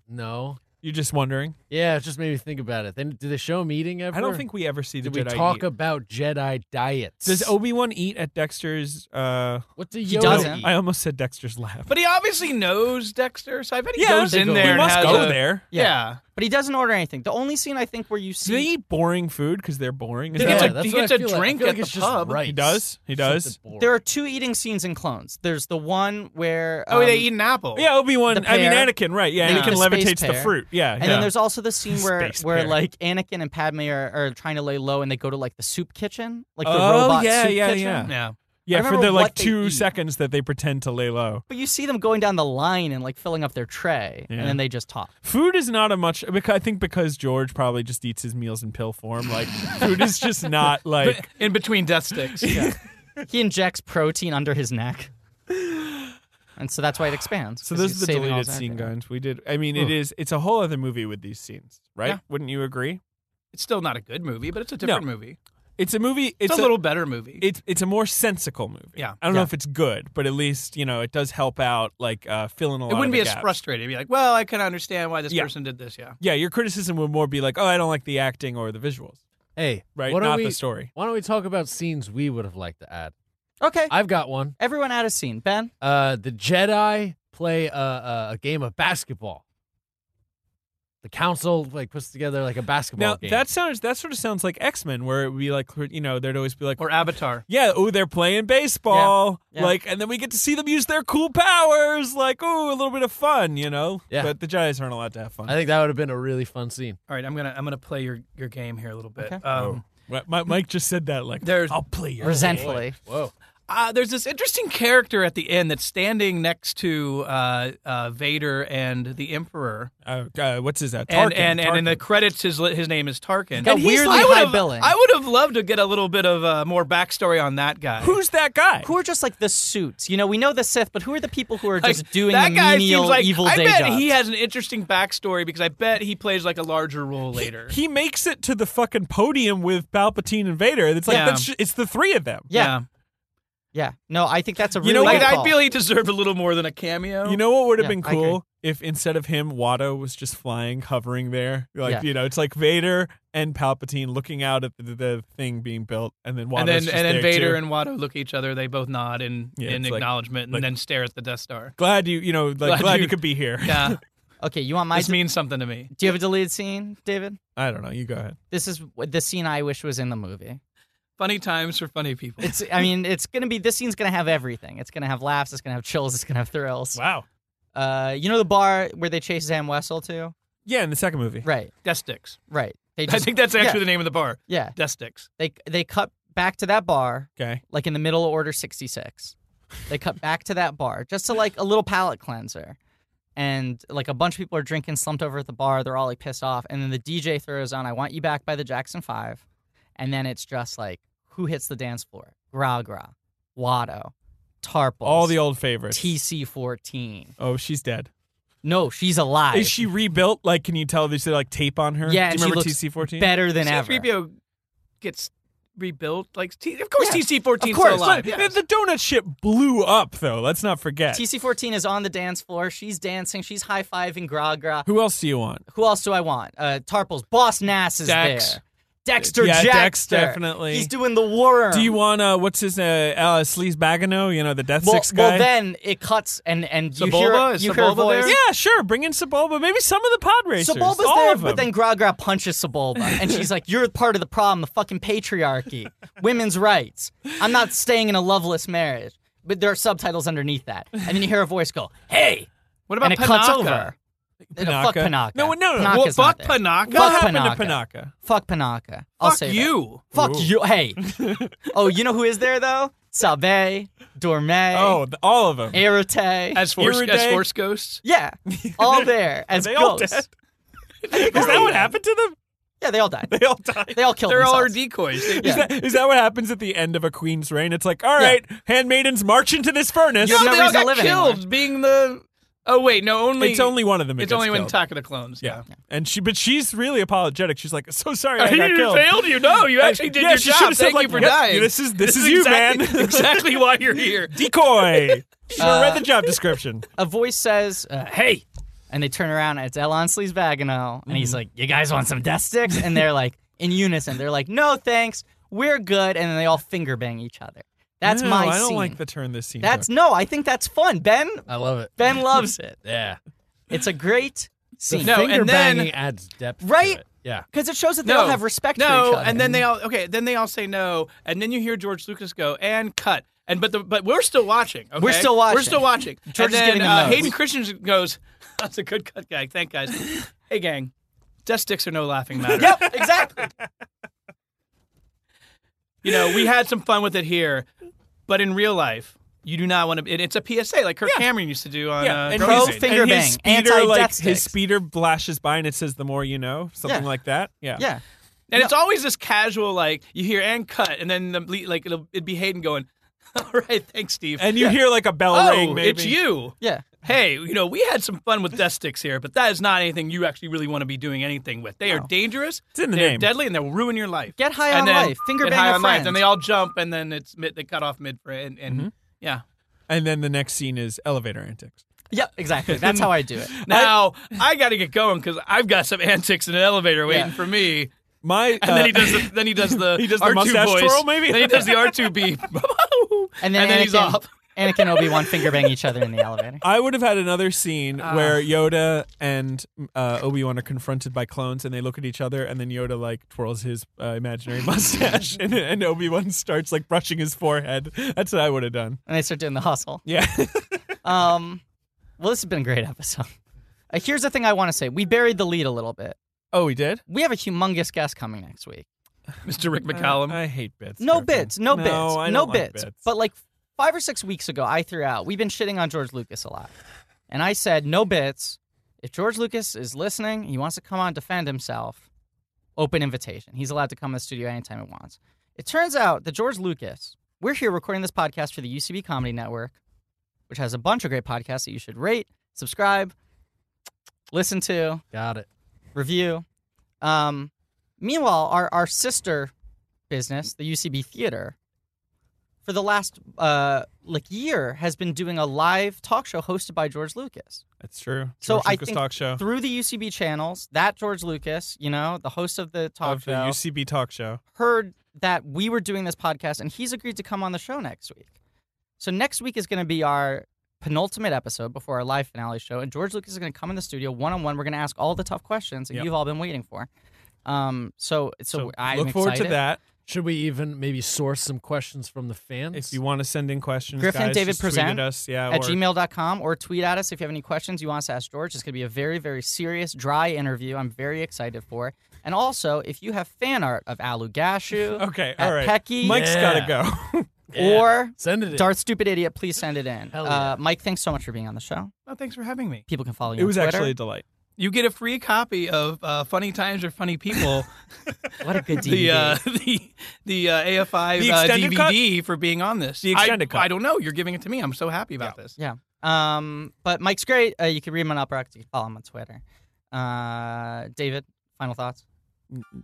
Speaker 2: No.
Speaker 4: You're just wondering.
Speaker 2: Yeah, it just made me think about it. Then did they show him eating ever?
Speaker 4: I don't think we ever see the
Speaker 2: Did we
Speaker 4: Jedi
Speaker 2: talk
Speaker 4: eat.
Speaker 2: about Jedi diets?
Speaker 4: Does Obi Wan eat at Dexter's? Uh,
Speaker 2: What do Yoda
Speaker 3: He doesn't.
Speaker 2: eat?
Speaker 4: I almost said Dexter's lab.
Speaker 5: But he obviously knows Dexter, so I bet he
Speaker 4: yeah,
Speaker 5: goes in
Speaker 2: we
Speaker 5: there.
Speaker 4: We
Speaker 5: and
Speaker 4: must
Speaker 5: has
Speaker 4: go
Speaker 5: a-
Speaker 4: there.
Speaker 5: Yeah.
Speaker 3: But he doesn't order anything. The only scene I think where you
Speaker 4: Do they
Speaker 3: see
Speaker 4: eat boring food because they're boring? Is
Speaker 5: He
Speaker 2: yeah,
Speaker 5: gets
Speaker 4: that like-
Speaker 5: a-
Speaker 2: that's
Speaker 5: he
Speaker 2: what I
Speaker 5: gets a
Speaker 2: feel like. I
Speaker 5: drink
Speaker 2: feel
Speaker 5: at
Speaker 2: like
Speaker 5: the
Speaker 2: it's just
Speaker 5: pub. He
Speaker 2: rice.
Speaker 4: does? He does?
Speaker 2: Something
Speaker 3: there are two eating scenes in Clones. There's the one where
Speaker 5: Oh,
Speaker 3: um,
Speaker 5: they eat an apple.
Speaker 4: yeah, Obi Wan.
Speaker 3: The
Speaker 4: I mean
Speaker 3: pear.
Speaker 4: Anakin, right? Yeah,
Speaker 3: They eat
Speaker 4: Anakin
Speaker 3: the space
Speaker 4: levitates the
Speaker 3: pear.
Speaker 4: fruit. Yeah,
Speaker 3: And
Speaker 4: yeah.
Speaker 3: then there's also the
Speaker 4: [laughs]
Speaker 3: scene where
Speaker 4: Space
Speaker 3: where
Speaker 4: pear.
Speaker 3: like Anakin and Padme are, are trying to lay low, and they go to like the soup kitchen, like the
Speaker 4: Oh,
Speaker 3: robot
Speaker 4: yeah,
Speaker 3: soup
Speaker 4: yeah,
Speaker 3: kitchen.
Speaker 4: yeah.
Speaker 5: Yeah.
Speaker 4: yeah for
Speaker 3: remember
Speaker 4: the like
Speaker 3: what they
Speaker 4: two
Speaker 3: eat.
Speaker 4: seconds that they pretend to lay low.
Speaker 3: But you see them going down the line and like filling up their tray,
Speaker 4: Yeah.
Speaker 3: and then they just talk.
Speaker 4: Food is not a much. Because I think because George probably just eats his meals in pill form. Like food is just
Speaker 3: [laughs]
Speaker 4: not like
Speaker 5: In between death
Speaker 4: [laughs]
Speaker 5: sticks. Yeah.
Speaker 3: He injects protein under his
Speaker 5: [laughs]
Speaker 3: neck, and so that's why it expands.
Speaker 4: So
Speaker 3: 'cause
Speaker 4: those
Speaker 3: he's
Speaker 4: are the
Speaker 3: saving all
Speaker 4: deleted
Speaker 3: his
Speaker 4: scene
Speaker 3: energy.
Speaker 4: guns we did. I mean, it is. It's a whole other movie with these scenes, right?
Speaker 5: Yeah.
Speaker 4: Wouldn't you agree?
Speaker 5: it's still not a good movie, but it's a different
Speaker 4: No.
Speaker 5: movie.
Speaker 4: It's a movie. It's,
Speaker 5: It's, a, little better movie.
Speaker 4: It's it's a more sensical movie.
Speaker 5: Yeah.
Speaker 4: I don't know
Speaker 3: Yeah.
Speaker 4: if it's good, but at least you know it does help out, like uh, fill in a lot.
Speaker 5: it wouldn't
Speaker 4: of
Speaker 5: be
Speaker 4: the
Speaker 5: as
Speaker 4: gaps.
Speaker 5: frustrating. It'd be like, well, I can understand why this
Speaker 4: Yeah.
Speaker 5: person did this. Yeah.
Speaker 4: Yeah, your criticism would more be like, oh, I don't like the acting or the visuals,
Speaker 2: Hey,
Speaker 4: right?
Speaker 2: Why don't
Speaker 4: Not
Speaker 2: we,
Speaker 4: the story.
Speaker 2: Why don't we talk about scenes we would have liked to add?
Speaker 3: Okay,
Speaker 2: I've got one.
Speaker 3: everyone out of scene. Ben,
Speaker 2: Uh, the Jedi play a, a, a game of basketball. The council like puts together like a basketball
Speaker 4: Now
Speaker 2: game.
Speaker 4: that sounds that sort of sounds like X Men, where it would be like, you know, there'd always be like,
Speaker 5: Or Avatar.
Speaker 4: yeah, oh, they're playing baseball,
Speaker 3: Yeah.
Speaker 4: like, and then we get to see them use their cool powers, like, oh, a little bit of fun, you know.
Speaker 2: Yeah.
Speaker 4: But the Giants aren't allowed to have fun.
Speaker 2: I think that would have been a really fun scene.
Speaker 5: All right, I'm gonna I'm gonna play your, your game here a little bit.
Speaker 4: Oh.
Speaker 3: Okay.
Speaker 5: Um,
Speaker 4: Well, Mi- Mike just said that like
Speaker 5: There's-
Speaker 4: I'll play your
Speaker 3: resentfully.
Speaker 2: Whoa.
Speaker 5: Uh, there's this interesting character at the end that's standing next to uh, uh, Vader and the Emperor,
Speaker 4: Uh, uh, what's his? Uh, Tarkin,
Speaker 5: and and, and in
Speaker 4: Tarkin. Oh,
Speaker 5: the credits, his li- his name is Tarkin.
Speaker 3: got
Speaker 5: And he's-
Speaker 3: weirdly
Speaker 5: I would
Speaker 3: high
Speaker 5: have-
Speaker 3: billing.
Speaker 5: I would have loved to get a little bit of uh, more backstory on that guy.
Speaker 4: Who's that guy?
Speaker 3: Who are just like the suits? You know, we know the Sith, but who are the people who are
Speaker 5: [laughs] Like,
Speaker 3: just doing
Speaker 5: that
Speaker 3: the
Speaker 5: guy
Speaker 3: menial
Speaker 5: seems like
Speaker 3: evil
Speaker 5: I
Speaker 3: day
Speaker 5: bet
Speaker 3: jobs?
Speaker 5: he has an interesting backstory because I bet he plays like a larger role later.
Speaker 4: He makes it to the fucking podium with Palpatine and Vader. It's like
Speaker 5: Yeah.
Speaker 4: that's ju- it's the three of them.
Speaker 3: yeah, yeah. No, I think that's a really
Speaker 5: you know
Speaker 3: good
Speaker 5: what? I
Speaker 3: call.
Speaker 5: feel he deserved a little more than a cameo.
Speaker 4: You know what would have
Speaker 3: Yeah,
Speaker 4: been
Speaker 3: I agree.
Speaker 4: cool if instead of him, Watto was just flying, hovering there. Like
Speaker 3: Yeah.
Speaker 4: you know, it's like Vader and Palpatine looking out at the, the thing being built, and then Watto's
Speaker 5: and then
Speaker 4: just
Speaker 5: and then
Speaker 4: there,
Speaker 5: Vader
Speaker 4: too.
Speaker 5: and Watto look at each other. They both nod in
Speaker 4: Yeah,
Speaker 5: in
Speaker 4: it's like-
Speaker 5: acknowledgement,
Speaker 4: like-
Speaker 5: and then stare at the Death Star.
Speaker 4: glad you you know like glad,
Speaker 5: Glad
Speaker 4: you,
Speaker 5: you-
Speaker 4: could be here.
Speaker 5: Yeah,
Speaker 3: Okay, you want [laughs] my?
Speaker 5: this means something to me.
Speaker 3: do you have a deleted scene, David?
Speaker 4: I don't know. You go ahead.
Speaker 3: This is w- the scene I wish was in the movie.
Speaker 5: Funny times for funny people.
Speaker 3: It's. I mean, it's gonna be. This scene's gonna have everything. It's gonna have laughs. It's gonna have chills. It's gonna have thrills.
Speaker 4: Wow.
Speaker 3: Uh, you know the bar where they chase Sam Wessel to?
Speaker 4: Yeah, in the second movie.
Speaker 3: Right,
Speaker 5: Destix.
Speaker 3: right.
Speaker 4: [laughs]
Speaker 3: They
Speaker 5: I
Speaker 3: just.
Speaker 5: think that's actually the name of the bar.
Speaker 3: yeah,
Speaker 5: Destix.
Speaker 3: they they cut back to that bar
Speaker 4: Okay.
Speaker 3: like in the middle of order 66 they cut back to that bar just to like a little palate cleanser and like a bunch of people are drinking slumped over at the bar they're all like pissed off and then the dj throws on i want you back by the jackson five and then it's just like who hits the dance floor gra gra watto tarples
Speaker 4: All the old favorites.
Speaker 3: tc14
Speaker 4: oh, she's dead.
Speaker 3: no she's alive
Speaker 4: Is she rebuilt? Like, can you tell? Is there like tape on her?
Speaker 3: Yeah, and
Speaker 4: Do you
Speaker 3: she
Speaker 4: remember
Speaker 3: looks
Speaker 4: TC14?
Speaker 3: better than ever
Speaker 5: C-3PO gets rebuilt. Like, T- of course,
Speaker 3: Yeah.
Speaker 5: TC-14
Speaker 3: Of
Speaker 5: is
Speaker 3: course,
Speaker 5: still
Speaker 4: [laughs]
Speaker 5: alive.
Speaker 4: The-
Speaker 5: Yeah.
Speaker 4: The donut ship blew up, though. Let's not forget.
Speaker 3: tc14 is on the dance floor she's dancing she's high-fiving gra gra
Speaker 4: Who else do you want?
Speaker 3: Who else do I want? Uh, Tarples. Boss Nass is
Speaker 5: Dex.
Speaker 3: there. Dexter
Speaker 4: Yeah, Dex,
Speaker 3: Jackster.
Speaker 4: definitely.
Speaker 3: He's doing the worm.
Speaker 4: Do you want uh, what's his uh, uh Sleaze Bagano? You know the Death
Speaker 3: well,
Speaker 4: Six guy.
Speaker 3: well, then it cuts and and you
Speaker 5: Sebulba?
Speaker 3: hear
Speaker 5: Is
Speaker 3: you hear a
Speaker 5: Sebulba there?
Speaker 3: voice.
Speaker 4: yeah, sure. Bring in Sebulba. Maybe some of the pod racers.
Speaker 3: Sebulba's
Speaker 4: all
Speaker 3: there,
Speaker 4: of them.
Speaker 3: but then Gra Gra punches Sebulba, and she's like, "You're part of the problem, the fucking patriarchy, women's rights. I'm not staying in a loveless marriage." But there are subtitles underneath that, and then you hear a voice go, "Hey!"
Speaker 5: What
Speaker 3: and
Speaker 5: about
Speaker 3: it cuts
Speaker 5: Panaka?
Speaker 3: over. No, fuck
Speaker 4: Panaka.
Speaker 3: Panaka.
Speaker 4: No, no, no.
Speaker 5: Well,
Speaker 3: Panaka's not
Speaker 5: fuck
Speaker 3: there.
Speaker 5: Panaka.
Speaker 4: what
Speaker 3: fuck
Speaker 4: happened to
Speaker 3: Panaka.
Speaker 4: Panaka?
Speaker 3: Fuck Panaka. I'll
Speaker 5: Fuck
Speaker 3: say that.
Speaker 5: you.
Speaker 3: Fuck you. Hey. oh, you know who is there though? Sabe, Dorme,
Speaker 4: Oh, the, all of them. [laughs]
Speaker 3: Erite.
Speaker 5: As force, as
Speaker 4: Irriday.
Speaker 5: force ghosts.
Speaker 3: yeah, all
Speaker 4: [laughs]
Speaker 3: there as
Speaker 4: they all
Speaker 3: ghosts.
Speaker 4: dead? Is that what happened to them? [laughs]
Speaker 3: Yeah, they all died.
Speaker 4: They all died.
Speaker 3: They all killed
Speaker 5: They're all our
Speaker 3: themselves.
Speaker 5: decoys. They-
Speaker 4: Is, that, is that what happens at the end of a queen's reign? It's like, all right, handmaidens march into this furnace.
Speaker 5: No,
Speaker 3: no
Speaker 5: they all
Speaker 3: reason to
Speaker 5: got
Speaker 3: live
Speaker 5: killed
Speaker 3: anymore.
Speaker 5: being the. Oh wait, no, only
Speaker 4: it's only one of them. that
Speaker 5: it's
Speaker 4: gets
Speaker 5: only when
Speaker 4: killed.
Speaker 5: Attack of the Clones.
Speaker 4: yeah. and she, but she's really apologetic. She's like,
Speaker 3: [laughs]
Speaker 4: so sorry, I
Speaker 5: [laughs] you
Speaker 4: got killed.
Speaker 5: failed you. No, you actually did
Speaker 4: yeah,
Speaker 5: your
Speaker 4: she
Speaker 5: job.
Speaker 4: should've
Speaker 5: Thank
Speaker 4: said, like,
Speaker 5: you for
Speaker 4: yep,
Speaker 5: dying.
Speaker 4: this is- this is you,
Speaker 5: exactly,
Speaker 4: man.
Speaker 5: [laughs] exactly why you're here.
Speaker 3: [laughs]
Speaker 4: Decoy. Should have
Speaker 3: Uh,
Speaker 4: read the job description.
Speaker 3: A voice says, uh, "Hey," and they turn around and it's Elon Sleazebagano, and
Speaker 5: Mm-hmm.
Speaker 3: he's like, "You guys want some death sticks?" And they're like, in unison, they're like, "No, thanks, we're good," and then they all finger bang each other. That's
Speaker 4: no,
Speaker 3: my
Speaker 4: I don't
Speaker 3: scene.
Speaker 4: like the turn this scene.
Speaker 3: That's
Speaker 4: took.
Speaker 3: no, I think that's fun. Ben,
Speaker 2: I love it.
Speaker 5: [laughs]
Speaker 3: Ben loves it.
Speaker 2: Yeah.
Speaker 3: It's a great
Speaker 2: The
Speaker 3: scene.
Speaker 5: No, and
Speaker 2: finger
Speaker 5: then-
Speaker 2: banging adds depth. to
Speaker 3: Right?
Speaker 2: it. Yeah.
Speaker 3: Because it shows that they
Speaker 5: No,
Speaker 3: all have respect
Speaker 5: no,
Speaker 3: for each other.
Speaker 5: and then they all okay. Then they all say no, and then you hear George Lucas go and cut. And but the but we're still watching. Okay?
Speaker 3: We're still
Speaker 5: We're
Speaker 3: watching.
Speaker 5: still watching.
Speaker 3: George
Speaker 5: and
Speaker 3: is
Speaker 5: then
Speaker 3: giving them
Speaker 5: uh,
Speaker 3: notes.
Speaker 5: Hayden Christensen goes, [laughs] "That's a good cut, guy.
Speaker 3: [laughs]
Speaker 5: Thank guys. hey gang, death sticks are no laughing matter.
Speaker 3: Yep, exactly.
Speaker 5: You know, we had some fun with it here, but in real life, you do not want to. It, it's a PSA like Kirk Cameron used to do on
Speaker 4: Yeah,
Speaker 5: uh,
Speaker 4: and
Speaker 5: Grown
Speaker 3: pro
Speaker 5: Ups.
Speaker 4: his-
Speaker 3: finger
Speaker 4: and
Speaker 3: bang,
Speaker 4: His speeder,
Speaker 3: anti-death
Speaker 4: like his
Speaker 3: sticks.
Speaker 4: speeder flashes by and it says, "The more you know," something
Speaker 3: Yeah.
Speaker 4: like that. Yeah.
Speaker 3: Yeah.
Speaker 5: And it's always this casual, like you hear and cut, and then the le- like it'll, it'd be Hayden going, [laughs] "All right, thanks, Steve."
Speaker 4: And you hear like a bell
Speaker 5: oh,
Speaker 4: ring. Maybe.
Speaker 5: it's you.
Speaker 3: Yeah.
Speaker 5: Hey, you know we had some fun with death sticks here, but that is not anything you actually really want to be doing anything with. They are dangerous.
Speaker 4: It's in the
Speaker 5: they're
Speaker 4: name.
Speaker 5: deadly, and they'll ruin your life.
Speaker 3: Get high
Speaker 5: and
Speaker 3: on
Speaker 5: then,
Speaker 3: life. Finger
Speaker 5: get
Speaker 3: bang
Speaker 5: high
Speaker 3: a
Speaker 5: on life.
Speaker 3: friend.
Speaker 5: And they all jump, and then it's mid, they cut off mid and, and yeah.
Speaker 4: And then the next scene is elevator antics.
Speaker 3: Yep, exactly. That's how I do
Speaker 5: [laughs]
Speaker 3: it.
Speaker 5: Now I, got to get going because I've got some antics in an elevator waiting for me.
Speaker 4: My
Speaker 5: [laughs] And then he does the then he does the
Speaker 4: Uh, He does the
Speaker 5: R2
Speaker 4: mustache
Speaker 5: voice.
Speaker 4: twirl, maybe?
Speaker 5: Then he does the R two B.
Speaker 3: And then, Anakin,
Speaker 5: he's off.
Speaker 3: Anakin and Obi Wan finger bang each other in the elevator.
Speaker 4: [laughs] I would have had another scene
Speaker 3: Ah.
Speaker 4: where Yoda and uh, Obi Wan are confronted by clones, and they look at each other, and then Yoda like twirls his uh, imaginary [laughs] mustache, and, and Obi Wan starts like brushing his forehead. That's what I would have done.
Speaker 3: And they start doing the hustle.
Speaker 4: Yeah, [laughs]
Speaker 3: Um, well, this has been a great episode. Uh, here's the thing I want to say. We buried the lead a little bit.
Speaker 4: Oh, we did?
Speaker 3: We have a humongous guest coming next week.
Speaker 4: Uh,
Speaker 5: Mr. Rick McCallum.
Speaker 4: I hate bits.
Speaker 3: No
Speaker 4: Griffin.
Speaker 3: bits. No,
Speaker 4: No,
Speaker 3: bits.
Speaker 4: I
Speaker 3: no
Speaker 4: don't like
Speaker 3: bits.
Speaker 4: bits.
Speaker 3: But like five or six weeks ago, I threw out, we've been shitting on George Lucas a lot. And I said, no bits. If George Lucas is listening, he wants to come on defend himself, open invitation. He's allowed to come in the studio anytime he wants. It turns out that George Lucas, we're here recording this podcast for the UCB Comedy Network, which has a bunch of great podcasts that you should rate, subscribe, listen to
Speaker 2: Got it.
Speaker 3: review. Um, meanwhile, our, our sister business, the UCB Theater, for the last uh, like year has been doing a live talk show hosted by George Lucas
Speaker 4: That's true.
Speaker 3: So
Speaker 4: George
Speaker 3: I
Speaker 4: Lucas
Speaker 3: think
Speaker 4: talk show
Speaker 3: through the UCB channels. That George Lucas, you know, the host of the talk
Speaker 4: of the
Speaker 3: show,
Speaker 4: UCB talk show.
Speaker 3: heard that we were doing this podcast, and he's agreed to come on the show next week. So next week is going to be our penultimate episode before our live finale show, and George Lucas is going to come in the studio one on one. We're going to ask all the tough questions that
Speaker 4: Yep.
Speaker 3: you've all been waiting for. Um, so so, i
Speaker 4: look forward to that.
Speaker 2: Should we even maybe source some questions from the fans?
Speaker 4: If you want to send in questions,
Speaker 3: Griffin
Speaker 4: guys,
Speaker 3: David
Speaker 4: just tweet at
Speaker 3: Present
Speaker 4: us. Yeah,
Speaker 3: At
Speaker 4: or-
Speaker 3: gmail.com or tweet at us if you have any questions you want us to ask George. It's going to be a very, very serious, dry interview. I'm very excited for. And also, if you have fan art of Alu Gashu,
Speaker 4: [laughs] Okay,
Speaker 3: at
Speaker 4: all right.
Speaker 3: Pecky,
Speaker 4: Mike's
Speaker 3: [laughs]
Speaker 2: Yeah.
Speaker 4: gotta go.
Speaker 3: or
Speaker 2: send it. in.
Speaker 3: Darth Stupid Idiot, please send it in.
Speaker 2: Hell
Speaker 3: Uh,
Speaker 2: yeah.
Speaker 3: Mike, thanks so much for being on the show.
Speaker 5: Oh, thanks for having me.
Speaker 3: People can follow you
Speaker 4: it
Speaker 3: on
Speaker 4: was
Speaker 3: Twitter.
Speaker 4: actually a delight.
Speaker 5: You get a free copy of uh, Funny Times or Funny People,
Speaker 3: What a
Speaker 2: [laughs]
Speaker 3: good DVD.
Speaker 5: [laughs] the uh, the the uh, AFI
Speaker 4: The
Speaker 5: uh,
Speaker 4: extended cut?
Speaker 5: DVD for being on this.
Speaker 4: The extended
Speaker 5: I,
Speaker 4: cut.
Speaker 5: I don't know. You're giving it to me. I'm so happy about this.
Speaker 3: yeah. Um, but Mike's great. Uh, you can read him on Uproxx. You can follow him on Twitter. Uh, David, final thoughts?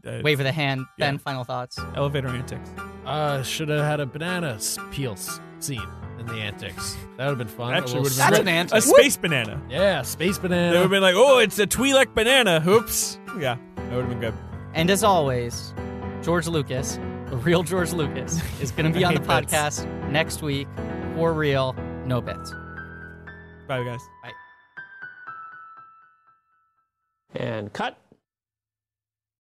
Speaker 4: Uh,
Speaker 3: Wave of the hand.
Speaker 4: yeah.
Speaker 3: Ben, final thoughts?
Speaker 4: elevator antics.
Speaker 2: uh, should have had a banana s- peel s- scene in the antics. That would have been fun. A
Speaker 4: Actually,
Speaker 2: little
Speaker 4: would have
Speaker 5: That's
Speaker 2: script.
Speaker 5: an answer.
Speaker 4: A space banana.
Speaker 2: Yeah, space banana.
Speaker 4: They would have been like, oh, it's a Twi'lek banana. Oops. Yeah, that would have been good.
Speaker 3: And as always, George Lucas, the real George Lucas, is going to be
Speaker 4: I
Speaker 2: [laughs]
Speaker 3: on the
Speaker 4: hate bits.
Speaker 3: podcast next week. For real, no bets.
Speaker 4: Bye, guys.
Speaker 1: And cut.